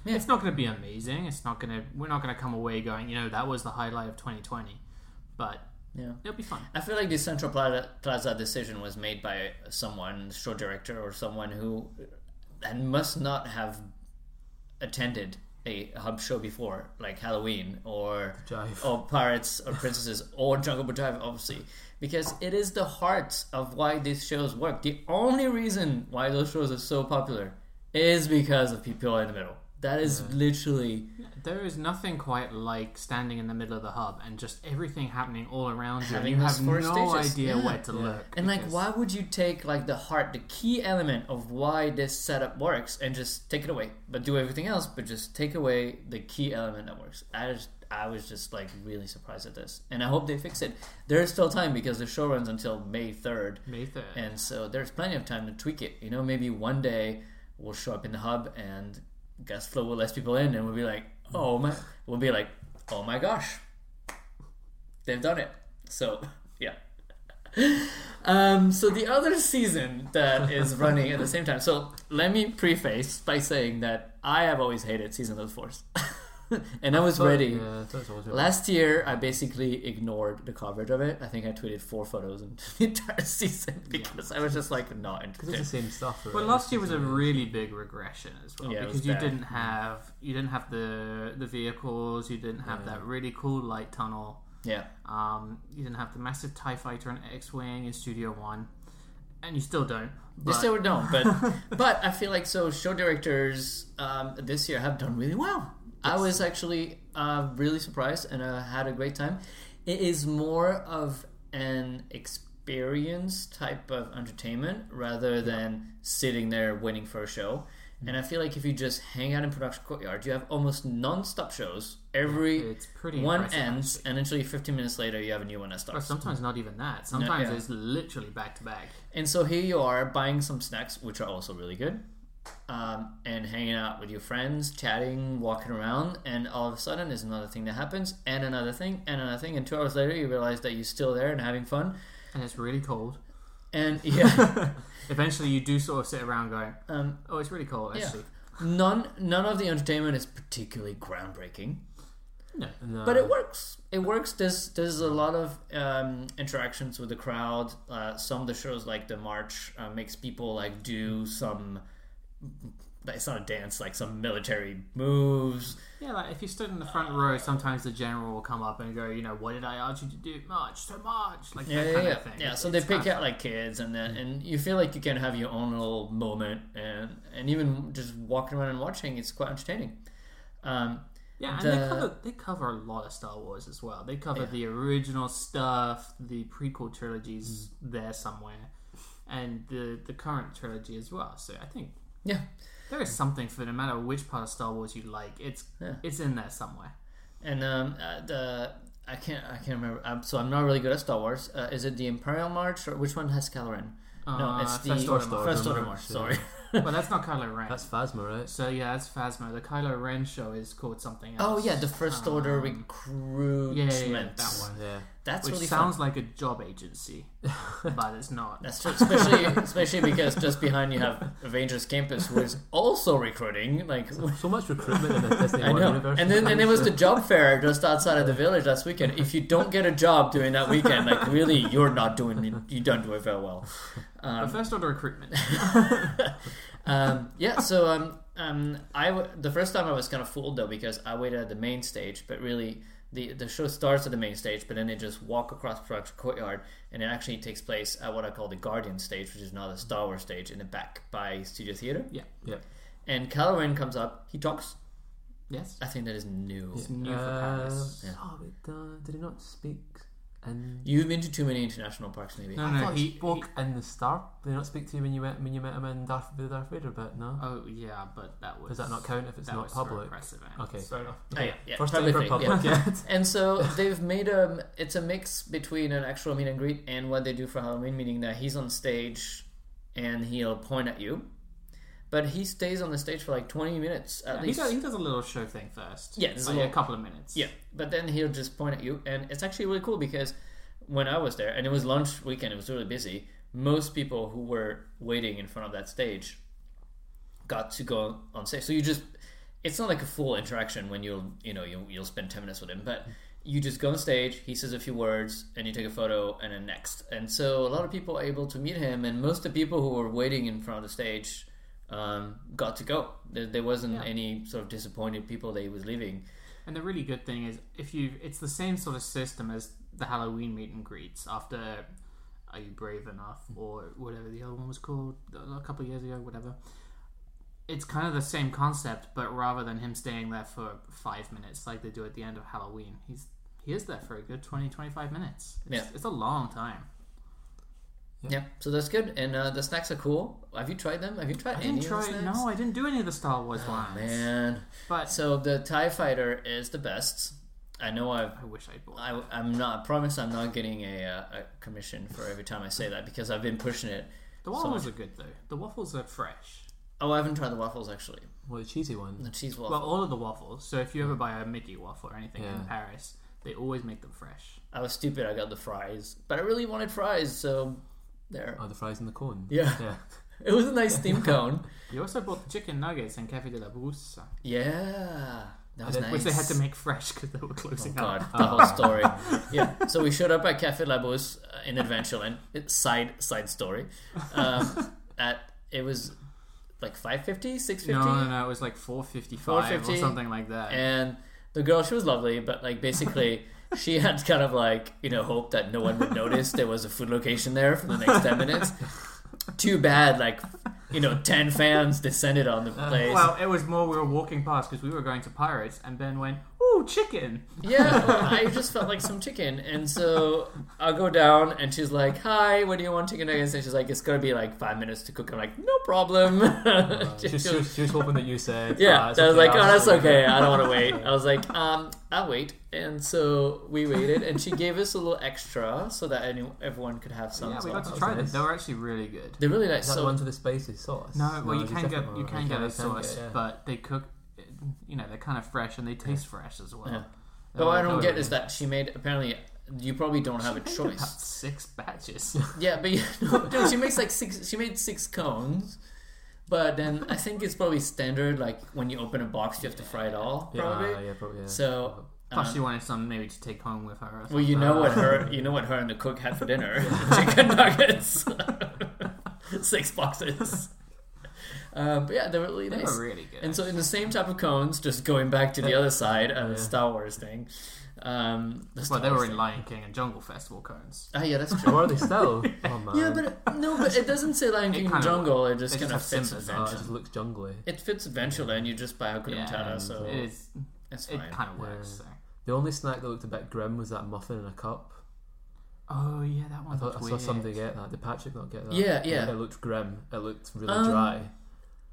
[SPEAKER 1] Yeah.
[SPEAKER 2] it's not going to be amazing. It's not going to we're not going to come away going, you know, that was the highlight of 2020, but
[SPEAKER 1] yeah
[SPEAKER 2] it'll be fun.
[SPEAKER 1] i feel like the central plaza, plaza decision was made by someone show director or someone who and must not have attended a hub show before like halloween or
[SPEAKER 3] Jive.
[SPEAKER 1] or pirates or princesses or Jungle Book Drive, obviously, because it is the heart of why these shows work. The only reason why those shows are so popular is because of people in the middle. That is literally
[SPEAKER 2] There is nothing quite like standing in the middle of the hub and just everything happening all around you. and
[SPEAKER 1] Having
[SPEAKER 2] you
[SPEAKER 1] those
[SPEAKER 2] have no
[SPEAKER 1] four stages.
[SPEAKER 2] idea
[SPEAKER 1] Yeah.
[SPEAKER 2] where to
[SPEAKER 3] Yeah.
[SPEAKER 2] look.
[SPEAKER 1] and like
[SPEAKER 2] because-
[SPEAKER 1] why would you take like the heart, the key element of why this setup works, and just take it away, but do everything else, but just take away the key element that works. I just I was just like really surprised at this, and I hope they fix it. There is still time because the show runs until May third,
[SPEAKER 2] May 3rd.
[SPEAKER 1] And so there's plenty of time to tweak it. You know, maybe one day we'll show up in the hub and gas flow will less people in, and we'll be like, oh my, we'll be like, oh my gosh, they've done it. So yeah. Um, so the other season that is running at the same time. So let me preface by saying that I have always hated season of the force, and I was ready.
[SPEAKER 3] Oh, Yeah, that's always ready.
[SPEAKER 1] Last year, I basically ignored the coverage of it. I think I tweeted four photos in the entire season because I was just like not
[SPEAKER 3] Because it's
[SPEAKER 1] interested.
[SPEAKER 3] the same stuff.
[SPEAKER 2] Well, last year was a really big regression as well
[SPEAKER 1] Yeah, it
[SPEAKER 2] because
[SPEAKER 1] was
[SPEAKER 2] you
[SPEAKER 1] bad.
[SPEAKER 2] didn't have you didn't have the the vehicles, you didn't have that really cool light tunnel,
[SPEAKER 1] Yeah,
[SPEAKER 2] um, you didn't have the massive Tie Fighter and X Wing in Studio One, and you still don't.
[SPEAKER 1] they
[SPEAKER 2] But
[SPEAKER 1] still don't, but but I feel like so show directors um, this year have done really well. I was actually uh, really surprised and I had a great time. It is more of an experience type of entertainment rather than sitting there waiting for a show.
[SPEAKER 2] Mm-hmm.
[SPEAKER 1] And I feel like if you just hang out in production courtyard, you have almost non-stop shows every
[SPEAKER 2] it's pretty
[SPEAKER 1] one
[SPEAKER 2] impressive.
[SPEAKER 1] ends and literally 15 minutes later you have a new one that
[SPEAKER 2] Or
[SPEAKER 1] starts
[SPEAKER 2] sometimes not even that. Sometimes
[SPEAKER 1] yeah.
[SPEAKER 2] it's literally back to back.
[SPEAKER 1] and so here you are buying some snacks which are also really good um, and hanging out with your friends, chatting, walking around, and all of a sudden there's another thing that happens, and another thing, and another thing, and two hours later you realize that you're still there and having fun,
[SPEAKER 2] and it's really cold.
[SPEAKER 1] and yeah,
[SPEAKER 2] Eventually, you do sort of sit around going,
[SPEAKER 1] um,
[SPEAKER 2] "Oh, it's really cold."
[SPEAKER 1] Yeah.
[SPEAKER 2] Actually,
[SPEAKER 1] none none of the entertainment is particularly groundbreaking,
[SPEAKER 3] No.
[SPEAKER 1] but it works. It works. There's there's a lot of um, interactions with the crowd. Uh, some of the shows, like the march, uh, makes people like do some. It's not a dance, like some military moves.
[SPEAKER 2] yeah. like if you stood in the front row, sometimes the general will come up and go, "You know, what did I ask you to do? Much, so much." Like
[SPEAKER 1] yeah,
[SPEAKER 2] that
[SPEAKER 1] yeah,
[SPEAKER 2] kind
[SPEAKER 1] yeah.
[SPEAKER 2] of thing.
[SPEAKER 1] yeah. So
[SPEAKER 2] It's
[SPEAKER 1] they
[SPEAKER 2] kind
[SPEAKER 1] pick
[SPEAKER 2] of
[SPEAKER 1] out like kids, and then and you feel like you can have your own little moment, and and even just walking around and watching, it's quite entertaining. Um,
[SPEAKER 2] Yeah, and
[SPEAKER 1] the-
[SPEAKER 2] they cover they cover a lot of Star Wars as well. They cover the original stuff, the prequel trilogies there somewhere, and the the current trilogy as well. So I think
[SPEAKER 1] yeah,
[SPEAKER 2] there is something for no matter which part of Star Wars you like, it's
[SPEAKER 1] Yeah.
[SPEAKER 2] it's in there somewhere.
[SPEAKER 1] and um, uh, the I can't I can't remember. Um, so I'm not really good at Star Wars. Uh, is it the Imperial March or which one has Caloran? no,
[SPEAKER 2] Uh,
[SPEAKER 1] it's the
[SPEAKER 2] First Order
[SPEAKER 3] March.
[SPEAKER 1] First Order
[SPEAKER 3] March,
[SPEAKER 1] March.
[SPEAKER 3] yeah.
[SPEAKER 1] Sorry.
[SPEAKER 2] but that's not Kylo Ren.
[SPEAKER 3] That's Phasma, right?
[SPEAKER 2] so yeah, that's Phasma. The Kylo Ren show is called something
[SPEAKER 1] Oh
[SPEAKER 2] else.
[SPEAKER 1] yeah, the First Order
[SPEAKER 2] Um,
[SPEAKER 1] recruitment.
[SPEAKER 2] that one.
[SPEAKER 3] Yeah.
[SPEAKER 1] That's
[SPEAKER 2] which
[SPEAKER 1] really
[SPEAKER 2] sounds
[SPEAKER 1] fun.
[SPEAKER 2] like a job agency, but it's not.
[SPEAKER 1] That's true, especially especially because just behind you have Avengers Campus, who is also recruiting. Like
[SPEAKER 3] So much recruitment in the Disney
[SPEAKER 1] I
[SPEAKER 3] World
[SPEAKER 1] know.
[SPEAKER 3] universe.
[SPEAKER 1] And then and it was the job fair just outside of the village last weekend. If you don't get a job during that weekend, like really, you're not doing you don't do it very well.
[SPEAKER 2] But
[SPEAKER 1] Um,
[SPEAKER 2] First Order recruitment.
[SPEAKER 1] um, yeah. So um, um, I w- the first time I was kind of fooled though because I waited at the main stage, but really. The, the show starts at the main stage, but then they just walk across production courtyard, and it actually takes place at what I call the Guardian stage, which is now the Star Wars stage in the back by Studio Theater.
[SPEAKER 2] Yeah.
[SPEAKER 3] Yeah.
[SPEAKER 1] And Kylo Ren comes up, he talks.
[SPEAKER 2] Yes.
[SPEAKER 1] I think that is new.
[SPEAKER 2] It's new for Paris.
[SPEAKER 3] Uh, oh, it, uh, did he not speak? And
[SPEAKER 1] You've been to too many international parks, maybe.
[SPEAKER 2] No,
[SPEAKER 3] I
[SPEAKER 2] no,
[SPEAKER 3] thought he
[SPEAKER 2] he-
[SPEAKER 3] spoke in the Star. Did he not speak to you when you met when you met him in Darth, the Darth Vader bit? No.
[SPEAKER 2] Oh yeah, but that was
[SPEAKER 3] Does that not count if it's
[SPEAKER 2] that
[SPEAKER 3] not
[SPEAKER 2] was
[SPEAKER 3] public?
[SPEAKER 2] For impressive ads.
[SPEAKER 3] Okay, fair enough.
[SPEAKER 1] Oh, yeah, yeah,
[SPEAKER 3] First
[SPEAKER 1] public
[SPEAKER 3] time for
[SPEAKER 1] thing,
[SPEAKER 3] public. Yeah.
[SPEAKER 1] And so they've made a it's a mix between an actual meet and greet and what they do for Halloween, meaning that he's on stage and he'll point at you, but he stays on the stage for like twenty minutes at
[SPEAKER 2] Yeah, he
[SPEAKER 1] least.
[SPEAKER 2] does, he does a little show thing first.
[SPEAKER 1] Yeah, there's a
[SPEAKER 2] like a
[SPEAKER 1] little-
[SPEAKER 2] couple of minutes.
[SPEAKER 1] yeah, but then he'll just point at you, and it's actually really cool because when I was there and it was lunch weekend, it was really busy. Most people who were waiting in front of that stage got to go on stage. So you just it's not like a full interaction when you'll you know you'll, you'll spend 10 minutes with him but you just go on stage he says a few words and you take a photo and then next and so a lot of people are able to meet him and most of the people who were waiting in front of the stage um, got to go there, there wasn't
[SPEAKER 2] Yeah.
[SPEAKER 1] any sort of disappointed people that he was leaving
[SPEAKER 2] And the really good thing is if you it's the same sort of system as the Halloween meet and greets after Are You Brave Enough
[SPEAKER 1] Mm-hmm.
[SPEAKER 2] or whatever the other one was called a couple of years ago, whatever. It's kind of the same concept, but rather than him staying there for five minutes like they do at the end of Halloween, he's he is there for a good 20, 25 minutes. It's,
[SPEAKER 1] Yeah.
[SPEAKER 2] it's a long time.
[SPEAKER 1] yeah, so that's good and uh, the snacks are cool have you tried them have you tried
[SPEAKER 2] I
[SPEAKER 1] any
[SPEAKER 2] didn't
[SPEAKER 1] of
[SPEAKER 2] try.
[SPEAKER 1] the snacks
[SPEAKER 2] No, I didn't do any of the Star Wars ones.
[SPEAKER 1] man
[SPEAKER 2] But
[SPEAKER 1] so the tie fighter is the best i know i've
[SPEAKER 2] I wish I'd bought.
[SPEAKER 1] I, I'm not. I promise I'm not getting a, uh, a commission for every time I say that because I've been pushing it.
[SPEAKER 2] The waffles are good though. The waffles are fresh.
[SPEAKER 1] Oh, I haven't tried the waffles actually.
[SPEAKER 3] Well, the cheesy one.
[SPEAKER 1] The cheese waffle.
[SPEAKER 2] Well, all of the waffles. So if you ever buy a Mickey waffle or anything in
[SPEAKER 3] Yeah.
[SPEAKER 2] Paris, they always make them fresh.
[SPEAKER 1] I was stupid. I got the fries, but I really wanted fries, so there.
[SPEAKER 3] Oh, the fries in the cone.
[SPEAKER 1] Yeah,
[SPEAKER 3] Yeah.
[SPEAKER 1] it was a nice steam cone.
[SPEAKER 2] You also bought the chicken nuggets in Cafe de la Bourse,
[SPEAKER 1] Yeah, that was nice.
[SPEAKER 2] which they had to make fresh because they were
[SPEAKER 1] Oh
[SPEAKER 2] closing up.
[SPEAKER 1] god, the whole story. Yeah, so we showed up at Cafe La Bourse uh, in Adventureland. It's side side story. Um, at it was like 550, 650.
[SPEAKER 2] No, no, no. It was like four fifty-five or
[SPEAKER 1] 4.50.
[SPEAKER 2] something like that.
[SPEAKER 1] and the girl she was lovely but like basically she had kind of like you know hope that no one would notice there was a food location there for the next 10 minutes too bad like you know 10 fans descended on the place
[SPEAKER 2] Uh, well, it was more we were walking past because we were going to Pirates, and Ben went, "Ooh, oh, chicken.
[SPEAKER 1] Yeah, I just felt like some chicken. And so I'll go down and she's like, Hi, what do you want chicken nuggets? And she's like, It's gonna be like five minutes to cook. I'm like, No problem.
[SPEAKER 3] Uh, She was, she, was, she was hoping that you said.
[SPEAKER 1] yeah,
[SPEAKER 3] "Ah, it's
[SPEAKER 1] so I was
[SPEAKER 3] okay,
[SPEAKER 1] like,
[SPEAKER 3] I'll
[SPEAKER 1] Oh, that's
[SPEAKER 3] just
[SPEAKER 1] okay. I don't wanna wait. I was like, Um, I'll wait. And so we waited and she gave us a little extra so that anyone, everyone could have some.
[SPEAKER 2] yeah,
[SPEAKER 1] as
[SPEAKER 2] we
[SPEAKER 1] well.
[SPEAKER 2] got to
[SPEAKER 3] was
[SPEAKER 2] try them.
[SPEAKER 3] nice.
[SPEAKER 2] They were actually really good.
[SPEAKER 1] They're really like
[SPEAKER 3] Is that the
[SPEAKER 1] so.
[SPEAKER 3] ones with the spicy sauce?
[SPEAKER 2] No, well, you
[SPEAKER 3] it's a
[SPEAKER 2] can get
[SPEAKER 3] different
[SPEAKER 2] you
[SPEAKER 3] one.
[SPEAKER 2] can get
[SPEAKER 3] Okay,
[SPEAKER 2] a
[SPEAKER 3] you can
[SPEAKER 2] sauce,
[SPEAKER 3] get, yeah.
[SPEAKER 2] but they cook. You know, they're kind of fresh and they taste fresh as well.
[SPEAKER 1] Yeah.
[SPEAKER 2] They're
[SPEAKER 1] But
[SPEAKER 3] oh,
[SPEAKER 1] what I
[SPEAKER 2] all
[SPEAKER 1] don't get is
[SPEAKER 2] colored.
[SPEAKER 1] that she made apparently. You probably don't have a
[SPEAKER 2] She made about
[SPEAKER 1] choice.
[SPEAKER 2] six batches.
[SPEAKER 1] Yeah, but you no, no, she makes like six. She made six cones, but then I think it's probably standard. Like when you open a box, you have to fry it all.
[SPEAKER 3] Yeah, uh,
[SPEAKER 1] Probably.
[SPEAKER 3] yeah, probably. Yeah.
[SPEAKER 1] So,
[SPEAKER 2] Plus,
[SPEAKER 1] um,
[SPEAKER 2] she wanted some maybe to take home with her. Or
[SPEAKER 1] well, you know what her, you know what her and the cook had for dinner: chicken nuggets, six boxes. Uh, but yeah, they're really
[SPEAKER 2] They
[SPEAKER 1] nice.
[SPEAKER 2] were really good.
[SPEAKER 1] And so, in the same type of cones, just going back to the other side of the Star Wars thing. Um, the Star
[SPEAKER 2] well, they
[SPEAKER 1] Wars
[SPEAKER 2] were in
[SPEAKER 1] thing.
[SPEAKER 2] Lion King and Jungle Festival cones.
[SPEAKER 1] Ah, yeah, that's true.
[SPEAKER 3] Oh, are they still? Oh man.
[SPEAKER 1] Yeah, but it- no, but Um, it doesn't say Lion
[SPEAKER 2] It
[SPEAKER 1] King
[SPEAKER 2] kinda-
[SPEAKER 1] Jungle. It just
[SPEAKER 2] they just
[SPEAKER 1] kind of
[SPEAKER 2] have
[SPEAKER 1] fits
[SPEAKER 2] Simba's
[SPEAKER 3] oh, it
[SPEAKER 1] adventure.
[SPEAKER 3] just looks jungly.
[SPEAKER 1] It fits adventure and you just buy Hakuna
[SPEAKER 2] Yeah,
[SPEAKER 1] Matata, so
[SPEAKER 2] it is.
[SPEAKER 1] it's
[SPEAKER 2] It
[SPEAKER 1] fine.
[SPEAKER 2] kind of works.
[SPEAKER 3] Yeah.
[SPEAKER 2] So.
[SPEAKER 3] The only snack that looked a bit grim was that muffin in a cup.
[SPEAKER 2] Oh yeah, that
[SPEAKER 3] I
[SPEAKER 2] one.
[SPEAKER 3] thought
[SPEAKER 2] looked
[SPEAKER 3] I saw
[SPEAKER 2] weird.
[SPEAKER 3] somebody get that. Did Patrick not get that?
[SPEAKER 1] Yeah, yeah.
[SPEAKER 3] It looked grim. It looked really
[SPEAKER 1] Um,
[SPEAKER 3] dry.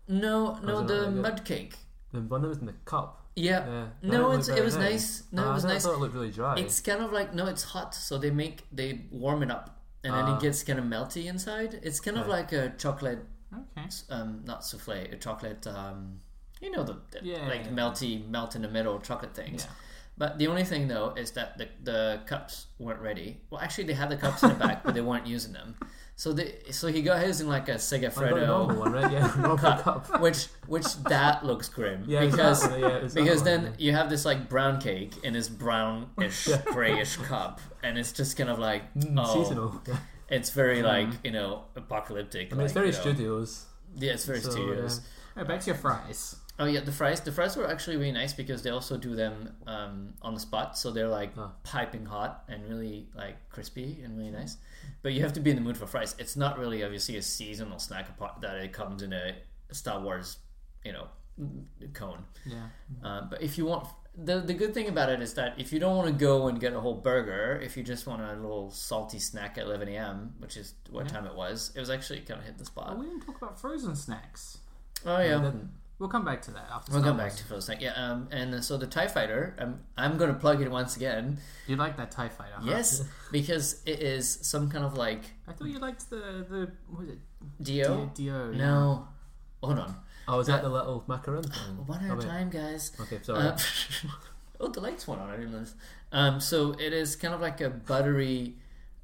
[SPEAKER 1] No, no,
[SPEAKER 3] Wasn't
[SPEAKER 1] the
[SPEAKER 3] really good.
[SPEAKER 1] mud cake.
[SPEAKER 3] The one that was in the cup.
[SPEAKER 1] Yeah.
[SPEAKER 3] Yeah. that
[SPEAKER 1] No,
[SPEAKER 3] looked
[SPEAKER 1] it's, it
[SPEAKER 3] very
[SPEAKER 1] was nice. No,
[SPEAKER 3] Ah,
[SPEAKER 1] it was
[SPEAKER 3] I thought-
[SPEAKER 1] nice.
[SPEAKER 3] I thought it looked really dry.
[SPEAKER 1] It's kind of like no, it's hot, so they make they warm it up, and then
[SPEAKER 3] Ah.
[SPEAKER 1] it gets kind of melty inside. It's kind of
[SPEAKER 3] Right.
[SPEAKER 1] like a chocolate,
[SPEAKER 2] Okay.
[SPEAKER 1] um, not souffle, a chocolate, um, you know the, the
[SPEAKER 2] Yeah,
[SPEAKER 1] like
[SPEAKER 2] yeah, yeah.
[SPEAKER 1] melty, melt in the middle chocolate
[SPEAKER 2] Yeah.
[SPEAKER 1] things. But the only thing though is that the, the cups weren't ready. Well, actually, they had the cups in the back, but they weren't using them. So they, so he got his in like a
[SPEAKER 3] I got a
[SPEAKER 1] Segafredo,
[SPEAKER 3] normal one, right? Yeah, normal
[SPEAKER 1] Cup.
[SPEAKER 3] cup.
[SPEAKER 1] which which that looks grim
[SPEAKER 3] Yeah,
[SPEAKER 1] because
[SPEAKER 3] exactly, yeah, it was that
[SPEAKER 1] because
[SPEAKER 3] one,
[SPEAKER 1] then
[SPEAKER 3] yeah.
[SPEAKER 1] you have this like brown cake in this brownish grayish cup, and it's just kind of like
[SPEAKER 3] Mm,
[SPEAKER 1] oh,
[SPEAKER 3] seasonal. Yeah.
[SPEAKER 1] It's very like you know apocalyptic.
[SPEAKER 3] I mean, it's
[SPEAKER 1] like,
[SPEAKER 3] very
[SPEAKER 1] you know-
[SPEAKER 3] studios.
[SPEAKER 1] Yeah, it's very
[SPEAKER 3] so,
[SPEAKER 1] studios.
[SPEAKER 2] Oh, back to your fries.
[SPEAKER 1] Oh yeah, the fries. The fries were actually really nice because they also do them um, on the spot, so they're like
[SPEAKER 3] Ah.
[SPEAKER 1] piping hot and really like crispy and really nice. But you have to be in the mood for fries. It's not really obviously a seasonal snack apart that it comes in a Star Wars, you know, cone.
[SPEAKER 2] Yeah.
[SPEAKER 1] Uh, but if you want, the the good thing about it is that if you don't want to go and get a whole burger, if you just want a little salty snack at 11 a.m., which is what
[SPEAKER 2] Yeah.
[SPEAKER 1] time it was, it was actually kind of hit the
[SPEAKER 2] Oh,
[SPEAKER 1] spot.
[SPEAKER 2] we didn't talk about frozen snacks.
[SPEAKER 1] Oh
[SPEAKER 3] Yeah.
[SPEAKER 1] yeah.
[SPEAKER 3] I didn't.
[SPEAKER 2] We'll come back to that after.
[SPEAKER 1] We'll
[SPEAKER 2] Star
[SPEAKER 1] come back
[SPEAKER 2] Wars.
[SPEAKER 1] to Phil's thing. Yeah, um, and so the TIE Fighter, I'm, I'm going to plug it once again.
[SPEAKER 2] You like that Tie Fighter? Huh?
[SPEAKER 1] Yes, because it is some kind of like
[SPEAKER 2] I thought you liked the the what was it?
[SPEAKER 1] Dio.
[SPEAKER 2] D- E. Dio. yeah.
[SPEAKER 1] No. Hold on.
[SPEAKER 3] Oh, is that the little macaron thing?
[SPEAKER 1] One
[SPEAKER 3] Oh,
[SPEAKER 1] at a
[SPEAKER 3] wait.
[SPEAKER 1] time, guys.
[SPEAKER 3] Okay, sorry.
[SPEAKER 1] Uh, oh, the lights went on. I didn't notice. Um, so it is kind of like a buttery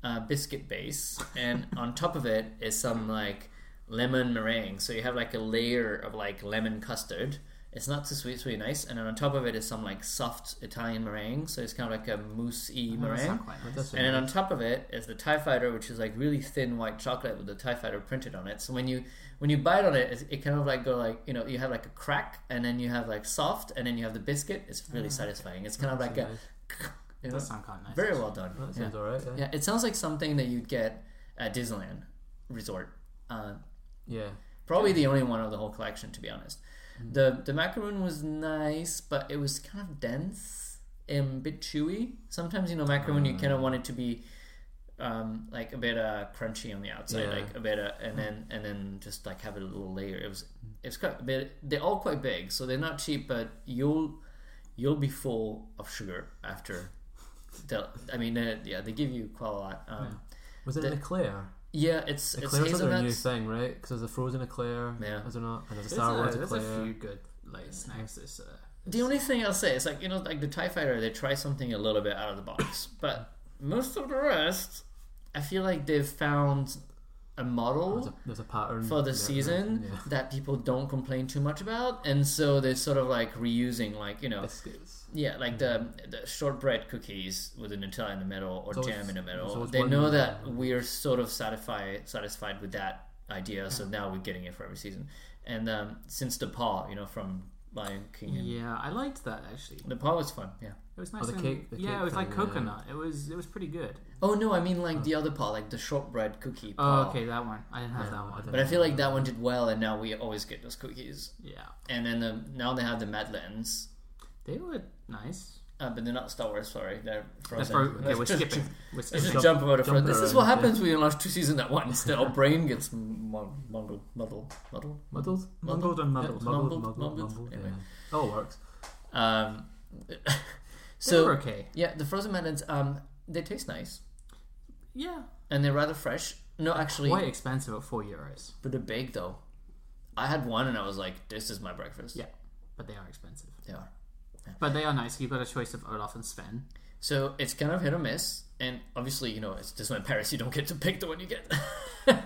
[SPEAKER 1] uh, biscuit base, and on top of it is some like lemon meringue. So you have like a layer of like lemon custard. It's not too sweet, it's really nice. And then on top of it is some like soft Italian meringue. So it's kind of like a mousse-y
[SPEAKER 2] Oh, that's
[SPEAKER 1] meringue.
[SPEAKER 2] not quite
[SPEAKER 3] It
[SPEAKER 2] nice.
[SPEAKER 3] does
[SPEAKER 1] And then
[SPEAKER 3] look
[SPEAKER 1] on top of it is the Tie Fighter, which is like really thin white chocolate with the Tie Fighter printed on it. So when you when you bite on it, it's- it kind of like go like you know you have like a crack, and then you have like soft, and then you have the biscuit. It's really satisfying. It's kind of like a
[SPEAKER 3] nice.
[SPEAKER 1] you know,
[SPEAKER 2] Does sound quite nice.
[SPEAKER 1] very well done.
[SPEAKER 3] That
[SPEAKER 1] Yeah.
[SPEAKER 3] sounds alright. Yeah.
[SPEAKER 1] yeah, it sounds like something that you'd get at Disneyland Resort. Uh,
[SPEAKER 3] yeah. Mm.
[SPEAKER 1] Probably the only one of the whole collection, to be honest. The the macaroon was nice, but it was kind of dense and a bit chewy. Sometimes you know macaroon,
[SPEAKER 3] Ah.
[SPEAKER 1] you kind of want it to be um, like a bit uh, crunchy on the outside,
[SPEAKER 3] Yeah.
[SPEAKER 1] like a bit, uh, and then and then just like have a little layer. It was it's quite a bit. They're all quite big, so they're not cheap, but you'll you'll be full of sugar after. The, I mean, uh, yeah, they give you quite a lot. Um,
[SPEAKER 3] Was it
[SPEAKER 1] The-
[SPEAKER 3] an eclair?
[SPEAKER 1] yeah. it's it's
[SPEAKER 3] Eclairs are their new
[SPEAKER 1] hazelnuts.
[SPEAKER 3] thing, right? Because there's a frozen eclair,
[SPEAKER 1] Yeah.
[SPEAKER 3] is there not? And there's a
[SPEAKER 2] There's,
[SPEAKER 3] Star
[SPEAKER 2] a,
[SPEAKER 3] Wars
[SPEAKER 2] there's a
[SPEAKER 3] eclair.
[SPEAKER 2] few good like snacks. This. Uh,
[SPEAKER 1] The only thing I'll say is like you know like the Tie Fighter they try something a little bit out of the box, but most of the rest, I feel like they've found a
[SPEAKER 3] There's
[SPEAKER 1] model
[SPEAKER 3] a, there's a pattern
[SPEAKER 1] for the
[SPEAKER 3] Yeah,
[SPEAKER 1] season
[SPEAKER 3] yeah.
[SPEAKER 1] that people don't complain too much about, and so they're sort of like reusing like you know
[SPEAKER 3] Biscuits.
[SPEAKER 1] yeah like the, the shortbread cookies with the Nutella in the middle or
[SPEAKER 3] Mm-hmm. So
[SPEAKER 1] jam in the
[SPEAKER 3] so
[SPEAKER 1] middle.
[SPEAKER 3] it's
[SPEAKER 1] They
[SPEAKER 3] one-
[SPEAKER 1] know that we're sort of satisfied satisfied with that idea, so now we're getting it for every season. And um, since the paw, you know, from Lion King, and
[SPEAKER 2] yeah, I liked that actually.
[SPEAKER 1] the paw was fun, yeah.
[SPEAKER 2] It was nice.
[SPEAKER 3] the
[SPEAKER 2] and-
[SPEAKER 3] cake- the
[SPEAKER 2] yeah,
[SPEAKER 3] cake
[SPEAKER 2] it was like
[SPEAKER 1] uh,
[SPEAKER 3] thing, yeah.
[SPEAKER 2] coconut. It was it was pretty good.
[SPEAKER 1] Oh no, I mean like the other paw, like the shortbread cookie
[SPEAKER 2] Oh,
[SPEAKER 1] paw.
[SPEAKER 2] okay, that one. I didn't have that one.
[SPEAKER 1] But I feel like that one did well, and now we always get those cookies.
[SPEAKER 2] yeah,
[SPEAKER 1] And then the, now they have the Madeleines.
[SPEAKER 2] they were nice.
[SPEAKER 1] Uh, but they're not Star Wars, sorry. They're
[SPEAKER 2] That's
[SPEAKER 1] Frozen.
[SPEAKER 2] pro- okay,
[SPEAKER 1] Let's
[SPEAKER 2] we're
[SPEAKER 1] just-
[SPEAKER 2] skipping. We're
[SPEAKER 1] Let's
[SPEAKER 2] skipping.
[SPEAKER 1] just jump about it
[SPEAKER 3] jump
[SPEAKER 1] for This is
[SPEAKER 3] around,
[SPEAKER 1] what
[SPEAKER 3] yeah.
[SPEAKER 1] happens when you launch two seasons at once. Our brain gets mu- muddled, muddled, muddled.
[SPEAKER 3] Muddled?
[SPEAKER 2] Mumbled and
[SPEAKER 3] Yeah,
[SPEAKER 2] muddled.
[SPEAKER 1] Mumbled,
[SPEAKER 3] mumbled,
[SPEAKER 1] mumbled,
[SPEAKER 3] mumbled,
[SPEAKER 1] anyway.
[SPEAKER 3] yeah. All works.
[SPEAKER 1] Um,
[SPEAKER 2] So
[SPEAKER 1] so
[SPEAKER 2] we're okay.
[SPEAKER 1] yeah, the frozen melons. Um, they taste nice
[SPEAKER 2] Yeah.
[SPEAKER 1] and they're rather fresh. No, actually,
[SPEAKER 2] Quite expensive at four euros,
[SPEAKER 1] but they're baked though. I had one and I was like, "This is my breakfast."
[SPEAKER 2] Yeah. but they are expensive.
[SPEAKER 1] they are.
[SPEAKER 2] But they are nice. You've got a choice of Olaf and Sven.
[SPEAKER 1] So it's kind of hit or miss, and obviously, you know, it's this one in Paris. You don't get to pick the one you get.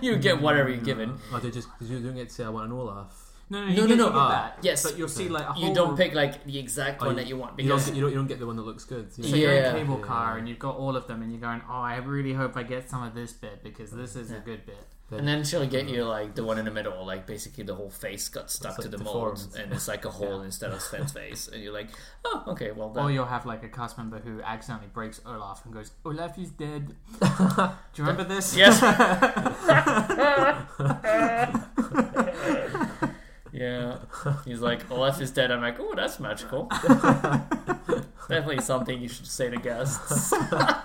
[SPEAKER 1] you get whatever you're given.
[SPEAKER 3] Oh, did you, did you don't get to say I want an Olaf?
[SPEAKER 2] No, no,
[SPEAKER 1] No,
[SPEAKER 2] you
[SPEAKER 1] no,
[SPEAKER 2] get,
[SPEAKER 1] no.
[SPEAKER 2] You get
[SPEAKER 1] Ah,
[SPEAKER 2] that.
[SPEAKER 1] yes.
[SPEAKER 2] but you'll see like a whole
[SPEAKER 1] You don't pick like the exact one
[SPEAKER 3] Oh, you-
[SPEAKER 1] that you want
[SPEAKER 3] You don't,
[SPEAKER 1] because
[SPEAKER 3] get, you, don't, you don't get the one that looks good.
[SPEAKER 2] So
[SPEAKER 3] You
[SPEAKER 2] you're
[SPEAKER 1] Yeah.
[SPEAKER 2] in cable
[SPEAKER 3] Yeah.
[SPEAKER 2] car and you've got all of them and you're going, oh, I really hope I get some of this bit because this is a good bit.
[SPEAKER 1] And then she'll get you like the one in the middle, like basically the whole face got stuck
[SPEAKER 3] Mm. It's,
[SPEAKER 1] to
[SPEAKER 3] like,
[SPEAKER 1] the mold,
[SPEAKER 3] deformed.
[SPEAKER 1] and it's like a hole instead of Sven's face, and you're like, oh, okay, well,
[SPEAKER 2] Or
[SPEAKER 1] that,
[SPEAKER 2] you'll have like a cast member who accidentally breaks Olaf and goes, Olaf is dead. Do you remember this?
[SPEAKER 1] yes, yeah. He's like, Olaf is dead. I'm like, oh, that's magical. Definitely something you should say to guests.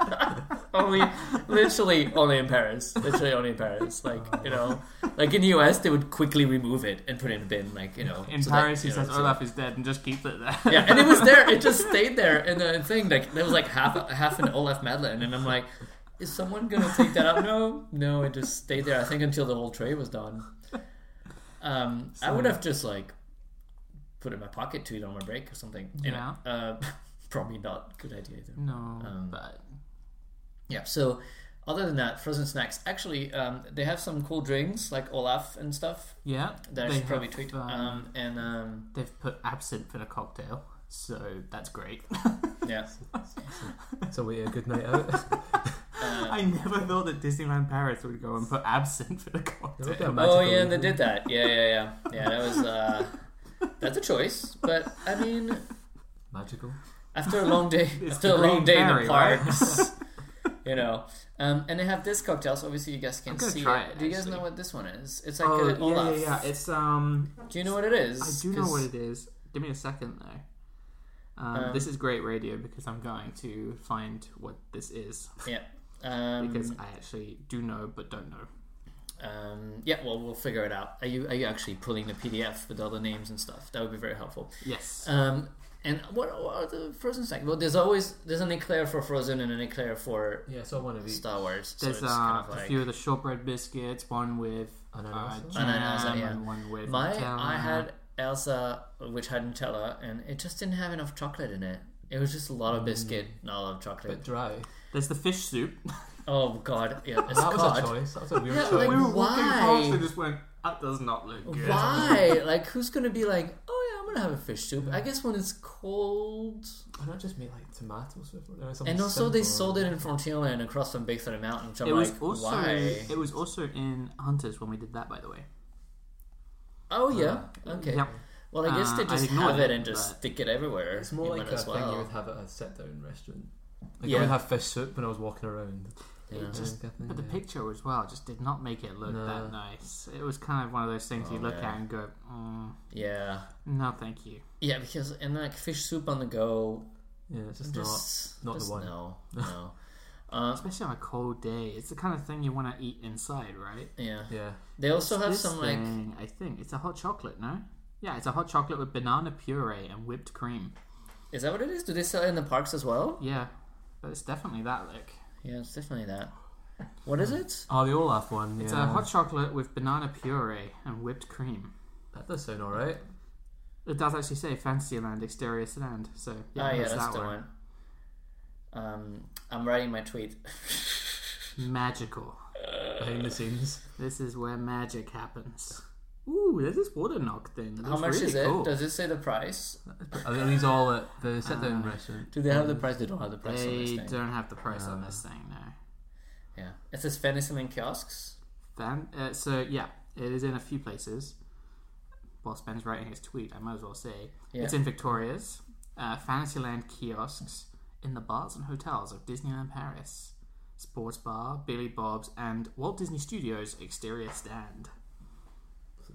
[SPEAKER 1] only, literally, only in Paris. Literally, only in Paris. Like you know, like in the US, they would quickly remove it and put it in a bin. Like you know,
[SPEAKER 2] In
[SPEAKER 1] so that-
[SPEAKER 2] Paris, he
[SPEAKER 1] you know,
[SPEAKER 2] says "Oh,
[SPEAKER 1] so-
[SPEAKER 2] Olaf is dead and just keeps it there.
[SPEAKER 1] Yeah, and it was there. It just stayed there in the thing. Like there was like half half an Olaf Madeleine, and I'm like, is someone gonna take that out? No, no, it just stayed there. I think until the whole tray was done. Um, I would have just like put it in my pocket, to eat on my break or something. You know, uh, probably not good idea either.
[SPEAKER 2] No,
[SPEAKER 1] Um,
[SPEAKER 2] but
[SPEAKER 1] Yeah. So other than that, frozen snacks. Actually, um, they have some cool drinks like Olaf and stuff
[SPEAKER 2] yeah,
[SPEAKER 1] that I should probably
[SPEAKER 2] have,
[SPEAKER 1] tweet.
[SPEAKER 2] um,
[SPEAKER 1] Um, and um,
[SPEAKER 2] they've put absinthe in a cocktail, so that's great.
[SPEAKER 1] yeah,
[SPEAKER 3] It's a way a good night out.
[SPEAKER 1] uh,
[SPEAKER 2] I never thought that Disneyland Paris would go and put absinthe in a
[SPEAKER 3] That would be a
[SPEAKER 2] cocktail.
[SPEAKER 1] Oh
[SPEAKER 3] magical
[SPEAKER 1] yeah, they
[SPEAKER 3] evening.
[SPEAKER 1] did that. Yeah, yeah, yeah. Yeah, that was uh, that's a choice. But I mean,
[SPEAKER 3] Magical.
[SPEAKER 1] after a long day,
[SPEAKER 2] It's
[SPEAKER 1] after a
[SPEAKER 2] the
[SPEAKER 1] long
[SPEAKER 2] Green
[SPEAKER 1] day in
[SPEAKER 2] Fairy,
[SPEAKER 1] the
[SPEAKER 2] right?
[SPEAKER 1] parks, you know. Um, and they have this cocktail, so obviously you guys can
[SPEAKER 2] I'm gonna
[SPEAKER 1] see.
[SPEAKER 2] try it,
[SPEAKER 1] Do you guys know
[SPEAKER 2] actually.
[SPEAKER 1] what this one is? It's like
[SPEAKER 2] Oh,
[SPEAKER 1] a
[SPEAKER 2] yeah,
[SPEAKER 1] Olaf.
[SPEAKER 2] yeah, yeah. It's um,
[SPEAKER 1] Do you know what it is?
[SPEAKER 2] I do know what
[SPEAKER 1] 'Cause-
[SPEAKER 2] it is. Give me a second there. Um,
[SPEAKER 1] Um,
[SPEAKER 2] this is great radio because I'm going to find what this is
[SPEAKER 1] Um,
[SPEAKER 2] because I actually do know but don't know.
[SPEAKER 1] um, yeah, well, we'll figure it out. Are you are you actually pulling the PDF with all the names and stuff? That would be very helpful.
[SPEAKER 2] Yes.
[SPEAKER 1] Um, and what, what are the frozen snacks? Well, there's always there's an eclair for frozen and an eclair for
[SPEAKER 3] Yeah, so I want to be.
[SPEAKER 1] Star Wars.
[SPEAKER 2] There's
[SPEAKER 1] so
[SPEAKER 2] uh,
[SPEAKER 1] it's kind of
[SPEAKER 2] a
[SPEAKER 1] like
[SPEAKER 2] few of the shortbread biscuits, one with uh,
[SPEAKER 3] Ananas?
[SPEAKER 2] jam
[SPEAKER 1] Ananas, yeah.
[SPEAKER 2] and one with
[SPEAKER 1] my
[SPEAKER 2] Nutella.
[SPEAKER 1] I had Elsa, which had Nutella, and it just didn't have enough chocolate in it. It was just a lot of biscuit,
[SPEAKER 2] Mm.
[SPEAKER 1] not a lot of chocolate.
[SPEAKER 3] But dry.
[SPEAKER 2] There's the fish soup.
[SPEAKER 1] oh god, yeah, it's
[SPEAKER 3] that was
[SPEAKER 1] cod.
[SPEAKER 3] a choice. That was a weird
[SPEAKER 1] Yeah,
[SPEAKER 3] choice.
[SPEAKER 1] like-
[SPEAKER 2] we were walking past
[SPEAKER 1] Why?
[SPEAKER 2] and just went, that does not look good.
[SPEAKER 1] Why? like, who's gonna be like, oh yeah, I'm gonna have a fish soup? I guess when it's cold.
[SPEAKER 3] Why not just make like tomatoes with it? Or something
[SPEAKER 1] And also, they
[SPEAKER 3] simple.
[SPEAKER 1] sold it in Frontierland across from Big Thunder Mountain, which I'm
[SPEAKER 2] It was
[SPEAKER 1] like,
[SPEAKER 2] also
[SPEAKER 1] why?
[SPEAKER 2] it was also in Hunters when we did that, by the way.
[SPEAKER 1] Oh yeah, okay.
[SPEAKER 2] Yep.
[SPEAKER 1] Well, I guess
[SPEAKER 2] Uh,
[SPEAKER 1] they
[SPEAKER 2] I
[SPEAKER 1] just
[SPEAKER 2] ignored
[SPEAKER 1] have it
[SPEAKER 2] it,
[SPEAKER 1] and just
[SPEAKER 2] but-
[SPEAKER 1] stick it everywhere.
[SPEAKER 3] It's more
[SPEAKER 1] You
[SPEAKER 3] like
[SPEAKER 1] might
[SPEAKER 3] a
[SPEAKER 1] as
[SPEAKER 3] thing you
[SPEAKER 1] well.
[SPEAKER 3] would have at a sit-down restaurant. Like
[SPEAKER 1] Yeah.
[SPEAKER 3] I would have fish soup when I was walking around.
[SPEAKER 1] Yeah.
[SPEAKER 2] It just-
[SPEAKER 3] I think,
[SPEAKER 2] But the
[SPEAKER 3] yeah.
[SPEAKER 2] picture as well just did not make it look
[SPEAKER 3] No.
[SPEAKER 2] that nice. It was kind of one of those things you
[SPEAKER 1] Oh,
[SPEAKER 2] look
[SPEAKER 1] yeah.
[SPEAKER 2] at and go, mm,
[SPEAKER 1] Yeah,
[SPEAKER 2] no, thank you.
[SPEAKER 1] yeah, because and like fish soup on the go,
[SPEAKER 3] Yeah, it's just not.
[SPEAKER 1] just
[SPEAKER 3] not the
[SPEAKER 1] just
[SPEAKER 3] one.
[SPEAKER 1] No, no. Uh,
[SPEAKER 2] Especially on a cold day. It's the kind of thing you want to eat inside, right?
[SPEAKER 1] yeah.
[SPEAKER 3] Yeah.
[SPEAKER 1] They also
[SPEAKER 2] It's
[SPEAKER 1] have
[SPEAKER 2] this
[SPEAKER 1] some like
[SPEAKER 2] thing, I think. It's a hot chocolate, no? Yeah, it's a hot chocolate with banana puree and whipped cream.
[SPEAKER 1] is that what it is? Do they sell it in the parks as well?
[SPEAKER 2] Yeah, but it's definitely that look.
[SPEAKER 1] Yeah, it's definitely that. What is it?
[SPEAKER 3] Oh, the Olaf one. Yeah.
[SPEAKER 2] It's a hot chocolate with banana puree and whipped cream.
[SPEAKER 3] That does sound alright.
[SPEAKER 2] It does actually say Fantasyland Exterior Land, so yeah,
[SPEAKER 1] Ah, yeah,
[SPEAKER 2] it's
[SPEAKER 1] that's
[SPEAKER 2] that
[SPEAKER 1] the
[SPEAKER 2] one.
[SPEAKER 1] one. Um, I'm writing my tweet.
[SPEAKER 2] Magical.
[SPEAKER 3] Behind the scenes.
[SPEAKER 2] This is where magic happens. Ooh, there's this water knock thing.
[SPEAKER 1] How much is it?
[SPEAKER 2] Cool.
[SPEAKER 1] Does it say the price?
[SPEAKER 3] Are these all at the sit-down restaurant?
[SPEAKER 1] Do they have the price? They don't have the price on this
[SPEAKER 2] They
[SPEAKER 1] thing. Uh.
[SPEAKER 2] don't have the price on this thing, no.
[SPEAKER 1] Yeah, it says venison in kiosks.
[SPEAKER 2] Fan, uh, so yeah, it is in a few places. While Ben's writing his tweet, I might as well say
[SPEAKER 1] Yeah.
[SPEAKER 2] it's in Victoria's, uh, Fantasyland kiosks, in the bars and hotels of Disneyland Paris, Sports Bar, Billy Bob's, and Walt Disney Studios exterior stand.
[SPEAKER 3] Hmm?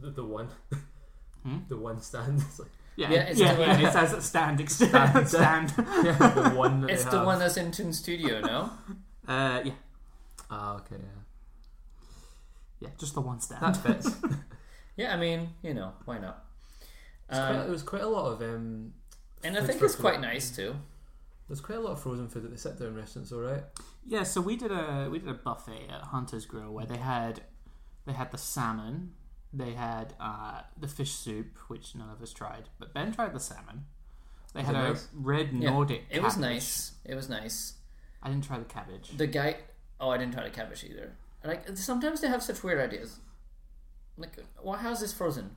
[SPEAKER 3] The, the one. The one stand. It's like,
[SPEAKER 2] Yeah,
[SPEAKER 1] Yeah, it's
[SPEAKER 2] yeah,
[SPEAKER 1] the
[SPEAKER 2] yeah,
[SPEAKER 1] one-
[SPEAKER 2] it says stand, ex-
[SPEAKER 3] Stand.
[SPEAKER 2] stand.
[SPEAKER 3] yeah, the one that
[SPEAKER 1] It's
[SPEAKER 3] they
[SPEAKER 1] the
[SPEAKER 3] have.
[SPEAKER 1] one that's in Toon Studio, no?
[SPEAKER 2] Uh, yeah,
[SPEAKER 3] Ah, okay, yeah.
[SPEAKER 2] yeah, just the one stand.
[SPEAKER 3] That fits. It's
[SPEAKER 1] yeah, I mean, you know, why not?
[SPEAKER 3] quite, there
[SPEAKER 1] Um,
[SPEAKER 3] was quite a lot of um.
[SPEAKER 1] and I
[SPEAKER 3] food
[SPEAKER 1] think
[SPEAKER 3] for
[SPEAKER 1] it's quite
[SPEAKER 3] food.
[SPEAKER 1] nice too.
[SPEAKER 3] There's quite a lot of frozen food at the sit down restaurants, though, right?
[SPEAKER 2] Yeah, so we did a we did a buffet at Hunter's Grill where they had they had the salmon, they had uh, the fish soup, which none of us tried, but Ben tried the salmon. They
[SPEAKER 3] Was
[SPEAKER 2] had
[SPEAKER 3] it
[SPEAKER 2] a
[SPEAKER 3] nice?
[SPEAKER 2] red
[SPEAKER 1] Yeah,
[SPEAKER 2] Nordic.
[SPEAKER 1] It was
[SPEAKER 2] cabbage.
[SPEAKER 1] nice. It was nice.
[SPEAKER 2] I didn't try the cabbage.
[SPEAKER 1] The guy. Oh, I didn't try the cabbage either. Like sometimes they have such weird ideas. Like, why? How's this frozen?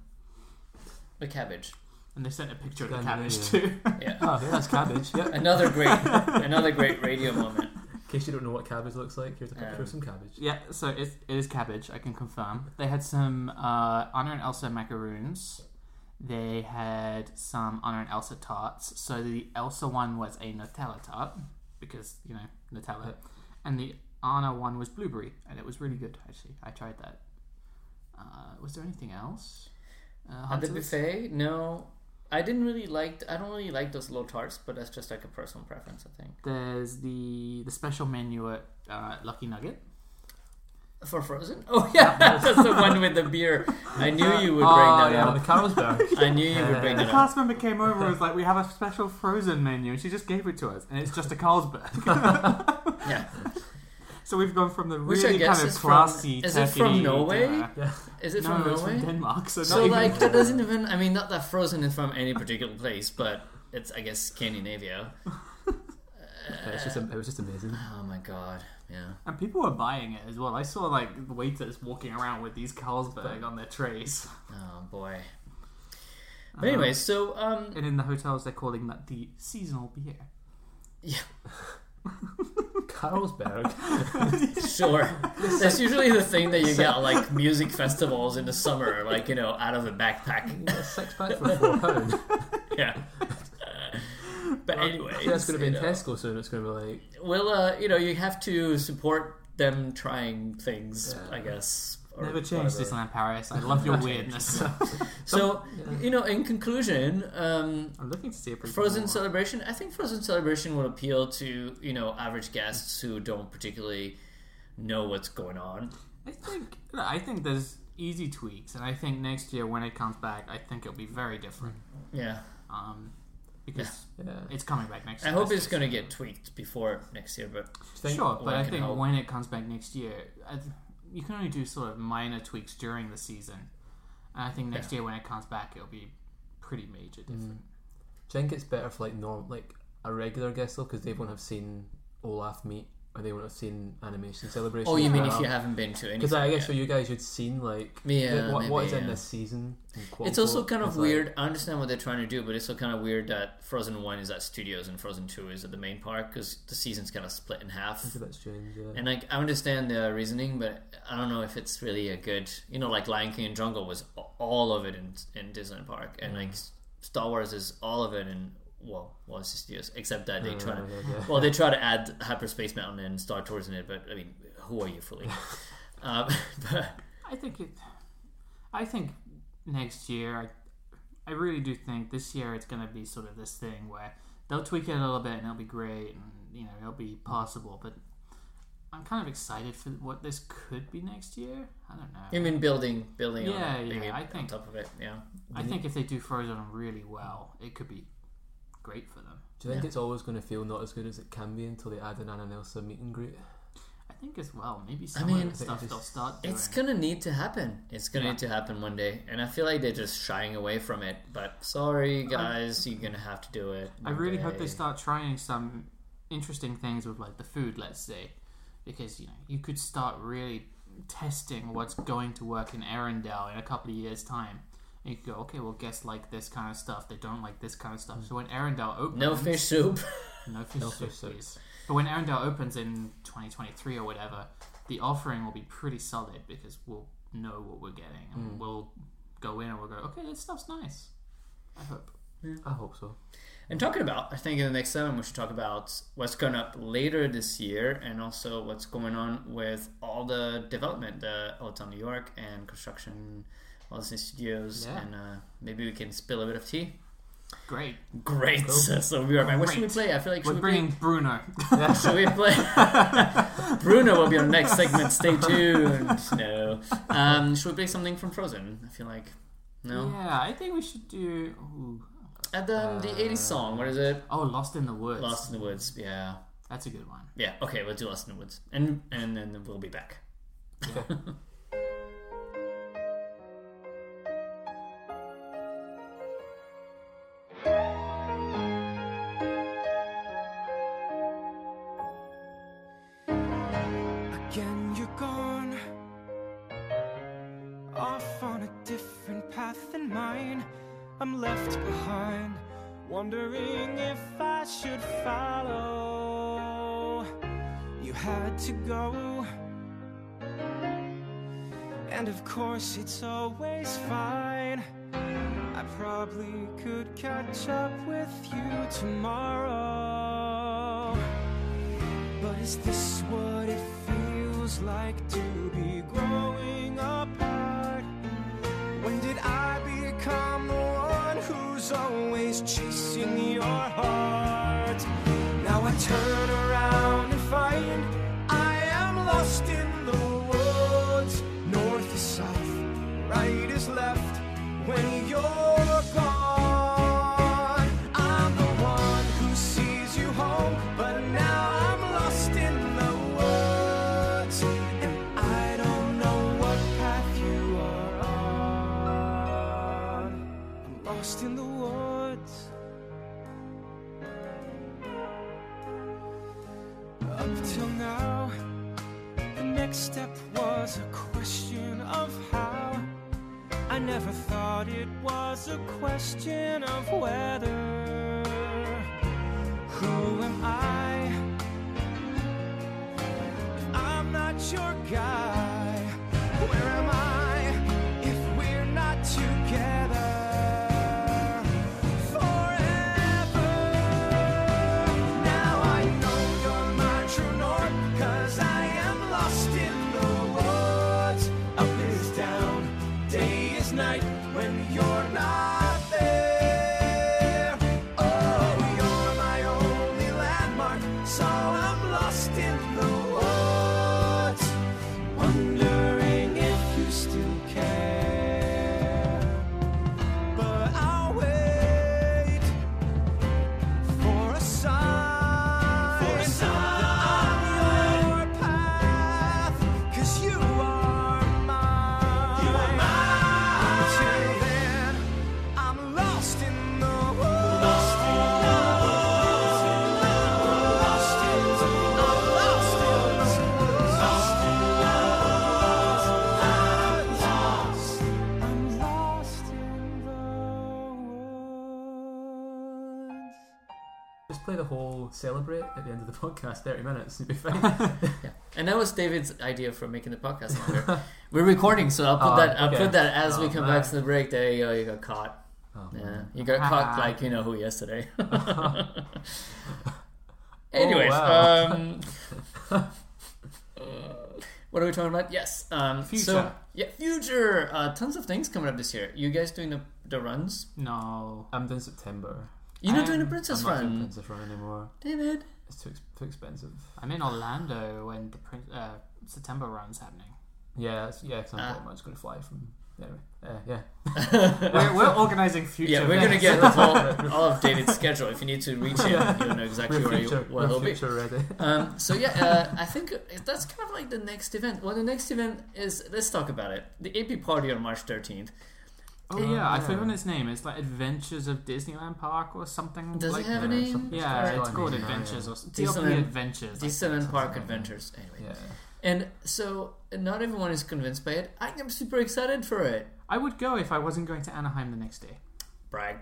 [SPEAKER 1] The cabbage.
[SPEAKER 2] And they sent a picture of the
[SPEAKER 3] Scandinavia.
[SPEAKER 2] cabbage too.
[SPEAKER 1] Yeah.
[SPEAKER 3] Oh, yeah, that's cabbage. Yep.
[SPEAKER 1] Another great, another great radio moment.
[SPEAKER 3] In case you don't know what cabbage looks like, here's a picture
[SPEAKER 1] Um,
[SPEAKER 3] of some cabbage.
[SPEAKER 2] yeah, so it, it is cabbage. I can confirm. They had some uh, Anna and Elsa macaroons. They had some Anna and Elsa tarts. So the Elsa one was a Nutella tart because you know Nutella, and the Anna one was blueberry, and it was really good. Actually, I tried that. Uh, was there anything else? Uh,
[SPEAKER 1] At the
[SPEAKER 2] Hunter's?
[SPEAKER 1] buffet, no, I didn't really like. I don't really like those low tarts, but that's just like a personal preference, I think.
[SPEAKER 2] There's the the special menu at uh, Lucky Nugget.
[SPEAKER 1] For frozen? Oh yeah, that's the one with the beer. I knew you would bring
[SPEAKER 2] Oh,
[SPEAKER 1] that
[SPEAKER 2] yeah.
[SPEAKER 3] Oh,
[SPEAKER 1] up.
[SPEAKER 3] the Carlsberg.
[SPEAKER 1] I knew you would bring
[SPEAKER 2] The
[SPEAKER 1] that up.
[SPEAKER 2] cast member came over and was like, "We have a special frozen menu," and she just gave it to us, and it's just a Carlsberg.
[SPEAKER 1] Yeah.
[SPEAKER 2] so we've gone from the
[SPEAKER 1] Which I
[SPEAKER 2] really
[SPEAKER 1] guess
[SPEAKER 2] kind of
[SPEAKER 1] is from-
[SPEAKER 2] classy.
[SPEAKER 1] is it from
[SPEAKER 2] turkey
[SPEAKER 1] Norway?
[SPEAKER 2] dinner-
[SPEAKER 3] yeah.
[SPEAKER 1] Is it
[SPEAKER 2] no,
[SPEAKER 1] from
[SPEAKER 2] it's
[SPEAKER 1] Norway?
[SPEAKER 2] from Denmark. So,
[SPEAKER 1] So
[SPEAKER 2] not
[SPEAKER 1] like
[SPEAKER 2] even,
[SPEAKER 1] that doesn't even. I mean, not that frozen is from any particular place, but it's I guess Scandinavia.
[SPEAKER 3] it's just, it was just amazing.
[SPEAKER 1] Oh my god. Yeah.
[SPEAKER 2] and people were buying it as well. I saw like waiters walking around with these Carlsberg on their trays,
[SPEAKER 1] Oh boy. But
[SPEAKER 3] Uh-huh.
[SPEAKER 1] anyway, so um,
[SPEAKER 2] and in the hotels they're calling that the seasonal beer.
[SPEAKER 3] Carlsberg.
[SPEAKER 1] sure. That's usually the thing that you get at, like music festivals in the summer, like you know, out of a backpack.
[SPEAKER 3] a six pack for four pounds.
[SPEAKER 1] Yeah. but anyway,
[SPEAKER 3] That's going to be in
[SPEAKER 1] you know,
[SPEAKER 3] Tesco soon. It's going to be like
[SPEAKER 1] Well, uh, you know, you have to support them trying things,
[SPEAKER 3] Yeah.
[SPEAKER 1] I guess. or
[SPEAKER 2] Never change
[SPEAKER 1] whatever.
[SPEAKER 2] Disneyland Paris. I love your weirdness.
[SPEAKER 1] So,
[SPEAKER 3] Yeah.
[SPEAKER 1] you know, in conclusion, um,
[SPEAKER 2] I'm looking to see a pretty
[SPEAKER 1] Frozen
[SPEAKER 2] more.
[SPEAKER 1] Celebration. I think Frozen Celebration will appeal to you know average guests who don't particularly know what's going on.
[SPEAKER 2] I think no, I think there's easy tweaks, and I think next year when it comes back, I think it'll be very different.
[SPEAKER 1] Yeah,
[SPEAKER 2] Um, because
[SPEAKER 3] yeah.
[SPEAKER 2] it's coming back next.
[SPEAKER 1] I
[SPEAKER 2] year.
[SPEAKER 1] hope
[SPEAKER 2] That's
[SPEAKER 1] it's going to get tweaked before next year, but
[SPEAKER 3] Do you think-
[SPEAKER 2] sure, but
[SPEAKER 1] I
[SPEAKER 2] I
[SPEAKER 1] can
[SPEAKER 2] think
[SPEAKER 1] hope.
[SPEAKER 2] when it comes back next year, I th- you can only do sort of minor tweaks during the season, and I think next year when it comes back, it'll be pretty major
[SPEAKER 1] Mm-hmm.
[SPEAKER 2] different.
[SPEAKER 3] Do you think it's better for like norm like a regular guest though because they won't have seen Olaf meet and they won't have seen animation celebration.
[SPEAKER 1] oh, you mean if you haven't been to any?
[SPEAKER 3] Because I guess for you guys, you'd seen like
[SPEAKER 1] Yeah,
[SPEAKER 3] what, what
[SPEAKER 1] maybe,
[SPEAKER 3] is in
[SPEAKER 1] yeah.
[SPEAKER 3] this season. in quote
[SPEAKER 1] It's also
[SPEAKER 3] unquote,
[SPEAKER 1] kind of
[SPEAKER 3] is, like,
[SPEAKER 1] weird. I understand what they're trying to do, but it's also kind of weird that Frozen One is at studios and Frozen Two is at the main park because the season's kind of split in half.
[SPEAKER 3] It's a bit strange. Yeah.
[SPEAKER 1] And like I understand the reasoning, but I don't know if it's really a good. You know, like Lion King and Jungle was a- all of it in in Disneyland Park, and like S-
[SPEAKER 2] Mm-hmm.
[SPEAKER 1] Star Wars is all of it in well, was the studios, except that they
[SPEAKER 3] Oh,
[SPEAKER 1] try to.
[SPEAKER 2] Mm-hmm.
[SPEAKER 3] yeah, yeah.
[SPEAKER 1] Well, they try to add Hyperspace Mountain and Star Tours in it, but I mean, who are you fooling? um, but
[SPEAKER 2] I think it. I think next year, I, I really do think this year it's going to be sort of this thing where they'll tweak it a little bit and it'll be great and you know it'll be possible. But I'm kind of excited for what this could be next year. I don't know.
[SPEAKER 1] you mean building, building, on
[SPEAKER 2] Yeah,
[SPEAKER 1] it,
[SPEAKER 2] yeah,
[SPEAKER 1] being
[SPEAKER 2] I
[SPEAKER 1] on
[SPEAKER 2] think-
[SPEAKER 1] top of it, yeah.
[SPEAKER 2] I think if they do Frozen really well, it could be great for them.
[SPEAKER 3] Do you think it's always going to feel not as good as it can be until they add an Anna Nelson meet and greet?
[SPEAKER 2] I think as well, maybe some of
[SPEAKER 1] mean,
[SPEAKER 2] the stuff they'll start doing.
[SPEAKER 1] It's gonna need to happen. It's gonna need to happen one day, and I feel like they're just shying away from it. But sorry, guys, you're gonna have to do it.
[SPEAKER 2] I
[SPEAKER 1] one
[SPEAKER 2] really hope
[SPEAKER 1] day.
[SPEAKER 2] they start trying some interesting things with like the food, let's say, because you know you could start really testing what's going to work in Arendelle in a couple of years' time. And you could go, okay, well, guests like this kind of stuff. They don't like this kind of stuff. So when Arendelle opens,
[SPEAKER 1] Mm. No fish soup.
[SPEAKER 2] no fish,
[SPEAKER 3] No
[SPEAKER 2] soup,
[SPEAKER 3] fish soup.
[SPEAKER 2] please. But when Arendelle opens in 2023 or whatever, the offering will be pretty solid because we'll know what we're getting
[SPEAKER 1] Mm.
[SPEAKER 2] and we'll go in and we'll go, okay, this stuff's nice. I hope.
[SPEAKER 3] I hope so.
[SPEAKER 1] and talking about, I think in the next segment we should talk about what's going up later this year, and also what's going on with all the development, the Hotel New York and construction, all Disney studios,
[SPEAKER 2] Yeah.
[SPEAKER 1] and uh, maybe we can spill a bit of tea.
[SPEAKER 2] Great.
[SPEAKER 1] Great. So we are back. What should we play? I feel like should
[SPEAKER 2] We're
[SPEAKER 1] we
[SPEAKER 2] bringing Bruno.
[SPEAKER 1] play? Should we play? Bruno will be on next segment. Stay tuned. No. Um, should we play something from Frozen? I feel like no.
[SPEAKER 2] Yeah, I think we should do. Ooh.
[SPEAKER 1] And then the '80s song. What is it?
[SPEAKER 2] Oh, Lost in the Woods.
[SPEAKER 1] Lost in the Woods. Yeah.
[SPEAKER 2] That's a good one.
[SPEAKER 1] Yeah. Okay. We'll do Lost in the Woods, and and then we'll be back.
[SPEAKER 4] Again, you're gone. Off on a different path than mine. I'm left behind, wondering if I should follow. You had to go. And of course, it's always fine. I probably could catch up with you tomorrow. But is this what it feels like to be growing apart? When did I become the one who's always chasing your heart? Now I turn around and find I am lost in the woods. North is south, right is left. When you're gone, I'm the one who sees you home, but now I'm lost in the woods, and I don't know what path you are on. I'm lost in the woods. Up till now, the next step was a question of how. I never thought it was a question of whether. Who am I? If I'm not your guy, where am I if we're not together? Forever. Now I know you're my true north, 'cause I am lost in the woods. Up is down, day is night when you're not there. Oh, you're my only landmark, so I'm lost in the woods. Wondering if you still care. But I'll wait for a sign. For a sign. I'm your path, 'cause you are mine. You are mine. Until then, I'm lost in the woods. Lost in the woods. Lost in the woods. I'm lost in the woods. Lost in the woods. I'm lost. I'm lost in the woods.
[SPEAKER 3] Just play the whole celebrate at the end of the podcast, 30 minutes, you'll be fine.
[SPEAKER 1] And that was David's idea for making the podcast longer. We're recording, so I'll put
[SPEAKER 3] Oh,
[SPEAKER 1] that. I'll
[SPEAKER 3] okay.
[SPEAKER 1] put that as we
[SPEAKER 3] Oh,
[SPEAKER 1] come
[SPEAKER 3] man.
[SPEAKER 1] back to the break. There you go. You got caught. yeah, you got caught like you know who yesterday. Anyways,
[SPEAKER 3] Oh, wow.
[SPEAKER 1] um, uh, what are we talking about? Yes, um, So,
[SPEAKER 2] Future.
[SPEAKER 1] yeah, future. Uh, tons of things coming up this year. You guys doing the the runs?
[SPEAKER 2] No.
[SPEAKER 3] I'm doing September.
[SPEAKER 1] You're not doing the
[SPEAKER 2] I'm-
[SPEAKER 1] princess
[SPEAKER 3] I'm not doing
[SPEAKER 1] run,
[SPEAKER 3] Princess Run anymore.
[SPEAKER 1] David.
[SPEAKER 3] It's too, ex- too expensive.
[SPEAKER 2] I'm in Orlando when the prin- uh, September run's happening.
[SPEAKER 3] Yeah, it's, yeah, because I'm
[SPEAKER 1] Ah.
[SPEAKER 3] pretty much going to fly from. Anyway, uh, yeah.
[SPEAKER 2] We're, we're organizing future.
[SPEAKER 1] Yeah, we're gonna
[SPEAKER 2] events.
[SPEAKER 1] get the whole, all of David's schedule. If you need to reach him, you'll know exactly
[SPEAKER 3] We're
[SPEAKER 1] where, you,
[SPEAKER 3] future,
[SPEAKER 1] where he'll
[SPEAKER 3] we're
[SPEAKER 1] be.
[SPEAKER 3] future ready.
[SPEAKER 1] Um, so yeah, uh, I think that's kind of like the next event. Well, the next event is let's talk about it. The AP party on March thirteenth.
[SPEAKER 2] Oh yeah, I've
[SPEAKER 3] yeah.
[SPEAKER 2] forgotten its name. It's like Adventures of Disneyland Park or something.
[SPEAKER 1] Does
[SPEAKER 2] like
[SPEAKER 1] it have a
[SPEAKER 3] you know,
[SPEAKER 1] name?
[SPEAKER 3] some-
[SPEAKER 2] Yeah,
[SPEAKER 3] It's
[SPEAKER 2] it's
[SPEAKER 3] got a
[SPEAKER 2] called
[SPEAKER 3] name, yeah,
[SPEAKER 2] Adventures or
[SPEAKER 1] Disneyland-
[SPEAKER 2] DLP Adventures. like-
[SPEAKER 1] Disneyland Park Adventures. Anyway,
[SPEAKER 3] Yeah.
[SPEAKER 1] and so not everyone is convinced by it. I am super excited for it.
[SPEAKER 2] I would go if I wasn't going to Anaheim the next day.
[SPEAKER 1] Brag.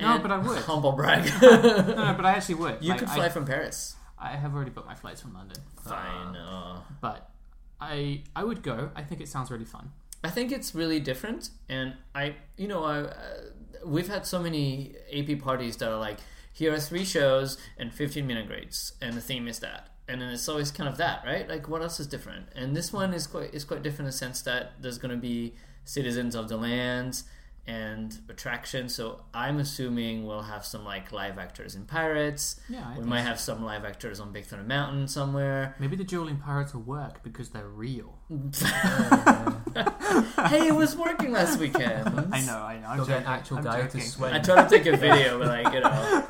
[SPEAKER 2] No, but I would.
[SPEAKER 1] Humble brag.
[SPEAKER 2] No, no, but I actually would.
[SPEAKER 1] you
[SPEAKER 2] Like,
[SPEAKER 1] could
[SPEAKER 2] I-
[SPEAKER 1] fly from Paris.
[SPEAKER 2] I have already booked my flights from London,
[SPEAKER 1] Fine. uh,
[SPEAKER 2] but I I would go. I think it sounds really fun.
[SPEAKER 1] I think it's really different, and I, you know, I, uh, we've had so many AP parties that are like, here are three shows and fifteen minute grades, and the theme is that, and then it's always kind of that, right? Like, what else is different? And this one is quite is quite different in the sense that there's going to be citizens of the lands, and attraction. So I'm assuming we'll have some like live actors in Pirates.
[SPEAKER 2] Yeah, I
[SPEAKER 1] we
[SPEAKER 2] think
[SPEAKER 1] might have some live actors on Big Thunder Mountain somewhere.
[SPEAKER 2] Maybe the dueling pirates will work because they're real.
[SPEAKER 1] hey, it was working last weekend.
[SPEAKER 2] I know, I know. I'm
[SPEAKER 3] They'll get
[SPEAKER 2] joking.
[SPEAKER 3] an actual
[SPEAKER 2] I'm
[SPEAKER 3] guy
[SPEAKER 2] joking.
[SPEAKER 3] to
[SPEAKER 1] I
[SPEAKER 3] sweat.
[SPEAKER 1] try to take a video, but like you know,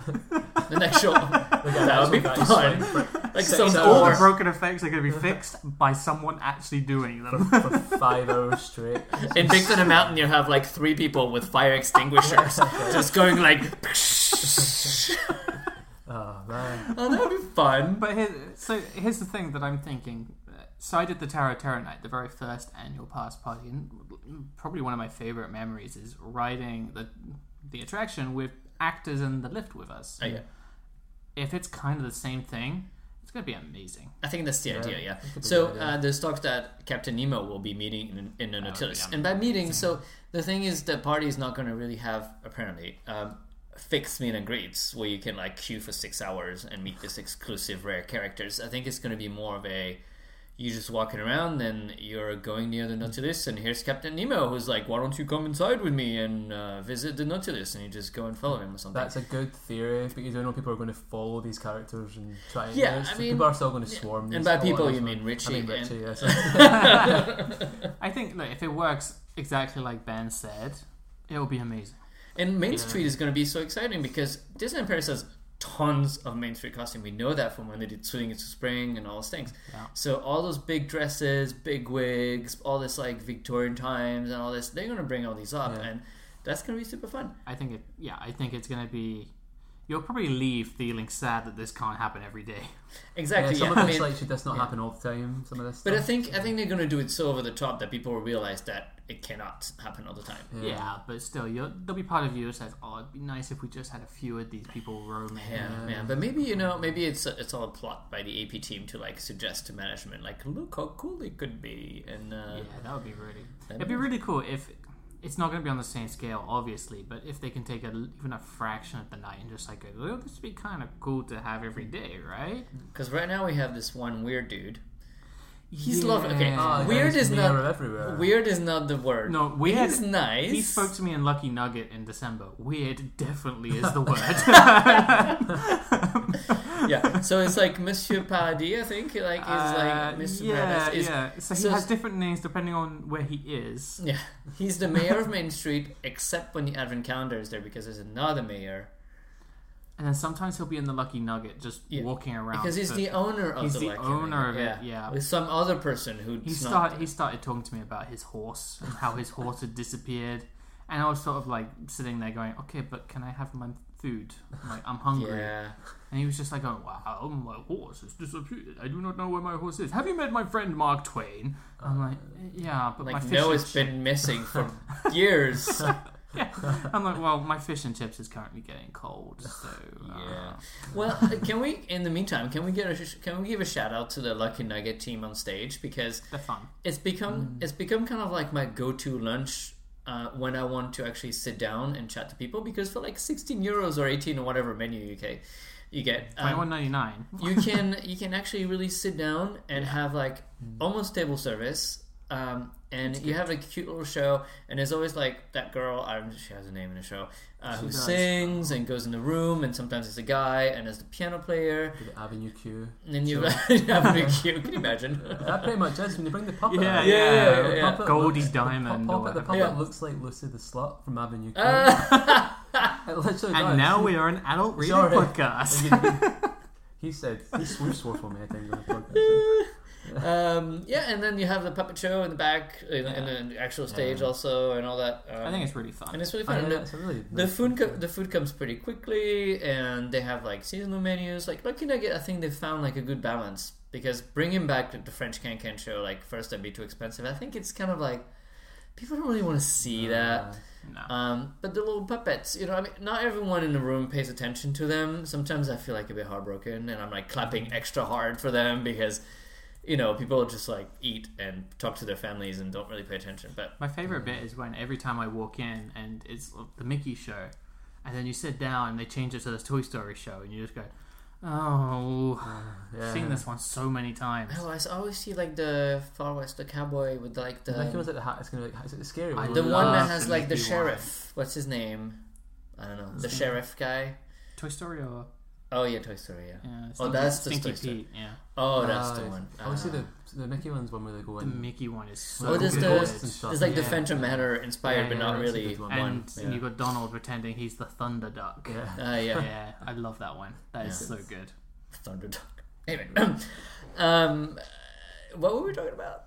[SPEAKER 1] the next show that would be fun. Like
[SPEAKER 3] Six
[SPEAKER 1] some
[SPEAKER 3] hours.
[SPEAKER 2] All the
[SPEAKER 1] four.
[SPEAKER 2] broken effects are going to be fixed by someone actually doing them.
[SPEAKER 3] for five hours straight.
[SPEAKER 1] In Big Thunder Mountain, you have like three people with fire extinguishers just going like.
[SPEAKER 3] Oh man.
[SPEAKER 1] oh, that would be fun.
[SPEAKER 2] But here, so here's the thing that I'm thinking. So I did the Tarot Terror Night, the very first annual pass party, and probably one of my favorite memories is riding the the attraction with actors in the lift with us.
[SPEAKER 1] Oh, yeah.
[SPEAKER 2] If it's kind of the same thing, it's going to be amazing.
[SPEAKER 1] I think that's the idea, yeah.
[SPEAKER 3] be
[SPEAKER 1] So
[SPEAKER 3] the idea.
[SPEAKER 1] uh, there's talk that Captain Nemo will be meeting in, in the Nautilus,
[SPEAKER 2] yeah.
[SPEAKER 1] and by meeting, so the thing is, the party is not going to really have apparently um, fixed meet and greets where you can like queue for six hours and meet this exclusive rare characters. I think it's going to be more of a you just walking around and you're going near the Nautilus, and here's Captain Nemo who's like, "Why don't you come inside with me and uh, visit the Nautilus?" And you just go and follow him or something.
[SPEAKER 3] That's a good theory, but you don't know people are going to follow these characters and try. and-
[SPEAKER 1] Yeah,
[SPEAKER 3] it's-
[SPEAKER 1] I mean-
[SPEAKER 3] people are still going to swarm.
[SPEAKER 1] and
[SPEAKER 3] these
[SPEAKER 1] by
[SPEAKER 3] people
[SPEAKER 1] people,
[SPEAKER 3] and
[SPEAKER 1] you
[SPEAKER 3] so-
[SPEAKER 1] mean Richie
[SPEAKER 3] I mean
[SPEAKER 1] and-
[SPEAKER 3] Richie, yes.
[SPEAKER 2] I think look, if it works exactly like Ben said, it will be amazing.
[SPEAKER 1] And Main Street is going to be so exciting because Disneyland Paris has tons of Main Street costume. We know that from when they did Swinging into Spring and all those things.
[SPEAKER 2] Yeah.
[SPEAKER 1] So all those big dresses, big wigs, all this like Victorian times and all this, they're going to bring all these up
[SPEAKER 3] Yeah.
[SPEAKER 1] and that's going to be super fun.
[SPEAKER 2] I think it. Yeah, I think it's going to be. You'll probably leave feeling sad that this can't happen every day.
[SPEAKER 1] Exactly.
[SPEAKER 3] some
[SPEAKER 1] yeah,
[SPEAKER 3] of
[SPEAKER 1] I
[SPEAKER 3] this
[SPEAKER 1] mean-
[SPEAKER 3] like should this not happen all the time. Some of this.
[SPEAKER 1] but I
[SPEAKER 3] stuff.
[SPEAKER 1] think I think they're going to do it so over the top that people will realize that it cannot happen all the time.
[SPEAKER 2] Yeah,
[SPEAKER 1] Mm.
[SPEAKER 2] but still, you're, there'll be part of you that says, "Oh, it'd be nice if we just had a few of these people roaming."
[SPEAKER 1] Yeah,
[SPEAKER 3] Yeah.
[SPEAKER 1] man. But maybe you know, maybe it's it's all a plot by the AP team to like suggest to management, like, look how cool it could be, and uh,
[SPEAKER 2] Yeah, that would be really.
[SPEAKER 1] That'd
[SPEAKER 2] It'd be
[SPEAKER 1] be-
[SPEAKER 2] really cool if it's not going to be on the same scale, obviously, but if they can take a, even a fraction of the night and just like, go, well, this would be kind of cool to have every day, right?
[SPEAKER 1] Because right now we have this one weird dude. He's
[SPEAKER 2] Yeah.
[SPEAKER 1] lovely. Okay, uh,
[SPEAKER 3] Oh, the guy
[SPEAKER 1] weird
[SPEAKER 3] who's
[SPEAKER 1] is
[SPEAKER 3] mayor
[SPEAKER 1] not
[SPEAKER 3] of everywhere.
[SPEAKER 1] weird is not the word.
[SPEAKER 2] No, weird-
[SPEAKER 1] He's nice.
[SPEAKER 2] He spoke to me in Lucky Nugget in December. Weird definitely is the word.
[SPEAKER 1] yeah, so it's like Monsieur Paradis, I think. Like he's
[SPEAKER 2] Uh,
[SPEAKER 1] like Mr.
[SPEAKER 2] yeah,
[SPEAKER 1] Paradis. Is,
[SPEAKER 2] yeah. So he
[SPEAKER 1] so-
[SPEAKER 2] has different names depending on where he is.
[SPEAKER 1] yeah, he's the mayor of Main Street, except when the Advent calendar is there because there's another mayor.
[SPEAKER 2] And then sometimes he'll be in the Lucky Nugget just
[SPEAKER 1] Yeah,
[SPEAKER 2] walking around.
[SPEAKER 1] Because he's
[SPEAKER 2] but
[SPEAKER 1] the owner of
[SPEAKER 2] he's
[SPEAKER 1] the,
[SPEAKER 2] the
[SPEAKER 1] Lucky
[SPEAKER 2] owner
[SPEAKER 1] Mayor,
[SPEAKER 2] of it, yeah.
[SPEAKER 1] with some other person who
[SPEAKER 2] he start he started talking to me about his horse and how his horse had disappeared. And I was sort of like sitting there going, Okay, but can I have my food? I'm like, I'm hungry.
[SPEAKER 1] yeah,
[SPEAKER 2] And he was just like going, Wow, my horse has disappeared. I do not know where my horse is. Have you met my friend Mark Twain? I'm like, Yeah, but my
[SPEAKER 1] Uh, like
[SPEAKER 2] fish
[SPEAKER 1] no,
[SPEAKER 2] and
[SPEAKER 1] it's been missing for years.
[SPEAKER 2] chi-" I'm like, Well, my fish and chips is currently getting cold, so uh,
[SPEAKER 1] Yeah. Well, can we? In the meantime, can we get a can we give a shout out to the Lucky Nugget team on stage because
[SPEAKER 2] they're fun.
[SPEAKER 1] it's become
[SPEAKER 2] Mm.
[SPEAKER 1] it's become kind of like my go to lunch uh, when I want to actually sit down and chat to people because for like sixteen euros or eighteen or whatever menu you get, you get
[SPEAKER 2] Twenty
[SPEAKER 1] um,
[SPEAKER 2] one ninety nine.
[SPEAKER 1] you can you can actually really sit down and have like
[SPEAKER 2] Mm.
[SPEAKER 1] almost table service. Um, and you have a cute little show, and there's always like that girl. I don't, she has a name in the show uh, who
[SPEAKER 2] does. Oh.
[SPEAKER 1] sings and goes in the room, and sometimes it's a guy, and there's the piano player,
[SPEAKER 3] The Avenue Q.
[SPEAKER 1] and then you have a big cue. Can you imagine?
[SPEAKER 3] That pretty much is when they bring the puppet.
[SPEAKER 2] Yeah,
[SPEAKER 3] out.
[SPEAKER 1] yeah,
[SPEAKER 3] The
[SPEAKER 1] yeah.
[SPEAKER 3] puppet
[SPEAKER 2] Goldie
[SPEAKER 3] looks- the
[SPEAKER 2] Diamond
[SPEAKER 3] pu-
[SPEAKER 2] or
[SPEAKER 3] puppet- The
[SPEAKER 2] whatever.
[SPEAKER 3] puppet
[SPEAKER 1] Yeah.
[SPEAKER 3] looks like Lucy the slut from Avenue Q.
[SPEAKER 1] Uh,
[SPEAKER 3] it literally
[SPEAKER 2] And
[SPEAKER 3] does.
[SPEAKER 2] now we are an adult reading
[SPEAKER 3] Sorry.
[SPEAKER 2] podcast.
[SPEAKER 3] he said he swore swore for me. I think on the podcast.
[SPEAKER 1] um, yeah, and then you have the puppet show in the back, in, in
[SPEAKER 2] Yeah.
[SPEAKER 1] the actual stage also, and all that. Um,
[SPEAKER 2] I think it's really fun.
[SPEAKER 1] and it's really
[SPEAKER 3] I
[SPEAKER 1] fun.
[SPEAKER 3] mean,
[SPEAKER 1] And the-
[SPEAKER 3] that's a really
[SPEAKER 1] the
[SPEAKER 3] nice
[SPEAKER 1] food co-
[SPEAKER 3] thing.
[SPEAKER 1] the food comes pretty quickly and they have like seasonal menus like lucky nugget i think they found like a good balance because bringing back the, the french can can show like first that'd be too expensive i think it's kind of like people don't really want to see that
[SPEAKER 2] no.
[SPEAKER 1] um, but the little puppets you know i mean not everyone in the room pays attention to them sometimes i feel like a bit heartbroken and i'm like
[SPEAKER 3] Mm-hmm.
[SPEAKER 1] clapping extra hard for them because you know people just like eat and talk to their families and don't really pay attention but
[SPEAKER 2] My favorite bit is when every time I walk in and it's the Mickey show, and then you sit down and they change it to the Toy Story show, and you just go, Oh,
[SPEAKER 3] Uh, Yeah.
[SPEAKER 2] seen this one so many times.
[SPEAKER 1] Oh, I s- I always see like the Far West, the cowboy with like the
[SPEAKER 3] Like, was it the hat? It's gonna be like, is it the scary
[SPEAKER 2] I
[SPEAKER 3] one?
[SPEAKER 1] the one that
[SPEAKER 2] Love
[SPEAKER 1] has
[SPEAKER 2] the
[SPEAKER 1] like the
[SPEAKER 2] Mickey
[SPEAKER 1] sheriff. What's his name? I don't know. The sheriff guy.
[SPEAKER 2] Toy Story or
[SPEAKER 1] Oh yeah, Toy Story. Yeah.
[SPEAKER 2] yeah, it's
[SPEAKER 1] Oh,
[SPEAKER 2] not
[SPEAKER 1] that's the
[SPEAKER 2] Stinky
[SPEAKER 1] Toy Story.
[SPEAKER 2] Pete. Yeah,
[SPEAKER 1] Oh, that's the
[SPEAKER 3] Uh,
[SPEAKER 1] one.
[SPEAKER 3] I always see
[SPEAKER 1] Ah.
[SPEAKER 3] the the Mickey ones one where they go
[SPEAKER 2] the
[SPEAKER 3] in.
[SPEAKER 2] Mickey one is so
[SPEAKER 1] Oh, there's
[SPEAKER 2] good.
[SPEAKER 1] the-
[SPEAKER 3] ghosts and stuff.
[SPEAKER 1] It's like the
[SPEAKER 2] Yeah.
[SPEAKER 1] Phantom Manor inspired,
[SPEAKER 2] Yeah,
[SPEAKER 1] but
[SPEAKER 2] yeah,
[SPEAKER 1] not
[SPEAKER 3] that's a
[SPEAKER 1] really
[SPEAKER 3] good one.
[SPEAKER 1] one.
[SPEAKER 2] and
[SPEAKER 1] Yeah.
[SPEAKER 2] you've got Donald pretending he's the Thunder Duck.
[SPEAKER 3] yeah.
[SPEAKER 1] Uh, yeah.
[SPEAKER 2] Yeah, I love that one. That is
[SPEAKER 1] Yeah.
[SPEAKER 2] so good.
[SPEAKER 1] Thunderdog. Anyway, um, uh, what were we talking about?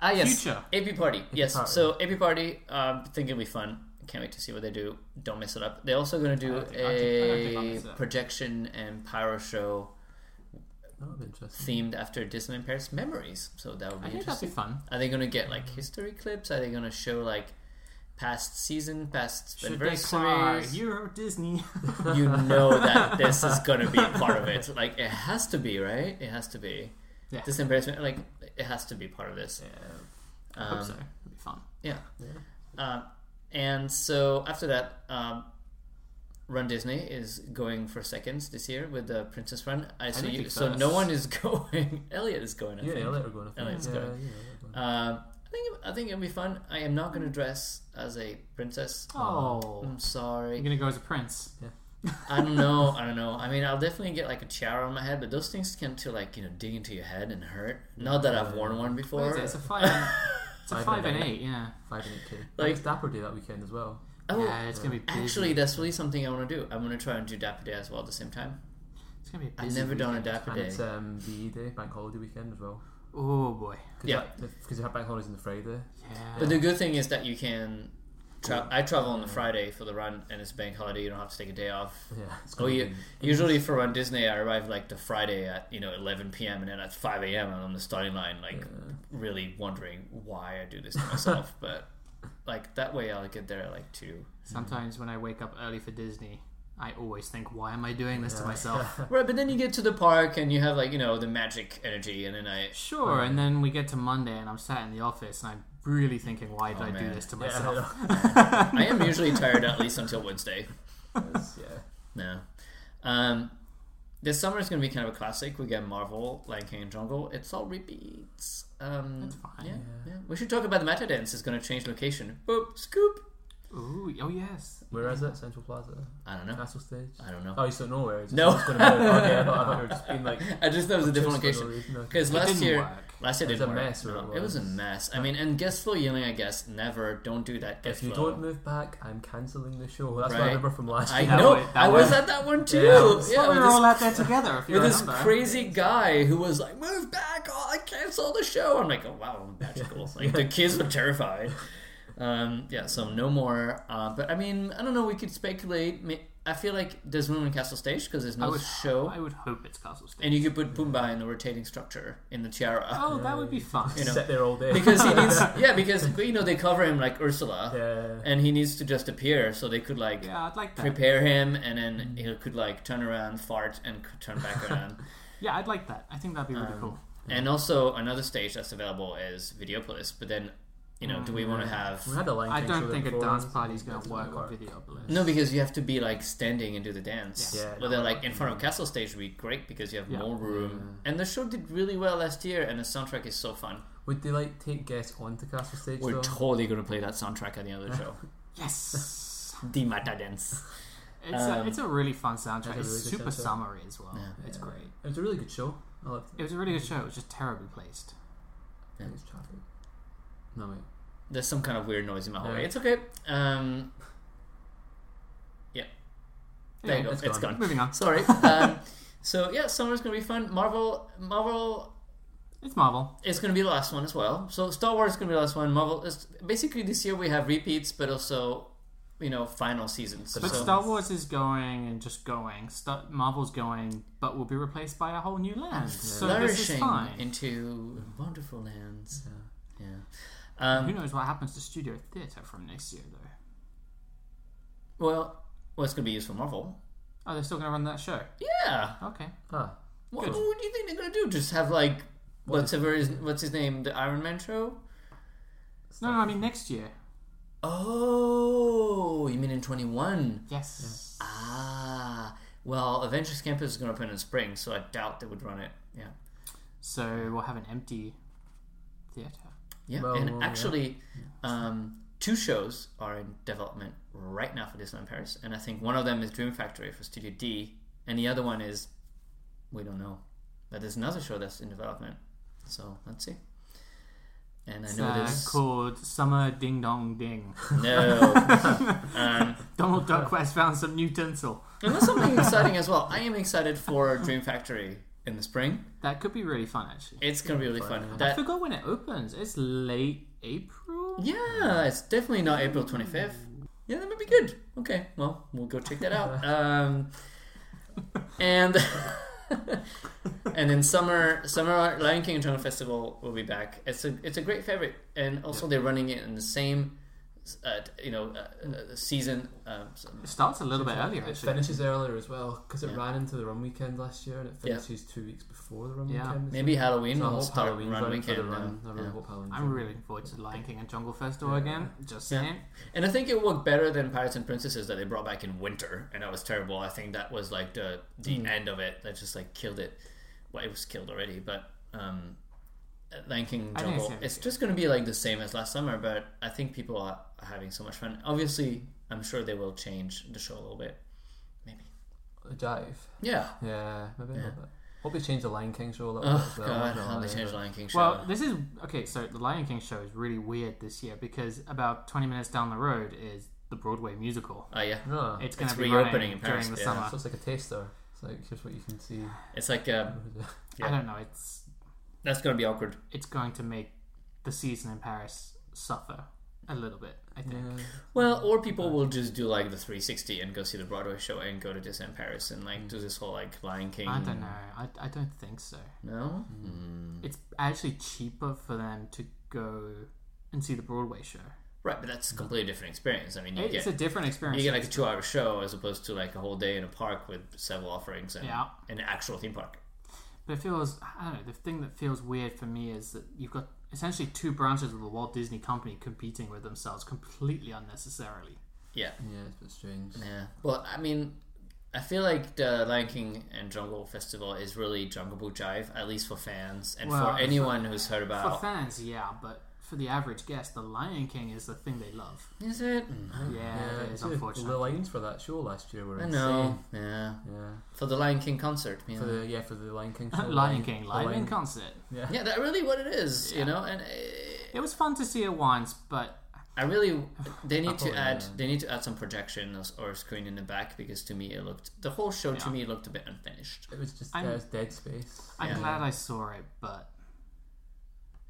[SPEAKER 1] Ah, yes,
[SPEAKER 2] Future.
[SPEAKER 1] AP Party. yes,
[SPEAKER 3] Party.
[SPEAKER 1] so AP Party. Um, think it'll be fun. Can't wait to see what they do. Don't mess it up. They're also going to do
[SPEAKER 2] don't think- I don't think I'll
[SPEAKER 1] a
[SPEAKER 2] miss it.
[SPEAKER 1] projection and pyro show
[SPEAKER 3] That would be interesting.
[SPEAKER 1] themed after Disneyland Paris memories. So that would be
[SPEAKER 2] I think that'd be
[SPEAKER 1] interesting.
[SPEAKER 2] fun.
[SPEAKER 1] Are they going to get like history clips? Are they going to show like past season, past
[SPEAKER 2] Should they cry?
[SPEAKER 1] anniversaries?
[SPEAKER 2] Euro Disney.
[SPEAKER 1] you know that this is gonna be a part of it. Like it has to be, right? It has to be.
[SPEAKER 2] Yeah.
[SPEAKER 1] This embarrassment, like it has to be part of this.
[SPEAKER 2] I
[SPEAKER 1] Um,
[SPEAKER 2] hope so. It'd be fun.
[SPEAKER 1] Yeah. Um, and so after that, um, Run Disney is going for seconds this year with the Princess Run. I see
[SPEAKER 2] think
[SPEAKER 1] you.
[SPEAKER 2] it's
[SPEAKER 1] So
[SPEAKER 2] us.
[SPEAKER 1] no one is going. Elliot is going. I
[SPEAKER 3] Yeah,
[SPEAKER 1] think.
[SPEAKER 3] I'll let her go. I think.
[SPEAKER 1] Elliot's
[SPEAKER 3] yeah,
[SPEAKER 1] going.
[SPEAKER 3] yeah, I'll let her go.
[SPEAKER 1] Um, I think I think it'll be fun. I am not going to dress as a princess.
[SPEAKER 2] Oh,
[SPEAKER 1] I'm sorry.
[SPEAKER 2] you're gonna go as a prince.
[SPEAKER 1] I don't know. I don't know. I mean, I'll definitely get like a tiara on my head, but those things tend to like you know dig into your head and hurt. Not that I've worn one
[SPEAKER 2] What
[SPEAKER 1] before.
[SPEAKER 2] is it? It's a five. and- It's a
[SPEAKER 3] Five
[SPEAKER 2] five
[SPEAKER 3] and
[SPEAKER 2] and eight. Yeah.
[SPEAKER 3] Five and eight K.
[SPEAKER 1] Like-
[SPEAKER 3] Like it's Dapper Day that weekend as well.
[SPEAKER 1] oh,
[SPEAKER 2] yeah, it's gonna be busy.
[SPEAKER 1] actually, that's really something I want to do. I'm gonna try and do Dapper Day as well at the same time.
[SPEAKER 2] it's gonna be. A
[SPEAKER 1] I've
[SPEAKER 2] busy
[SPEAKER 1] never done a
[SPEAKER 2] weekend.
[SPEAKER 1] Dapper
[SPEAKER 3] And
[SPEAKER 1] Day.
[SPEAKER 3] it's um, VE Day, Bank Holiday weekend as well.
[SPEAKER 2] Oh boy.
[SPEAKER 1] Yeah.
[SPEAKER 3] Because you have Bank Holidays on the Friday.
[SPEAKER 2] Yeah.
[SPEAKER 1] But the good thing is that you can. Tra- I travel on the Friday for the run, and it's bank holiday. You don't have to take a day off.
[SPEAKER 3] Yeah. It's
[SPEAKER 1] Oh,
[SPEAKER 3] gonna
[SPEAKER 1] yeah.
[SPEAKER 3] be-
[SPEAKER 1] Usually for Run Disney, I arrive like the Friday at you know 11 p.m. and then at 5 a.m. I'm on the starting line, like really wondering why I do this to myself. but like that way, I'll get there at like two.
[SPEAKER 2] Sometimes when I wake up early for Disney, I always think, why am I doing this to myself?
[SPEAKER 1] Right, but then you get to the park and you have like you know the magic energy, and then I
[SPEAKER 2] sure. And then we get to Monday, and I'm sat in the office, and I'm really thinking, why did I do
[SPEAKER 1] Oh, man.
[SPEAKER 2] this to
[SPEAKER 3] Yeah, I
[SPEAKER 2] myself?
[SPEAKER 3] know.
[SPEAKER 1] I am usually tired at least until Wednesday.
[SPEAKER 3] It's- yeah.
[SPEAKER 1] No. Um, this summer is going to be kind of a classic. We get Marvel, Lion King, and Jungle. It's all repeats. Um, That's
[SPEAKER 2] fine.
[SPEAKER 1] Yeah, yeah. We should talk about the Meta Dance is going to change location. Boop, scoop.
[SPEAKER 2] Ooh, oh yes.
[SPEAKER 3] Where is it? Central Plaza,
[SPEAKER 1] I don't know.
[SPEAKER 3] Castle Stage.
[SPEAKER 1] I don't know.
[SPEAKER 3] Oh, you still know where? Is it?
[SPEAKER 1] No.
[SPEAKER 3] It's gonna be- okay, I thought I thought you were just being like.
[SPEAKER 1] I just thought it was a different
[SPEAKER 3] just for no
[SPEAKER 1] location.
[SPEAKER 3] reason, okay.
[SPEAKER 1] Because last
[SPEAKER 2] didn't
[SPEAKER 1] year,
[SPEAKER 2] work.
[SPEAKER 1] last year
[SPEAKER 3] It was
[SPEAKER 1] didn't
[SPEAKER 3] a
[SPEAKER 1] work.
[SPEAKER 3] mess,
[SPEAKER 1] No,
[SPEAKER 3] or
[SPEAKER 1] it,
[SPEAKER 3] it
[SPEAKER 1] was. a
[SPEAKER 3] was.
[SPEAKER 1] mess. I mean, and guest flow yelling. I guess never. Don't do that. Guest
[SPEAKER 3] If you
[SPEAKER 1] flow.
[SPEAKER 3] don't move back, I'm cancelling the show. That's what
[SPEAKER 1] Right.
[SPEAKER 3] I remember from last
[SPEAKER 1] I
[SPEAKER 3] year.
[SPEAKER 2] That
[SPEAKER 1] know.
[SPEAKER 2] way- that
[SPEAKER 1] I was
[SPEAKER 2] way.
[SPEAKER 1] at that one too.
[SPEAKER 3] Yeah.
[SPEAKER 1] Yeah,
[SPEAKER 2] Well, we
[SPEAKER 1] with
[SPEAKER 2] were all
[SPEAKER 1] this,
[SPEAKER 2] out there together. If you
[SPEAKER 1] with this
[SPEAKER 2] remember.
[SPEAKER 1] crazy guy who was like, "Move back! Oh, I cancel the show." I'm like, "Oh wow, magical!" Like the kids were terrified. Um, yeah, so no more. Uh, but I mean, I don't know. We could speculate. Ma- I feel like there's room in Castle Stage because there's
[SPEAKER 2] I
[SPEAKER 1] no
[SPEAKER 2] would
[SPEAKER 1] show,
[SPEAKER 2] I would hope it's Castle Stage.
[SPEAKER 1] and you could put Pumbaa in the rotating structure in the tiara.
[SPEAKER 2] oh, that would be fun.
[SPEAKER 1] You know.
[SPEAKER 3] Sit there all day.
[SPEAKER 1] because he needs yeah because you know they cover him like ursula
[SPEAKER 3] Yeah.
[SPEAKER 1] and he needs to just appear so they could like
[SPEAKER 2] Yeah, Mm. I'd like that.
[SPEAKER 1] prepare him and then he could like turn around fart and c- turn back around
[SPEAKER 2] Yeah, I'd like that. I think that'd be really cool.
[SPEAKER 1] and also another stage that's available is videopolis but then you know do we want to
[SPEAKER 3] Mm.
[SPEAKER 1] have
[SPEAKER 3] We had a line.
[SPEAKER 2] I don't
[SPEAKER 3] show
[SPEAKER 2] think a
[SPEAKER 3] before.
[SPEAKER 2] dance party's going to
[SPEAKER 3] That's gonna
[SPEAKER 2] work on Videopolis.
[SPEAKER 1] no because you have to be like standing and do the dance
[SPEAKER 3] Yeah. Mm. Yeah,
[SPEAKER 1] but then
[SPEAKER 3] no,
[SPEAKER 1] like in front of castle stage would be great because you have
[SPEAKER 2] Yeah.
[SPEAKER 1] more room and the show did really well last year and the soundtrack is so fun
[SPEAKER 3] Would they like take guests onto Castle Stage
[SPEAKER 1] we're
[SPEAKER 3] though?
[SPEAKER 1] totally going to play that soundtrack at the end of the show
[SPEAKER 2] Yes.
[SPEAKER 1] the mata dance
[SPEAKER 2] It's, a, it's a really fun soundtrack.
[SPEAKER 3] a
[SPEAKER 2] It's
[SPEAKER 3] really good
[SPEAKER 2] super
[SPEAKER 3] soundtrack.
[SPEAKER 2] summery as well.
[SPEAKER 1] Yeah.
[SPEAKER 2] It's great.
[SPEAKER 3] it was a really good show. I loved it.
[SPEAKER 2] It was a really good show. It was just terribly placed.
[SPEAKER 3] I think it's traffic. No wait.
[SPEAKER 1] There's some kind of weird noise in my hallway.
[SPEAKER 3] Yeah.
[SPEAKER 1] It's okay. Um, yeah, there you
[SPEAKER 2] Anyway,
[SPEAKER 1] go.
[SPEAKER 3] it's
[SPEAKER 1] it's
[SPEAKER 3] gone.
[SPEAKER 1] gone.
[SPEAKER 2] Moving on.
[SPEAKER 1] Sorry. um, so yeah, summer's gonna be fun. Marvel, Marvel
[SPEAKER 2] It's Marvel.
[SPEAKER 1] is gonna be the last one as well. So Star Wars is gonna be the last one. Marvel is basically this year we have repeats, but also you know final seasons.
[SPEAKER 2] But
[SPEAKER 1] so,
[SPEAKER 2] Star Wars is going and just going. Star- Marvel's going, but will be replaced by a whole new land. So this is
[SPEAKER 1] flourishing
[SPEAKER 2] fine.
[SPEAKER 1] into wonderful lands. Yeah.
[SPEAKER 2] Who
[SPEAKER 1] Um,
[SPEAKER 2] knows what happens to Studio Theatre from next year, though?
[SPEAKER 1] well, what's gonna be used for Marvel?
[SPEAKER 2] Oh, they're still going to run that show.
[SPEAKER 1] Yeah.
[SPEAKER 2] Okay.
[SPEAKER 3] Ah,
[SPEAKER 1] What,
[SPEAKER 2] Good.
[SPEAKER 1] what do you think they're gonna do? Just have like whatever is what's his name, the Iron Man show?
[SPEAKER 2] No, no, I mean next year.
[SPEAKER 1] Oh, you mean in 21?
[SPEAKER 2] Yes.
[SPEAKER 1] Ah, Well, Avengers Campus is going to open in spring, so I doubt they would run it. Yeah.
[SPEAKER 2] So we'll have an empty theater.
[SPEAKER 1] Yeah.
[SPEAKER 3] Well,
[SPEAKER 1] and
[SPEAKER 3] well, yeah.
[SPEAKER 1] actually, Um, two shows are in development right now for Disneyland Paris. And I think one of them is Dream Factory for Studio D, and the other one is, we don't know. But there's another show that's in development. So let's see. And I
[SPEAKER 2] It's
[SPEAKER 1] know
[SPEAKER 2] uh,
[SPEAKER 1] there's.
[SPEAKER 2] called Summer Ding Dong Ding.
[SPEAKER 1] No. um,
[SPEAKER 2] Donald Duck West found some new tinsel.
[SPEAKER 1] And that's something exciting as well. I am excited for Dream Factory in the spring.
[SPEAKER 2] That could be really fun, actually.
[SPEAKER 1] It's gonna be really fun.
[SPEAKER 2] I
[SPEAKER 1] That
[SPEAKER 2] forgot when it opens. It's late April.
[SPEAKER 1] yeah, it's definitely not April twenty fifth. Yeah, that might be good. Okay, well, we'll go check that out. Um, and and in summer, summer Lion King and Jungle Festival will be back. It's a it's a great favorite, and also they're running it in the same. Uh, you know, uh, uh, season. Um, so-
[SPEAKER 2] It starts a little bit earlier,
[SPEAKER 3] It
[SPEAKER 2] actually.
[SPEAKER 3] finishes earlier as well because it
[SPEAKER 1] Yeah.
[SPEAKER 3] ran into the run weekend last year and it
[SPEAKER 1] Yeah.
[SPEAKER 3] finishes two weeks before the run
[SPEAKER 2] Yeah.
[SPEAKER 3] weekend. this
[SPEAKER 1] maybe
[SPEAKER 3] year.
[SPEAKER 1] Halloween
[SPEAKER 3] So I
[SPEAKER 1] will
[SPEAKER 3] hope
[SPEAKER 1] start
[SPEAKER 3] Halloween's
[SPEAKER 1] run
[SPEAKER 3] ready for
[SPEAKER 1] weekend.
[SPEAKER 3] the run.
[SPEAKER 1] now.
[SPEAKER 3] I really
[SPEAKER 1] Yeah.
[SPEAKER 3] hope Halloween's
[SPEAKER 2] I'm
[SPEAKER 3] ready.
[SPEAKER 2] really looking forward to Lion King and Jungle Festival again. Just
[SPEAKER 1] Yeah.
[SPEAKER 2] saying.
[SPEAKER 1] And I think it worked better than Pirates and Princesses that they brought back in winter, and that was terrible. I think that was like the the
[SPEAKER 2] Mm.
[SPEAKER 1] end of it. That just like killed it. Well, it was killed already, but um, Lion King
[SPEAKER 2] I think it's
[SPEAKER 1] Jungle.
[SPEAKER 2] gonna be
[SPEAKER 1] It's
[SPEAKER 2] good.
[SPEAKER 1] just going to be like the same as last summer, but I think people are having so much fun. Obviously, I'm sure they will change the show a little bit. Maybe.
[SPEAKER 3] The jive.
[SPEAKER 1] Yeah.
[SPEAKER 3] Yeah, maybe a little bit. Hope they change the Lion King show a little
[SPEAKER 1] Oh
[SPEAKER 3] bit as well.
[SPEAKER 1] God,
[SPEAKER 3] No,
[SPEAKER 1] how they
[SPEAKER 3] I-
[SPEAKER 1] changed the Lion King show.
[SPEAKER 2] Well, this is okay. So the Lion King show is really weird this year because about 20 minutes down the road is the Broadway musical.
[SPEAKER 1] oh yeah,
[SPEAKER 3] No.
[SPEAKER 2] It's going to
[SPEAKER 1] It's
[SPEAKER 2] be
[SPEAKER 1] reopening
[SPEAKER 2] running
[SPEAKER 1] in Paris,
[SPEAKER 2] during the
[SPEAKER 1] yeah.
[SPEAKER 2] summer.
[SPEAKER 3] So it's like a taster. It's like here's what you can see.
[SPEAKER 1] it's like uh,
[SPEAKER 2] I
[SPEAKER 1] yeah.
[SPEAKER 2] don't know. It's
[SPEAKER 1] that's going to be awkward.
[SPEAKER 2] it's going to make the season in Paris suffer a little bit. I think.
[SPEAKER 3] Yeah.
[SPEAKER 1] Well, or people will just do like the 360 and go see the Broadway show and go to Disneyland Paris and like do this whole like Lion King.
[SPEAKER 2] Mm. I don't know. I, I don't think so.
[SPEAKER 1] No.
[SPEAKER 2] It's actually cheaper for them to go and see the Broadway show.
[SPEAKER 1] Right, but that's a completely different experience. I mean, you
[SPEAKER 2] It's
[SPEAKER 1] get
[SPEAKER 2] a different
[SPEAKER 1] you
[SPEAKER 2] experience.
[SPEAKER 1] get like a two-hour show as opposed to like a whole day in a park with several offerings and
[SPEAKER 2] Yeah.
[SPEAKER 1] an actual theme park.
[SPEAKER 2] But it feels, I don't know, the thing that feels weird for me is that you've got essentially two branches of the Walt Disney Company competing with themselves completely unnecessarily.
[SPEAKER 1] Yeah.
[SPEAKER 3] Yeah, it's a bit strange.
[SPEAKER 1] Yeah. Well, I mean, I feel like the Lion King and Jungle Festival is really Jungle Book Jive, at least for fans and
[SPEAKER 2] Well,
[SPEAKER 1] for anyone who's heard
[SPEAKER 2] For
[SPEAKER 1] about.
[SPEAKER 2] fans, yeah, but for the average guest, The Lion King is the thing they love.
[SPEAKER 1] is it? Mm,
[SPEAKER 2] Yeah, it is,
[SPEAKER 3] actually, The
[SPEAKER 2] unfortunately.
[SPEAKER 3] lines for that show last year were
[SPEAKER 1] I
[SPEAKER 3] insane.
[SPEAKER 1] know. Yeah.
[SPEAKER 3] Yeah.
[SPEAKER 1] For the Lion King concert. Yeah.
[SPEAKER 3] For the yeah for the Lion King show.
[SPEAKER 2] Lion King
[SPEAKER 3] the
[SPEAKER 2] live in
[SPEAKER 3] Lion-
[SPEAKER 2] concert.
[SPEAKER 1] yeah, that really what it is, you
[SPEAKER 2] Yeah.
[SPEAKER 1] know. And uh,
[SPEAKER 2] It was fun to see it once, but
[SPEAKER 1] I really they need
[SPEAKER 3] Apple,
[SPEAKER 1] to add
[SPEAKER 3] yeah.
[SPEAKER 1] they need to add some projection or, or screen in the back because to me it looked the whole show to
[SPEAKER 2] Yeah.
[SPEAKER 1] me looked a bit unfinished.
[SPEAKER 3] It was just
[SPEAKER 2] I'm-
[SPEAKER 3] yeah, it was dead space.
[SPEAKER 2] I'm
[SPEAKER 1] Yeah.
[SPEAKER 2] glad I saw it. But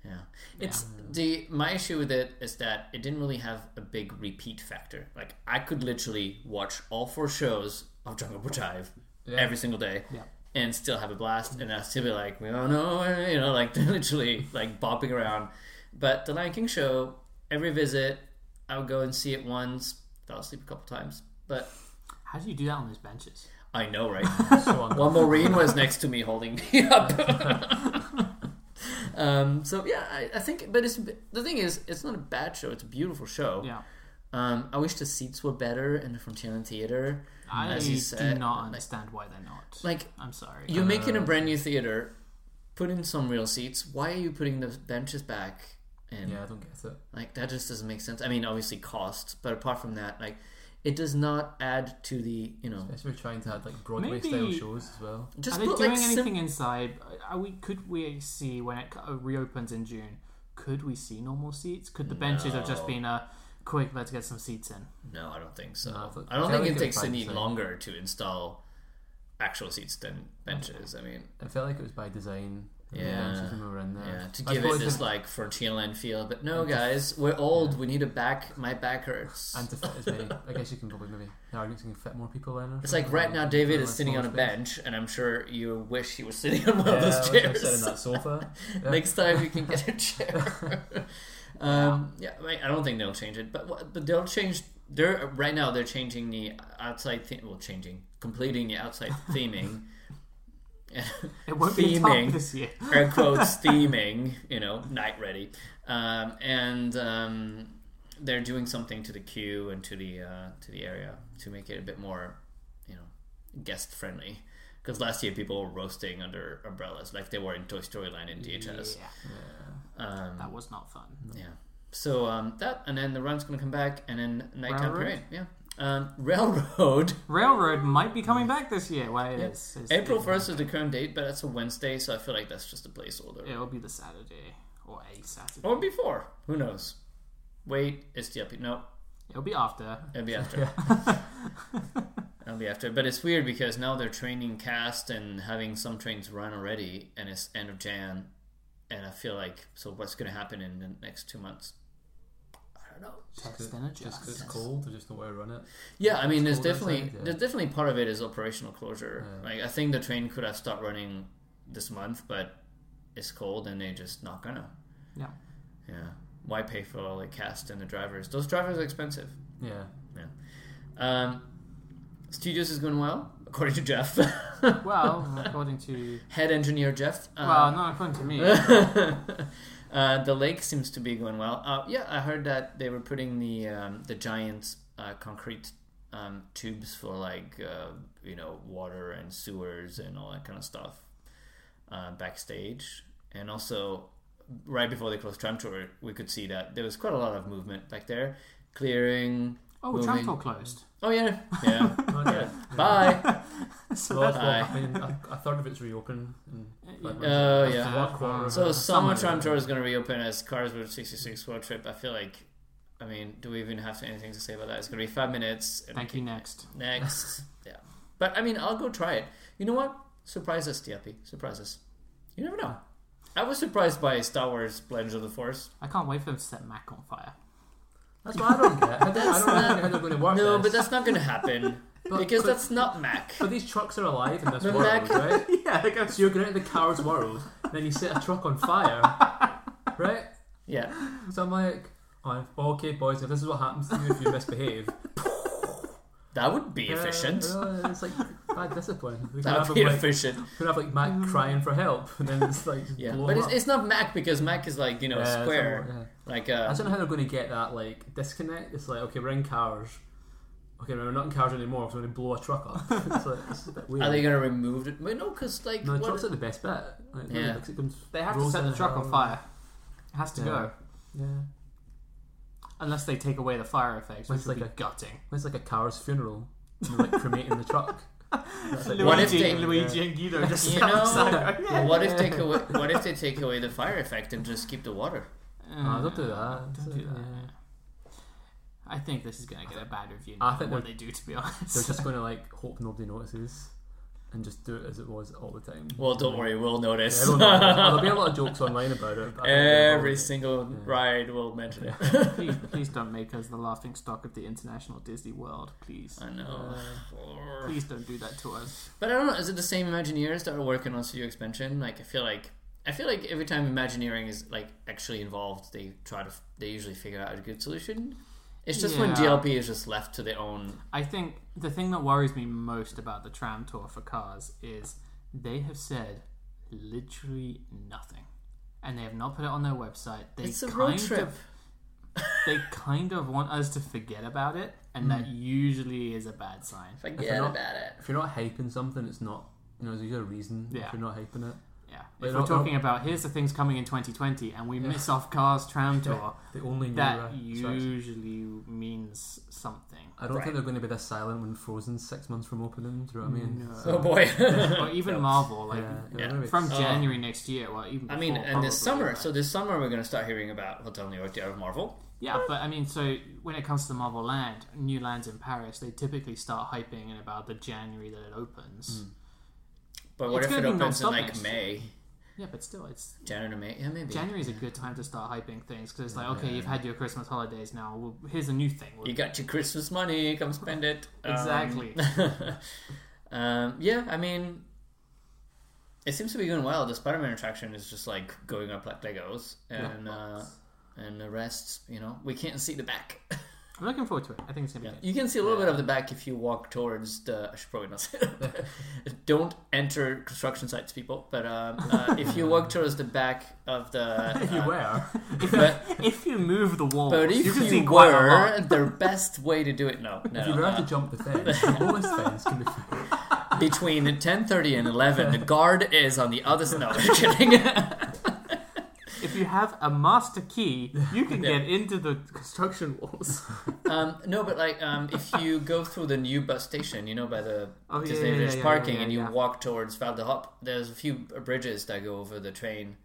[SPEAKER 1] Yeah, it's the my issue with it is that it didn't really have a big repeat factor. Like I could literally watch all four shows of Jungle Book Jive every single day.
[SPEAKER 2] Yeah.
[SPEAKER 1] And still have a blast, and I still be like, we don't know, you know, like literally like bopping around. But the Lion King show, every visit, I would go and see it once, fell asleep a couple times. But
[SPEAKER 2] how do you do that on those benches?
[SPEAKER 1] I know, right?
[SPEAKER 3] So on.
[SPEAKER 1] Well, Maureen was next to me holding me up. um, so yeah, I, I think. But it's the thing is, it's not a bad show. It's a beautiful show.
[SPEAKER 2] Yeah,
[SPEAKER 1] Um, I wish the seats were better in the Frontierland Theater.
[SPEAKER 2] I
[SPEAKER 1] as you said,
[SPEAKER 2] do not Uh,
[SPEAKER 1] like-
[SPEAKER 2] understand why they're not.
[SPEAKER 1] Like
[SPEAKER 2] I'm sorry.
[SPEAKER 1] you're making a brand new theater, put in some real seats. Why are you putting the benches back? And
[SPEAKER 3] Yeah, I don't get it.
[SPEAKER 1] like that just doesn't make sense. I mean, obviously cost, but apart from that, like it does not add to the you know
[SPEAKER 3] Especially trying to add like Broadway style
[SPEAKER 2] Maybe-
[SPEAKER 3] shows as well.
[SPEAKER 1] just
[SPEAKER 2] Are they
[SPEAKER 1] put
[SPEAKER 2] doing
[SPEAKER 1] like sim-
[SPEAKER 2] anything inside? Are we could we see when it co- uh, reopens in June? Could we see normal seats? Could the benches have just
[SPEAKER 1] No.
[SPEAKER 2] been a quick? Let's get some seats in.
[SPEAKER 1] No, I don't think so.
[SPEAKER 3] No, I thought-
[SPEAKER 1] I don't
[SPEAKER 3] I
[SPEAKER 1] think
[SPEAKER 3] think
[SPEAKER 1] it
[SPEAKER 3] it
[SPEAKER 1] takes
[SPEAKER 3] was
[SPEAKER 1] any
[SPEAKER 3] fine, so-
[SPEAKER 1] longer to install actual seats than benches. I mean,
[SPEAKER 3] It felt like it was by design. The
[SPEAKER 1] Yeah.
[SPEAKER 3] benches when we were in there.
[SPEAKER 1] yeah, to
[SPEAKER 3] I
[SPEAKER 1] give it
[SPEAKER 3] suppose
[SPEAKER 1] this
[SPEAKER 3] if-
[SPEAKER 1] like frontierland feel. But no, guys, we're old. We need a back. My back hurts.
[SPEAKER 3] And to fit as many, I guess you can probably maybe the arguments can fit more people in. Or Uh,
[SPEAKER 1] it's like right now, David is sitting on a
[SPEAKER 3] bed.
[SPEAKER 1] bench, and I'm sure you wish he was sitting on one of
[SPEAKER 3] Yeah,
[SPEAKER 1] those
[SPEAKER 3] I wish I was sitting
[SPEAKER 1] chairs.
[SPEAKER 3] on that sofa. Yeah.
[SPEAKER 1] Next time you can get a chair. um, yeah, I, mean, I don't think they'll change it, but what- but they'll change. They're right now they're changing the outside theme. Well, changing, completing the outside theming.
[SPEAKER 2] It won't be
[SPEAKER 1] Theming.
[SPEAKER 2] top this year.
[SPEAKER 1] air quotes theming, you know, night ready, um, and um, they're doing something to the queue and to the uh, to the area to make it a bit more, you know, guest friendly. Because last year people were roasting under umbrellas like they were in Toy Story Land in DHS.
[SPEAKER 2] Yeah,
[SPEAKER 1] Um,
[SPEAKER 2] that was not fun.
[SPEAKER 1] yeah. So um, that, and then the run's going to come back, and then nighttime
[SPEAKER 2] Railroad?
[SPEAKER 1] parade. Yeah. Um, Railroad.
[SPEAKER 2] Railroad might be coming back this year. Well, it is. It's-
[SPEAKER 1] April
[SPEAKER 2] it-
[SPEAKER 1] first is the current date, but that's a Wednesday, so I feel like that's just a placeholder.
[SPEAKER 2] It'll be the Saturday or a Saturday.
[SPEAKER 1] Or before. Who knows? Wait, it's the up. No,
[SPEAKER 2] It'll be after.
[SPEAKER 1] it'll be after. it'll be after. But it's weird because now they're training cast and having some trains run already, and it's end of Jan, and I feel like so what's going to happen in the next two months? I don't know.
[SPEAKER 2] Text and
[SPEAKER 3] Just 'cause
[SPEAKER 2] adjust.
[SPEAKER 3] it's cold, I just know where to run it.
[SPEAKER 1] Yeah, I mean, there's
[SPEAKER 3] cold
[SPEAKER 1] definitely
[SPEAKER 3] outside, yeah.
[SPEAKER 1] there's definitely part of it is operational closure. Like I think the train could have stopped running this month, but it's cold and they're just not gonna.
[SPEAKER 2] Yeah.
[SPEAKER 1] Yeah. Why pay for all the cast and the drivers? Those drivers are expensive.
[SPEAKER 3] Yeah.
[SPEAKER 1] Um, Studios is going well, according to Jeff.
[SPEAKER 2] Well, according to
[SPEAKER 1] Head engineer Jeff.
[SPEAKER 2] well,
[SPEAKER 1] Uh,
[SPEAKER 2] not according to me.
[SPEAKER 1] uh, the lake seems to be going well. Uh, yeah, I heard that they were putting the um, the giant uh, concrete um, tubes for like uh, you know water and sewers and all that kind of stuff uh, backstage, and also right before they closed tram tour, we could see that there was quite a lot of movement back there, clearing.
[SPEAKER 2] Oh,
[SPEAKER 1] moving.
[SPEAKER 2] tram tour closed.
[SPEAKER 1] Oh yeah, yeah.
[SPEAKER 3] Okay.
[SPEAKER 1] Bye.
[SPEAKER 3] Well, that's what Oh,
[SPEAKER 1] Aye.
[SPEAKER 3] happened. A, a third of it's reopened. And
[SPEAKER 2] Uh,
[SPEAKER 1] Oh
[SPEAKER 3] That's
[SPEAKER 1] yeah.
[SPEAKER 3] one quarter.
[SPEAKER 1] So summer
[SPEAKER 3] Summer.
[SPEAKER 1] tram tour is going to reopen as Cars with 66 World Trip. I feel like, I mean, do we even have anything to say about that? It's going to be five minutes. And
[SPEAKER 2] Thank you. Next.
[SPEAKER 1] Next. yeah. But I mean, I'll go try it. You know what? Surprise us, Diapi. Surprise us. You never know. I was surprised by Star Wars Blends of the Force.
[SPEAKER 2] I can't wait for them to set Mac on fire.
[SPEAKER 3] That's what I don't get. I don't, I don't understand how they're going to work
[SPEAKER 1] No,
[SPEAKER 3] this.
[SPEAKER 1] but that's not going to happen because
[SPEAKER 3] but-
[SPEAKER 1] that's not Mac.
[SPEAKER 3] But these trucks are alive in this
[SPEAKER 1] The
[SPEAKER 3] world,
[SPEAKER 1] neck-
[SPEAKER 3] right?
[SPEAKER 2] Yeah, like
[SPEAKER 3] So you're going out in the car's world, then you set a truck on fire, right?
[SPEAKER 1] Yeah.
[SPEAKER 3] So I'm like, oh, okay, boys, if this is what happens to you if you misbehave,
[SPEAKER 1] That would be
[SPEAKER 3] uh,
[SPEAKER 1] efficient.
[SPEAKER 3] uh, it's like bad discipline. We could
[SPEAKER 1] That
[SPEAKER 3] have,
[SPEAKER 1] would be
[SPEAKER 3] him, like,
[SPEAKER 1] efficient.
[SPEAKER 3] we could have like Mac crying for help, and then it's like
[SPEAKER 1] Yeah.
[SPEAKER 3] blow
[SPEAKER 1] But
[SPEAKER 3] him
[SPEAKER 1] it's,
[SPEAKER 3] up.
[SPEAKER 1] it's not Mac because Mac is like, you know,
[SPEAKER 3] Yeah, it's
[SPEAKER 1] square.
[SPEAKER 3] somewhat- yeah.
[SPEAKER 1] Like,
[SPEAKER 3] I
[SPEAKER 1] uh,
[SPEAKER 3] don't know how they're going to get that like disconnect. It's like okay, we're in cars. Okay, we're not in cars anymore, so we're going to blow a truck up. it's like it's a bit weird.
[SPEAKER 1] are they going to remove it? But no, because, like,
[SPEAKER 3] no, the
[SPEAKER 1] what-
[SPEAKER 3] truck's at the best bit. Like,
[SPEAKER 1] Yeah.
[SPEAKER 3] yeah. it comes,
[SPEAKER 2] They have
[SPEAKER 3] rolls
[SPEAKER 2] to set
[SPEAKER 3] in
[SPEAKER 2] the truck on
[SPEAKER 3] hill.
[SPEAKER 2] fire. It has to
[SPEAKER 3] um, Yeah.
[SPEAKER 2] go.
[SPEAKER 3] Yeah,
[SPEAKER 2] Unless they take away the fire effects, which
[SPEAKER 3] It's
[SPEAKER 2] would
[SPEAKER 3] like
[SPEAKER 2] be gutting.
[SPEAKER 3] it's like a car's funeral, and you're, like cremating the truck. That's like,
[SPEAKER 1] What if they-
[SPEAKER 2] Luigi and Guido just
[SPEAKER 1] You
[SPEAKER 2] sat
[SPEAKER 1] know-
[SPEAKER 2] outside going,
[SPEAKER 1] Well, what if take away? What if they take away the fire effect and just keep the water?
[SPEAKER 3] Ah, don't do that.
[SPEAKER 2] Don't do that.
[SPEAKER 3] Yeah.
[SPEAKER 2] I think this is going to get a bad review. No
[SPEAKER 3] I
[SPEAKER 2] I
[SPEAKER 3] think
[SPEAKER 2] what they
[SPEAKER 3] they're-
[SPEAKER 2] do, to be honest.
[SPEAKER 3] They're just going to like hope nobody notices, and just do it as it was all the time.
[SPEAKER 1] Well, don't worry, we'll notice.
[SPEAKER 3] Everyone will notice. there'll be a lot of jokes online about it. but I think they'll
[SPEAKER 1] Every
[SPEAKER 3] notice.
[SPEAKER 1] single ride will mention it.
[SPEAKER 2] please, please don't make us the laughing stock of the international Disney world, please.
[SPEAKER 1] I know.
[SPEAKER 2] Please don't do that to us.
[SPEAKER 1] But I don't know. Is it the same Imagineers that are working on Studio Expansion? Like, I feel like I feel like every time Imagineering is like actually involved, they try to they usually figure out a good solution. It's just when
[SPEAKER 2] Yeah.
[SPEAKER 1] GLP is just left to their own.
[SPEAKER 2] I think the thing that worries me most about the tram tour for cars is they have said literally nothing. And they have not put it on their website. They
[SPEAKER 1] It's a
[SPEAKER 2] kind
[SPEAKER 1] road trip.
[SPEAKER 2] Of, they kind of want us to forget about it, and that usually is a bad sign.
[SPEAKER 1] Forget
[SPEAKER 3] not-
[SPEAKER 1] about it.
[SPEAKER 3] If you're not hyping something, it's not. You know, there's usually a reason.
[SPEAKER 2] Yeah.
[SPEAKER 3] If you're not hyping it,
[SPEAKER 2] Yeah.
[SPEAKER 3] They
[SPEAKER 2] If
[SPEAKER 3] don't-
[SPEAKER 2] we're talking about here's the things coming in 2020, and we miss off Cars Tram Tour,
[SPEAKER 3] the only new
[SPEAKER 2] that
[SPEAKER 3] uh, attraction.
[SPEAKER 2] usually means something.
[SPEAKER 3] I don't
[SPEAKER 1] Right.
[SPEAKER 3] think they're going to be this silent when Frozen's six months from opening. Do you know what I mean?
[SPEAKER 2] No.
[SPEAKER 1] Oh boy.
[SPEAKER 2] or even Marvel, like
[SPEAKER 3] Yeah, they're
[SPEAKER 1] Yeah.
[SPEAKER 3] gonna be-
[SPEAKER 2] from
[SPEAKER 1] Oh.
[SPEAKER 2] January next year. Well, even
[SPEAKER 1] I mean,
[SPEAKER 2] before,
[SPEAKER 1] and this
[SPEAKER 2] probably,
[SPEAKER 1] summer.
[SPEAKER 2] but-
[SPEAKER 1] So this summer we're going to start hearing about Hotel New York, the Hour of Marvel.
[SPEAKER 2] yeah, but I mean, so when it comes to the Marvel Land, New Lands in Paris, they typically start hyping in about the January that it opens.
[SPEAKER 3] Hmm.
[SPEAKER 1] But what
[SPEAKER 2] It's
[SPEAKER 1] if it
[SPEAKER 2] gonna be
[SPEAKER 1] opens in
[SPEAKER 2] non-stop
[SPEAKER 1] like
[SPEAKER 2] next
[SPEAKER 1] May,
[SPEAKER 2] Yeah, but still, it's
[SPEAKER 1] January, May? Yeah, maybe.
[SPEAKER 2] January is a good time to start hyping things because it's like, okay, you've had your Christmas holidays now. Well, here's a new thing.
[SPEAKER 1] You got your Christmas money. Come spend it. Um,
[SPEAKER 2] Exactly.
[SPEAKER 1] um, yeah, I mean, it seems to be going well. The Spider-Man attraction is just like going up like Legos, and uh, and the rest, you know, we can't see the back.
[SPEAKER 2] I'm looking forward to it. I think it's gonna be good.
[SPEAKER 1] You can see a little bit of the back if you walk towards the. I should probably not say that. Don't enter construction sites, people. But um, uh, if you walk towards the back of the,
[SPEAKER 3] If you
[SPEAKER 1] uh,
[SPEAKER 3] were,
[SPEAKER 1] but-
[SPEAKER 2] if you move the walls,
[SPEAKER 1] But if you,
[SPEAKER 2] you can see quite a lot.
[SPEAKER 1] were, the best way to do it, no, no,
[SPEAKER 3] if you
[SPEAKER 1] no,
[SPEAKER 3] were to jump the fence, the lowest fence can be.
[SPEAKER 1] between 10.30 and 11 the guard is on the other side no I'm kidding
[SPEAKER 2] If you have a master key, you can get into the construction walls.
[SPEAKER 1] um, no but like um, if you go through the new bus station you know by the
[SPEAKER 2] Oh, yeah,
[SPEAKER 1] Disney
[SPEAKER 2] yeah, yeah,
[SPEAKER 1] Village
[SPEAKER 2] yeah,
[SPEAKER 1] parking
[SPEAKER 2] yeah,
[SPEAKER 1] and you
[SPEAKER 2] yeah.
[SPEAKER 1] walk towards Val de Hop there's a few bridges that go over the train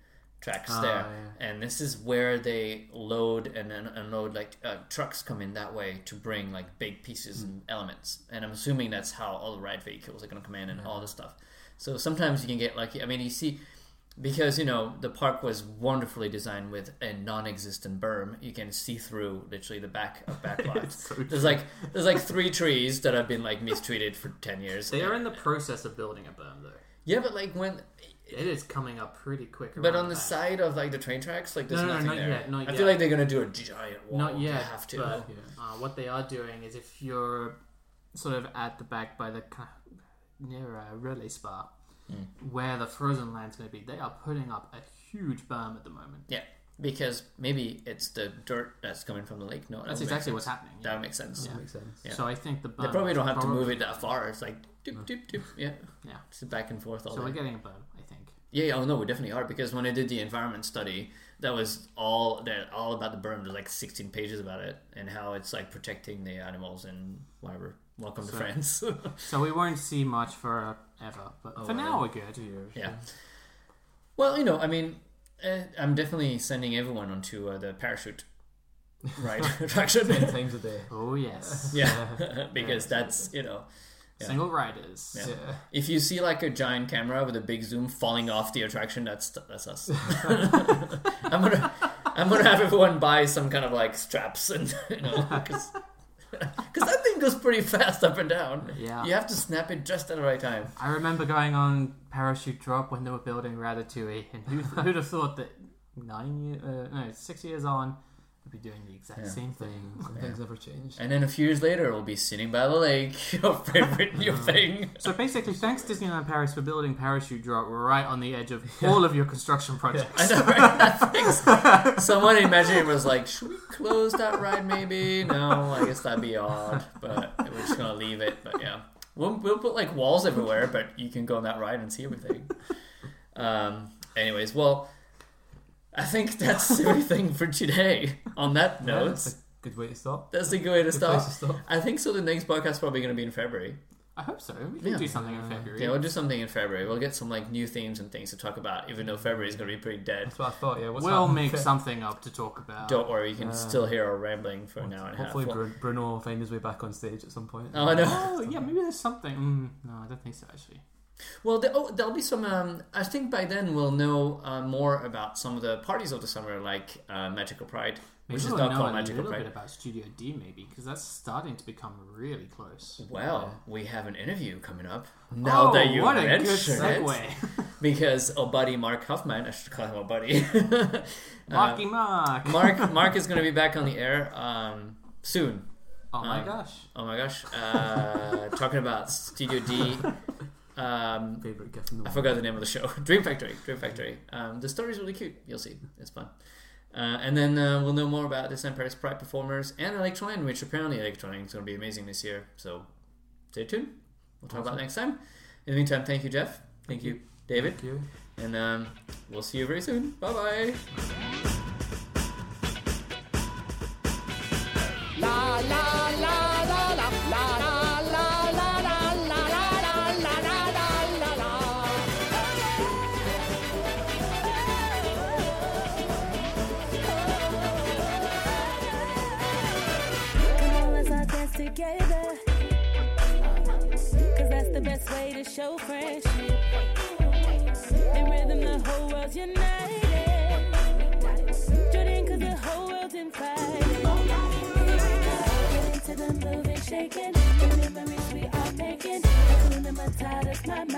[SPEAKER 1] tracks
[SPEAKER 2] Ah,
[SPEAKER 1] there and this is where they load and un- unload like uh, trucks come in that way to bring like big pieces and
[SPEAKER 2] Mm.
[SPEAKER 1] elements and i'm assuming that's how all the ride vehicles are going to come in and
[SPEAKER 2] Mm-hmm.
[SPEAKER 1] all this stuff so sometimes you can get lucky i mean you see because you know the park was wonderfully designed with a non-existent berm you can see through literally the back of back lots
[SPEAKER 2] so
[SPEAKER 1] there's like there's like three trees that have been like mistreated for 10 years
[SPEAKER 2] They are in the process of building a berm, though.
[SPEAKER 1] yeah but like when
[SPEAKER 2] It is coming up pretty quick.
[SPEAKER 1] but
[SPEAKER 2] around
[SPEAKER 1] on the
[SPEAKER 2] that.
[SPEAKER 1] side of like the train tracks like there's
[SPEAKER 2] No, no, no,
[SPEAKER 1] nothing
[SPEAKER 2] not
[SPEAKER 1] there
[SPEAKER 2] yet, not
[SPEAKER 1] i
[SPEAKER 2] yet.
[SPEAKER 1] feel like they're gonna do a giant wall
[SPEAKER 2] Not yet.
[SPEAKER 1] they have to
[SPEAKER 2] But,
[SPEAKER 3] Yeah.
[SPEAKER 2] uh, what they are doing is if you're sort of at the back by the ca- near uh, relay spa,
[SPEAKER 1] Hmm.
[SPEAKER 2] where the frozen land's going to be, they are putting up a huge berm at the moment.
[SPEAKER 1] Yeah, because maybe it's the dirt that's coming from the lake. No, that
[SPEAKER 2] That's
[SPEAKER 1] would make
[SPEAKER 2] exactly
[SPEAKER 1] sense.
[SPEAKER 2] what's happening.
[SPEAKER 1] That would make sense.
[SPEAKER 3] Makes sense.
[SPEAKER 1] Yeah.
[SPEAKER 2] So I think the berm.
[SPEAKER 1] They probably don't have to move it that far. It's like doop doop doop. Yeah,
[SPEAKER 2] Mm. Yeah.
[SPEAKER 1] it's back and forth all
[SPEAKER 2] So
[SPEAKER 1] day.
[SPEAKER 2] we're getting a berm, I think.
[SPEAKER 1] Yeah, yeah, oh no, we definitely are because when I did the environment study, that was all that all about the berm. There's like 16 pages about it and how it's like protecting the animals and whatever. Welcome to
[SPEAKER 2] So-
[SPEAKER 1] France.
[SPEAKER 2] So we won't see much forever, but
[SPEAKER 1] Oh,
[SPEAKER 2] for now we're good.
[SPEAKER 1] yeah. Well, you know, I mean, uh, I'm definitely sending everyone onto uh, the parachute ride attraction.
[SPEAKER 3] Ten times a day.
[SPEAKER 2] Oh yes,
[SPEAKER 1] Yeah, because that's you know, Yeah.
[SPEAKER 2] single riders.
[SPEAKER 1] Yeah.
[SPEAKER 3] Yeah.
[SPEAKER 1] if you see like a giant camera with a big zoom falling off the attraction, that's that's us. I'm gonna I'm gonna have everyone buy some kind of like straps and you know because that thing goes pretty fast up and down.
[SPEAKER 2] Yeah.
[SPEAKER 1] you have to snap it just at the right time.
[SPEAKER 2] I remember going on parachute drop when they were building Ratatouille, and who, who'd have thought that nine years, uh, no, six years on, we'd be doing the exact
[SPEAKER 1] Yeah.
[SPEAKER 2] same thing.
[SPEAKER 3] Thing. Some things never change.
[SPEAKER 1] And then a few years later, we'll be sitting by the lake, your favorite new thing.
[SPEAKER 2] So basically, thanks Disneyland Paris for building parachute drop right on the edge of all of your construction projects.
[SPEAKER 1] I know, right? Thanks. Someone imagined was like, should we close that ride maybe? No, I guess that'd be odd, but we're just gonna leave it. But yeah, we'll, we'll put like walls everywhere, but you can go on that ride and see everything. Um, anyways, well, I think that's everything for today. On that
[SPEAKER 3] Yeah,
[SPEAKER 1] note,
[SPEAKER 3] that's a good way to stop.
[SPEAKER 1] that's a good way to
[SPEAKER 3] Good place
[SPEAKER 1] stop.
[SPEAKER 3] to stop.
[SPEAKER 1] I think so. The next podcast probably gonna be in February.
[SPEAKER 2] I hope so. We can
[SPEAKER 1] Yeah.
[SPEAKER 2] do something in February.
[SPEAKER 1] Yeah, we'll do something in February. We'll get some like new themes and things to talk about, even though February is gonna be pretty dead.
[SPEAKER 3] That's what I thought. Yeah. What's
[SPEAKER 2] we'll
[SPEAKER 3] happening?
[SPEAKER 2] make something up to talk about.
[SPEAKER 1] Don't worry, you can
[SPEAKER 2] Ah.
[SPEAKER 3] Uh,
[SPEAKER 1] still hear our rambling for an hour and a half.
[SPEAKER 3] Hopefully,
[SPEAKER 1] Well-
[SPEAKER 3] Bru- Bruno will find his way back on stage at some point.
[SPEAKER 1] Oh, I know.
[SPEAKER 2] Oh yeah, maybe there's something. Mm, no, I don't think so actually.
[SPEAKER 1] Well, there, oh, there'll be some. Um, I think by then we'll know uh, more about some of the parties of the summer, like uh, Magical Pride, which
[SPEAKER 2] Maybe
[SPEAKER 1] is
[SPEAKER 2] we'll
[SPEAKER 1] not
[SPEAKER 2] know
[SPEAKER 1] called
[SPEAKER 2] a
[SPEAKER 1] Magical
[SPEAKER 2] little
[SPEAKER 1] Pride.
[SPEAKER 2] bit about Studio D maybe because that's starting to become really close.
[SPEAKER 1] Well, we have an interview coming up. Now that you
[SPEAKER 2] Oh, what a good
[SPEAKER 1] mention it,
[SPEAKER 2] segue,
[SPEAKER 1] because our buddy Mark Huffman, I should call him our buddy. uh,
[SPEAKER 2] Marky Mark.
[SPEAKER 1] Mark, Mark is going to be back on the air um, soon.
[SPEAKER 2] oh my
[SPEAKER 1] um,
[SPEAKER 2] gosh,
[SPEAKER 1] Oh my gosh, uh, talking about Studio D. Um,
[SPEAKER 3] Favorite gift in the
[SPEAKER 1] I
[SPEAKER 3] world.
[SPEAKER 1] forgot the name of the show. Dream Factory. Dream Factory. Um, the story's really cute. You'll see. It's fun. Uh, and then uh, we'll know more about Disneyland Paris Pride performers and Electronic, which apparently Electronic is going to be amazing this year. So stay tuned. We'll talk about it next time. In the meantime, thank you, Jeff. Thank you, David.
[SPEAKER 3] Thank you.
[SPEAKER 1] And um, we'll see you very soon. Bye bye.
[SPEAKER 5] Come on, let's all dance together. Cause that's the best way to show friendship. In rhythm, the whole world's united. Jordan, cause the whole world's in fight. Get into the move and shaking. The memories we are making. Including my Oh, tie, that's my